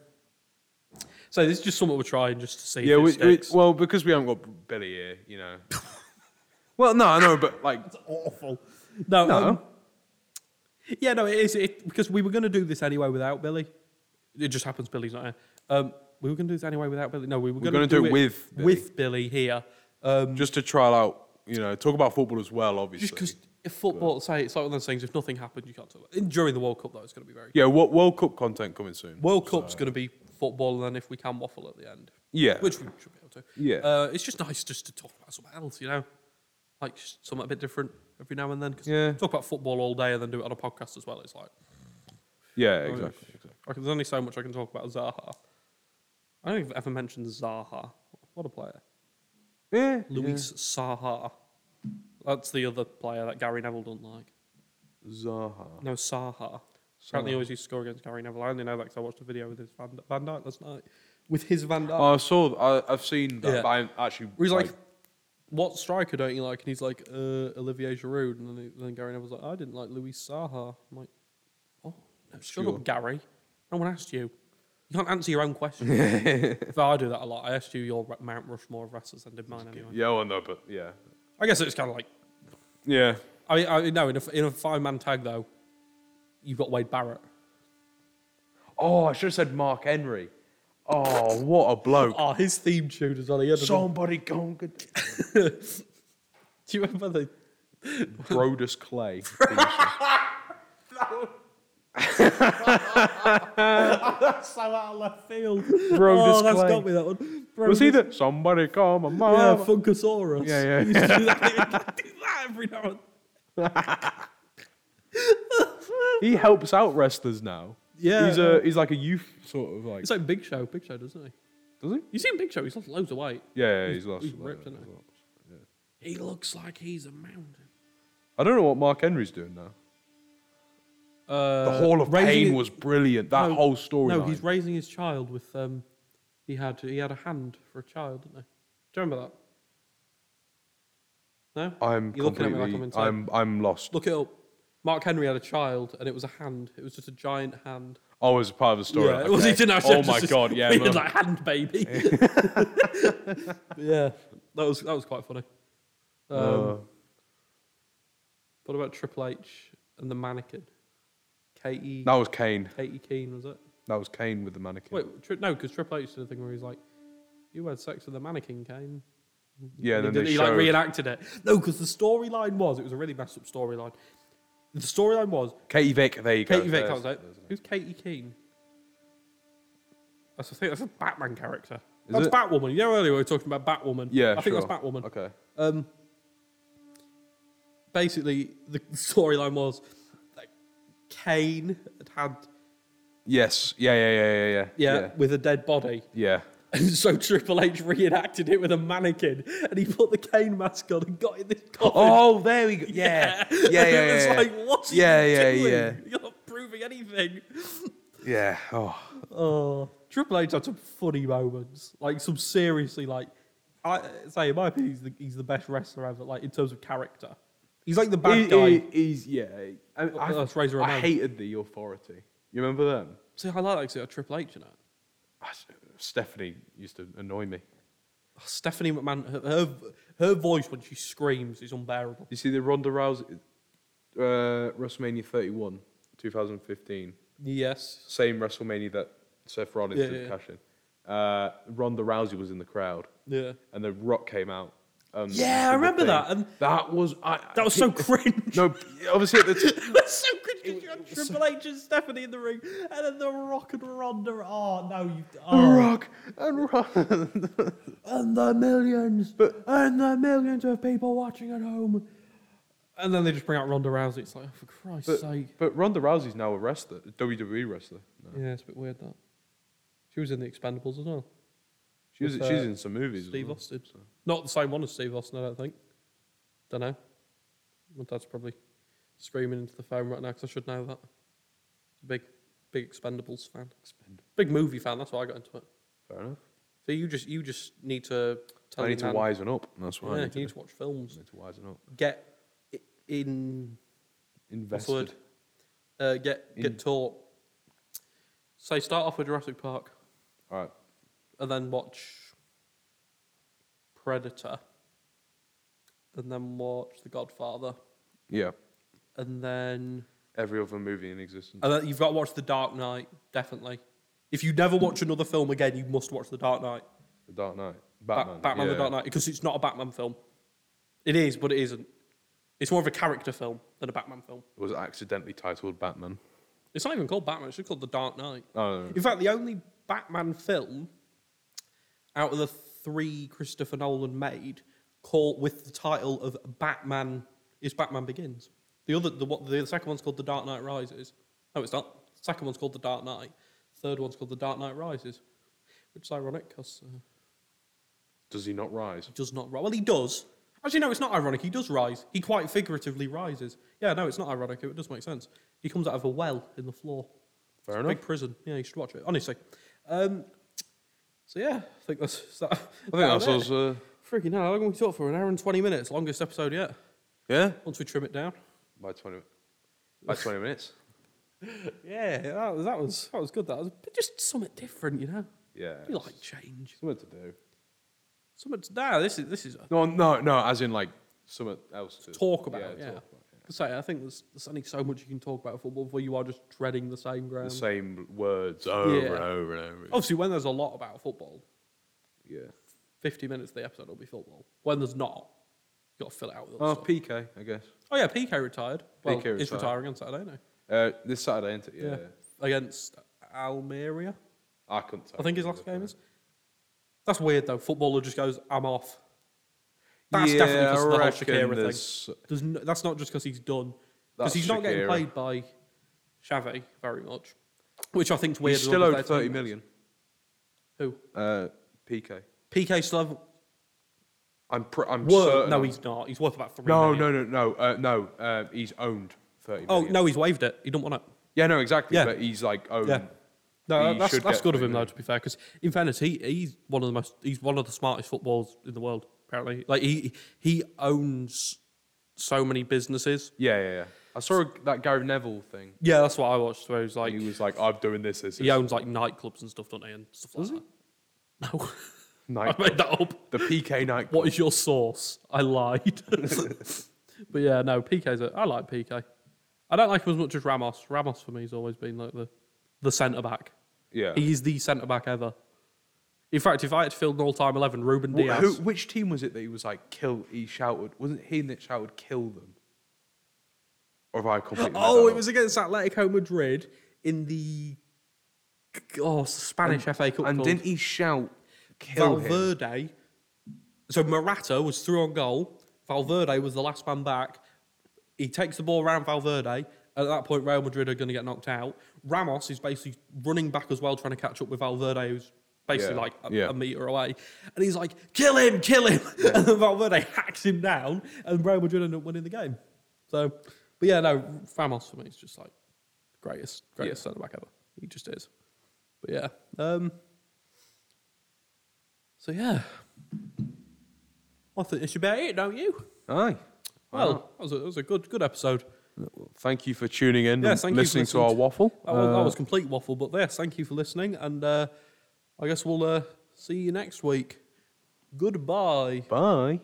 Speaker 1: So this is just something we're trying just to see.
Speaker 2: Yeah,
Speaker 1: if it
Speaker 2: we, we,
Speaker 1: sticks.
Speaker 2: well, because we haven't got Billy here, you know. well, no, I know, but like,
Speaker 1: awful. No.
Speaker 2: No.
Speaker 1: um, yeah, no, it is it, because we were going to do this anyway without Billy. It just happens Billy's not here. Um, we were going to do this anyway without Billy. No, we were
Speaker 2: We're
Speaker 1: going
Speaker 2: gonna
Speaker 1: to
Speaker 2: do it with Billy.
Speaker 1: with Billy here. Um,
Speaker 2: Just to trial out, you know, talk about football as well, obviously.
Speaker 1: just because if football, say it's like one of those things. If nothing happened, you can't talk. About. it. During the World Cup, though, it's going to be very.
Speaker 2: yeah, Wo- World Cup content coming soon.
Speaker 1: World Cup's going to be football, and then if we can waffle at the end,
Speaker 2: Yeah.
Speaker 1: which we should be able to.
Speaker 2: Yeah.
Speaker 1: uh, it's just nice just to talk about something else, you know, like just something a bit different every now and then. 'cause
Speaker 2: Yeah.
Speaker 1: talk about football all day and then do it on a podcast as well. It's like
Speaker 2: yeah, exactly. exactly.
Speaker 1: I can, there's only so much I can talk about Zaha. I don't think I've ever mentioned Zaha. What a player,
Speaker 2: Yeah.
Speaker 1: Luis Saha. That's the other player that Gary Neville doesn't like.
Speaker 2: Zaha.
Speaker 1: No, Saha.
Speaker 2: Saha.
Speaker 1: Apparently, he always used to score against Gary Neville. I only know that because I watched a video with his Van, Van Dyke last night. With his Van Dyke.
Speaker 2: Oh, I saw. th- I, I've seen that.
Speaker 1: Yeah.
Speaker 2: But I'm actually.
Speaker 1: Where he's like, what striker don't you like? And he's like, uh, Olivier Giroud. And then, then Gary Neville's like, I didn't like Luis Saha. I'm like, oh, no, shut
Speaker 2: Sure.
Speaker 1: up, Gary. No one asked you. You can't answer your own question. if I do that a lot, I asked you your Ra- Mount Rushmore of wrestlers and did mine anyway.
Speaker 2: yeah, well, no, but yeah,
Speaker 1: I guess it's kind of like,
Speaker 2: yeah,
Speaker 1: I mean, I, no, in a, f- in a five man tag though, you've got Wade Barrett.
Speaker 2: Oh, I should have said Mark Henry. Oh, what a bloke.
Speaker 1: Oh, his theme tune as well. He had a-
Speaker 2: Somebody go and get
Speaker 1: Do you remember the
Speaker 2: Brodus Clay.
Speaker 8: So out of left field.
Speaker 2: Brodus
Speaker 8: oh, that's
Speaker 2: Clay.
Speaker 8: got me that one. Bro,
Speaker 2: Was he the somebody call my mom?
Speaker 1: Ah.
Speaker 8: Yeah, Funkasaurus.
Speaker 2: Yeah, yeah.
Speaker 8: He used to do that, do that every now and
Speaker 2: he helps out wrestlers now.
Speaker 1: Yeah.
Speaker 2: he's a he's like a youth sort of like.
Speaker 1: It's like Big Show. Big Show, doesn't he?
Speaker 2: does he?
Speaker 1: You seen Big Show? He's lost loads of weight.
Speaker 2: Yeah, yeah, he's lost.
Speaker 1: he's
Speaker 2: a lot,
Speaker 1: ripped,
Speaker 2: yeah,
Speaker 1: isn't he?
Speaker 2: he's lost.
Speaker 1: He looks like he's a mountain.
Speaker 2: I don't know what Mark Henry's doing now.
Speaker 1: Uh,
Speaker 2: The Hall of
Speaker 1: raising
Speaker 2: Pain
Speaker 1: it-
Speaker 2: was brilliant. That
Speaker 1: No,
Speaker 2: whole story.
Speaker 1: No, he's raising his child with um, he had he had a hand for a child, didn't he? Do you remember that? No,
Speaker 2: I'm
Speaker 1: You're looking at me like
Speaker 2: completely.
Speaker 1: I'm insane.
Speaker 2: I'm I'm lost.
Speaker 1: look it up. Mark Henry had a child, and it was a hand. It was just a giant hand.
Speaker 2: Oh, it's part of the story.
Speaker 1: yeah, it was. He
Speaker 2: okay.
Speaker 1: didn't actually.
Speaker 2: Oh
Speaker 1: just
Speaker 2: my
Speaker 1: this
Speaker 2: god! Yeah,
Speaker 1: weird,
Speaker 2: no.
Speaker 1: like hand baby. yeah, that was that was quite funny. Um,
Speaker 2: Uh,
Speaker 1: What about Triple H and the mannequin? Katie.
Speaker 2: that was Kane.
Speaker 1: Katie Keene was it?
Speaker 2: That was Kane with the mannequin.
Speaker 1: Wait, tri- no, because Triple H did a thing where he's like, "You had sex with the mannequin, Kane."
Speaker 2: yeah,
Speaker 1: And
Speaker 2: then
Speaker 1: he,
Speaker 2: they
Speaker 1: did, he
Speaker 2: showed.
Speaker 1: like reenacted it. No, because the storyline was it was a really messed up storyline. The storyline was
Speaker 2: Katie Vick. There you go.
Speaker 1: Katie Vick. I
Speaker 2: There's-
Speaker 1: was like,
Speaker 2: there's it.
Speaker 1: "Who's Katie Keene?" That's the thing. That's a Batman character.
Speaker 2: Is
Speaker 1: that's
Speaker 2: it?
Speaker 1: Batwoman. You know earlier we were talking about Batwoman.
Speaker 2: Yeah,
Speaker 1: I think that's
Speaker 2: sure.
Speaker 1: Batwoman.
Speaker 2: Okay.
Speaker 1: Um, basically, the storyline was that Kane had had
Speaker 2: Yes. Yeah. Yeah. Yeah. Yeah.
Speaker 1: yeah,
Speaker 2: Yeah.
Speaker 1: with a dead body.
Speaker 2: Yeah.
Speaker 1: And so Triple H reenacted it with a mannequin, and he put the cane mask on and got in this coffin.
Speaker 2: there we go. Oh, Yeah. Yeah.
Speaker 1: And it was Oh, like, what are
Speaker 2: Yeah,
Speaker 1: you
Speaker 2: yeah,
Speaker 1: doing?
Speaker 2: yeah.
Speaker 1: You're not proving anything.
Speaker 2: yeah. Oh.
Speaker 1: Oh, Triple H had some funny moments, like some seriously, like I say, in my opinion, he's the, he's the best wrestler ever, like in terms of character. He's like the bad
Speaker 2: He-
Speaker 1: guy. Oh,
Speaker 2: he- he's yeah. I, I,
Speaker 1: that's Razor
Speaker 2: I
Speaker 1: Ramon.
Speaker 2: hated the authority. You remember them?
Speaker 1: See, I like that Triple H in it.
Speaker 2: I s- Ah, Stephanie used to annoy me.
Speaker 1: Oh, Stephanie McMahon, her, her her voice when she screams is unbearable.
Speaker 2: You see the Ronda Rousey, uh, WrestleMania 31, 2015.
Speaker 1: Yes,
Speaker 2: Same WrestleMania that Seth Rollins
Speaker 1: Yeah,
Speaker 2: did
Speaker 1: yeah.
Speaker 2: cash in. Uh, Ronda Rousey was in the crowd,
Speaker 1: yeah.
Speaker 2: and The Rock came out. Um,
Speaker 1: Yeah, I
Speaker 2: did the
Speaker 1: remember
Speaker 2: thing.
Speaker 1: that, and-
Speaker 2: that was I,
Speaker 1: That was so cringe.
Speaker 2: no. Obviously, at the t-
Speaker 1: That's so good because you had Triple H and Stephanie in the ring, and then The Rock and Ronda. Oh no, you. Oh.
Speaker 2: Rock and Rock.
Speaker 1: And the millions, and the millions of people watching at home. And then they just bring out Ronda Rousey. It's like, oh, for Christ's
Speaker 2: But,
Speaker 1: sake.
Speaker 2: but Ronda Rousey's now a wrestler, a WWE wrestler. now.
Speaker 1: Yeah, it's a bit weird that. She was in the Expendables as well.
Speaker 2: She was,
Speaker 1: With,
Speaker 2: she's
Speaker 1: uh,
Speaker 2: in some movies. as
Speaker 1: Steve
Speaker 2: well.
Speaker 1: Austin. Not the same one as Steve Austin, I don't think. Don't know. My dad's probably screaming into the phone right now because I should know that. Big, big Expendables fan. Big movie fan. That's why I got into it.
Speaker 2: Fair enough.
Speaker 1: So you just you just need to tell
Speaker 2: I
Speaker 1: your
Speaker 2: need to
Speaker 1: nan-
Speaker 2: wisen up. That's
Speaker 1: Yeah,
Speaker 2: what I need to,
Speaker 1: you need
Speaker 2: do.
Speaker 1: to watch films.
Speaker 2: I need to wisen up.
Speaker 1: Get i- in. What's the
Speaker 2: Invested.
Speaker 1: word? Uh, get
Speaker 2: In-
Speaker 1: get taught. Say start off with Jurassic Park,
Speaker 2: All
Speaker 1: Uh,
Speaker 2: right.
Speaker 1: and then watch Predator, and then watch The Godfather,
Speaker 2: Yeah.
Speaker 1: and then
Speaker 2: Every other movie in existence.
Speaker 1: Uh, and then you've got to watch The Dark Knight definitely. If you never watch another film again, you must watch The Dark Knight.
Speaker 2: The Dark Knight.
Speaker 1: Ba-
Speaker 2: Batman.
Speaker 1: Batman The
Speaker 2: yeah.
Speaker 1: Dark Knight, because it's not a Batman film. It is, but it isn't. It's more of a character film than a Batman film.
Speaker 2: Was accidentally titled Batman.
Speaker 1: It's not even called Batman, it's just called The Dark Knight.
Speaker 2: Oh, no, no.
Speaker 1: In fact, the only Batman film out of the three Christopher Nolan made called with the title of Batman is Batman Begins. The other, the what, the second one's called The Dark Knight Rises. No, it's not. second one's called The Dark Knight. Third one's called The Dark Knight Rises, which is ironic because uh,
Speaker 2: Does he not rise?
Speaker 1: he does not rise. Well, he does. Actually, no, it's not ironic. He does rise. He quite figuratively rises. Yeah, no, it's not ironic. It does make sense. He comes out of a well in the floor.
Speaker 2: Fair
Speaker 1: It's a
Speaker 2: enough.
Speaker 1: Big prison. Yeah, you should watch it. Honestly. Um, so yeah, I think that's that. I
Speaker 2: I think that's us. Uh,
Speaker 1: Freaking hell! How long have we talked for? An hour and twenty minutes. Longest episode yet.
Speaker 2: yeah.
Speaker 1: Once we trim it down.
Speaker 2: By twenty. By twenty minutes.
Speaker 1: Yeah, that was that was that was good. That was but just something different, you know.
Speaker 2: Yeah.
Speaker 1: We like change.
Speaker 2: something to do.
Speaker 1: Something. Nah, this is this is.
Speaker 2: No, no, no. As in like something else to
Speaker 1: Talk about, yeah.
Speaker 2: talk about, yeah.
Speaker 1: Say, I think there's, there's only so much you can talk about football before you are just treading the same ground.
Speaker 2: The same words over
Speaker 1: Yeah. Oh.
Speaker 2: and over and over. again.
Speaker 1: Obviously, when there's a lot about football,
Speaker 2: Yeah.
Speaker 1: 50 minutes of the episode will be football. When there's not, you've got to fill it out with other
Speaker 2: Oh,
Speaker 1: stuff.
Speaker 2: PK, I guess.
Speaker 1: oh, yeah, PK retired. Well,
Speaker 2: PK
Speaker 1: he's
Speaker 2: retired.
Speaker 1: retiring on Saturday, now.
Speaker 2: Uh, this Saturday, isn't it? Yeah.
Speaker 1: Against Almeria,
Speaker 2: I couldn't. tell
Speaker 1: I think
Speaker 2: you
Speaker 1: his last
Speaker 2: the
Speaker 1: game
Speaker 2: other
Speaker 1: is. That's weird, though. Footballer just goes, I'm off. That's
Speaker 2: Yeah,
Speaker 1: definitely
Speaker 2: I
Speaker 1: because of the whole
Speaker 2: reckon
Speaker 1: Shakira
Speaker 2: there's-
Speaker 1: thing. There's no, that's not just because he's done. Because
Speaker 2: That's
Speaker 1: he's not getting
Speaker 2: Shakira.
Speaker 1: played by Xavi very much, which I think's
Speaker 2: one.
Speaker 1: weird. as
Speaker 2: He's still
Speaker 1: well,
Speaker 2: owed
Speaker 1: because
Speaker 2: thirty
Speaker 1: they're-
Speaker 2: million.
Speaker 1: Who?
Speaker 2: Uh, PK.
Speaker 1: PK still have-
Speaker 2: I'm. Pr- I'm
Speaker 1: Wor-
Speaker 2: certain.
Speaker 1: no,
Speaker 2: I'm-
Speaker 1: he's not. He's worth about three.
Speaker 2: No,
Speaker 1: million.
Speaker 2: no, no, no, uh, no. Uh, he's owned thirty.
Speaker 1: Oh
Speaker 2: million.
Speaker 1: no, he's waived it. He don't want it.
Speaker 2: Yeah, no, exactly.
Speaker 1: Yeah.
Speaker 2: But he's like owned.
Speaker 1: Yeah. No,
Speaker 2: He
Speaker 1: that's,
Speaker 2: should
Speaker 1: that's
Speaker 2: get
Speaker 1: good of
Speaker 2: three
Speaker 1: him though.
Speaker 2: million.
Speaker 1: To be fair, because in fairness, he, he's one of the most he's one of the smartest footballers in the world. Apparently, like he he owns so many businesses.
Speaker 2: Yeah, yeah, yeah. I saw a, that Gary Neville thing.
Speaker 1: Yeah, that's what I watched. Where he's like
Speaker 2: he was like, "I'm doing this." This.
Speaker 1: he owns like nightclubs and stuff, don't he? And stuff like that. No,
Speaker 2: Night,
Speaker 1: I made that up.
Speaker 2: the PK night.
Speaker 1: What is your source? I lied. but yeah, no, PK's. A, I like PK. I don't like him as much as Ramos. Ramos for me has always been like the the centre back.
Speaker 2: Yeah.
Speaker 1: He is the centre back ever. In fact, if I had to field an all time eleven, Ruben
Speaker 2: Wh-
Speaker 1: Diaz.
Speaker 2: who, which team was it that he was like kill? He shouted, wasn't it him that shouted "kill them"? Or have I completely? made
Speaker 1: oh,
Speaker 2: that
Speaker 1: it
Speaker 2: up?
Speaker 1: was against Atletico Madrid in the oh Spanish FA Cup.
Speaker 2: And
Speaker 1: called
Speaker 2: didn't he shout "kill him"?
Speaker 1: Valverde. So Morata was through on goal. Valverde was the last man back. He takes the ball around Valverde. At that point, Real Madrid are going to get knocked out. Ramos is basically running back as well, trying to catch up with Valverde, who's basically
Speaker 2: Yeah,
Speaker 1: like a,
Speaker 2: yeah.
Speaker 1: a meter away. And he's like, "Kill him! Kill him!" And then Valverde hacks him down, and Real Madrid end up winning the game. So, but yeah, no, Ramos for me is just like greatest, greatest centre back ever. He just is. But yeah. Um, so yeah, I think it's about it, don't you?
Speaker 2: Aye.
Speaker 1: Well, that was a, that was a good good episode.
Speaker 2: Thank you for tuning in
Speaker 1: Yeah,
Speaker 2: and
Speaker 1: thank you for
Speaker 2: listening to
Speaker 1: listening
Speaker 2: our
Speaker 1: to-
Speaker 2: waffle.
Speaker 1: That, was, that
Speaker 2: Uh,
Speaker 1: was complete waffle, but yes, thank you for listening, and uh, I guess we'll uh, see you next week. Goodbye.
Speaker 2: bye.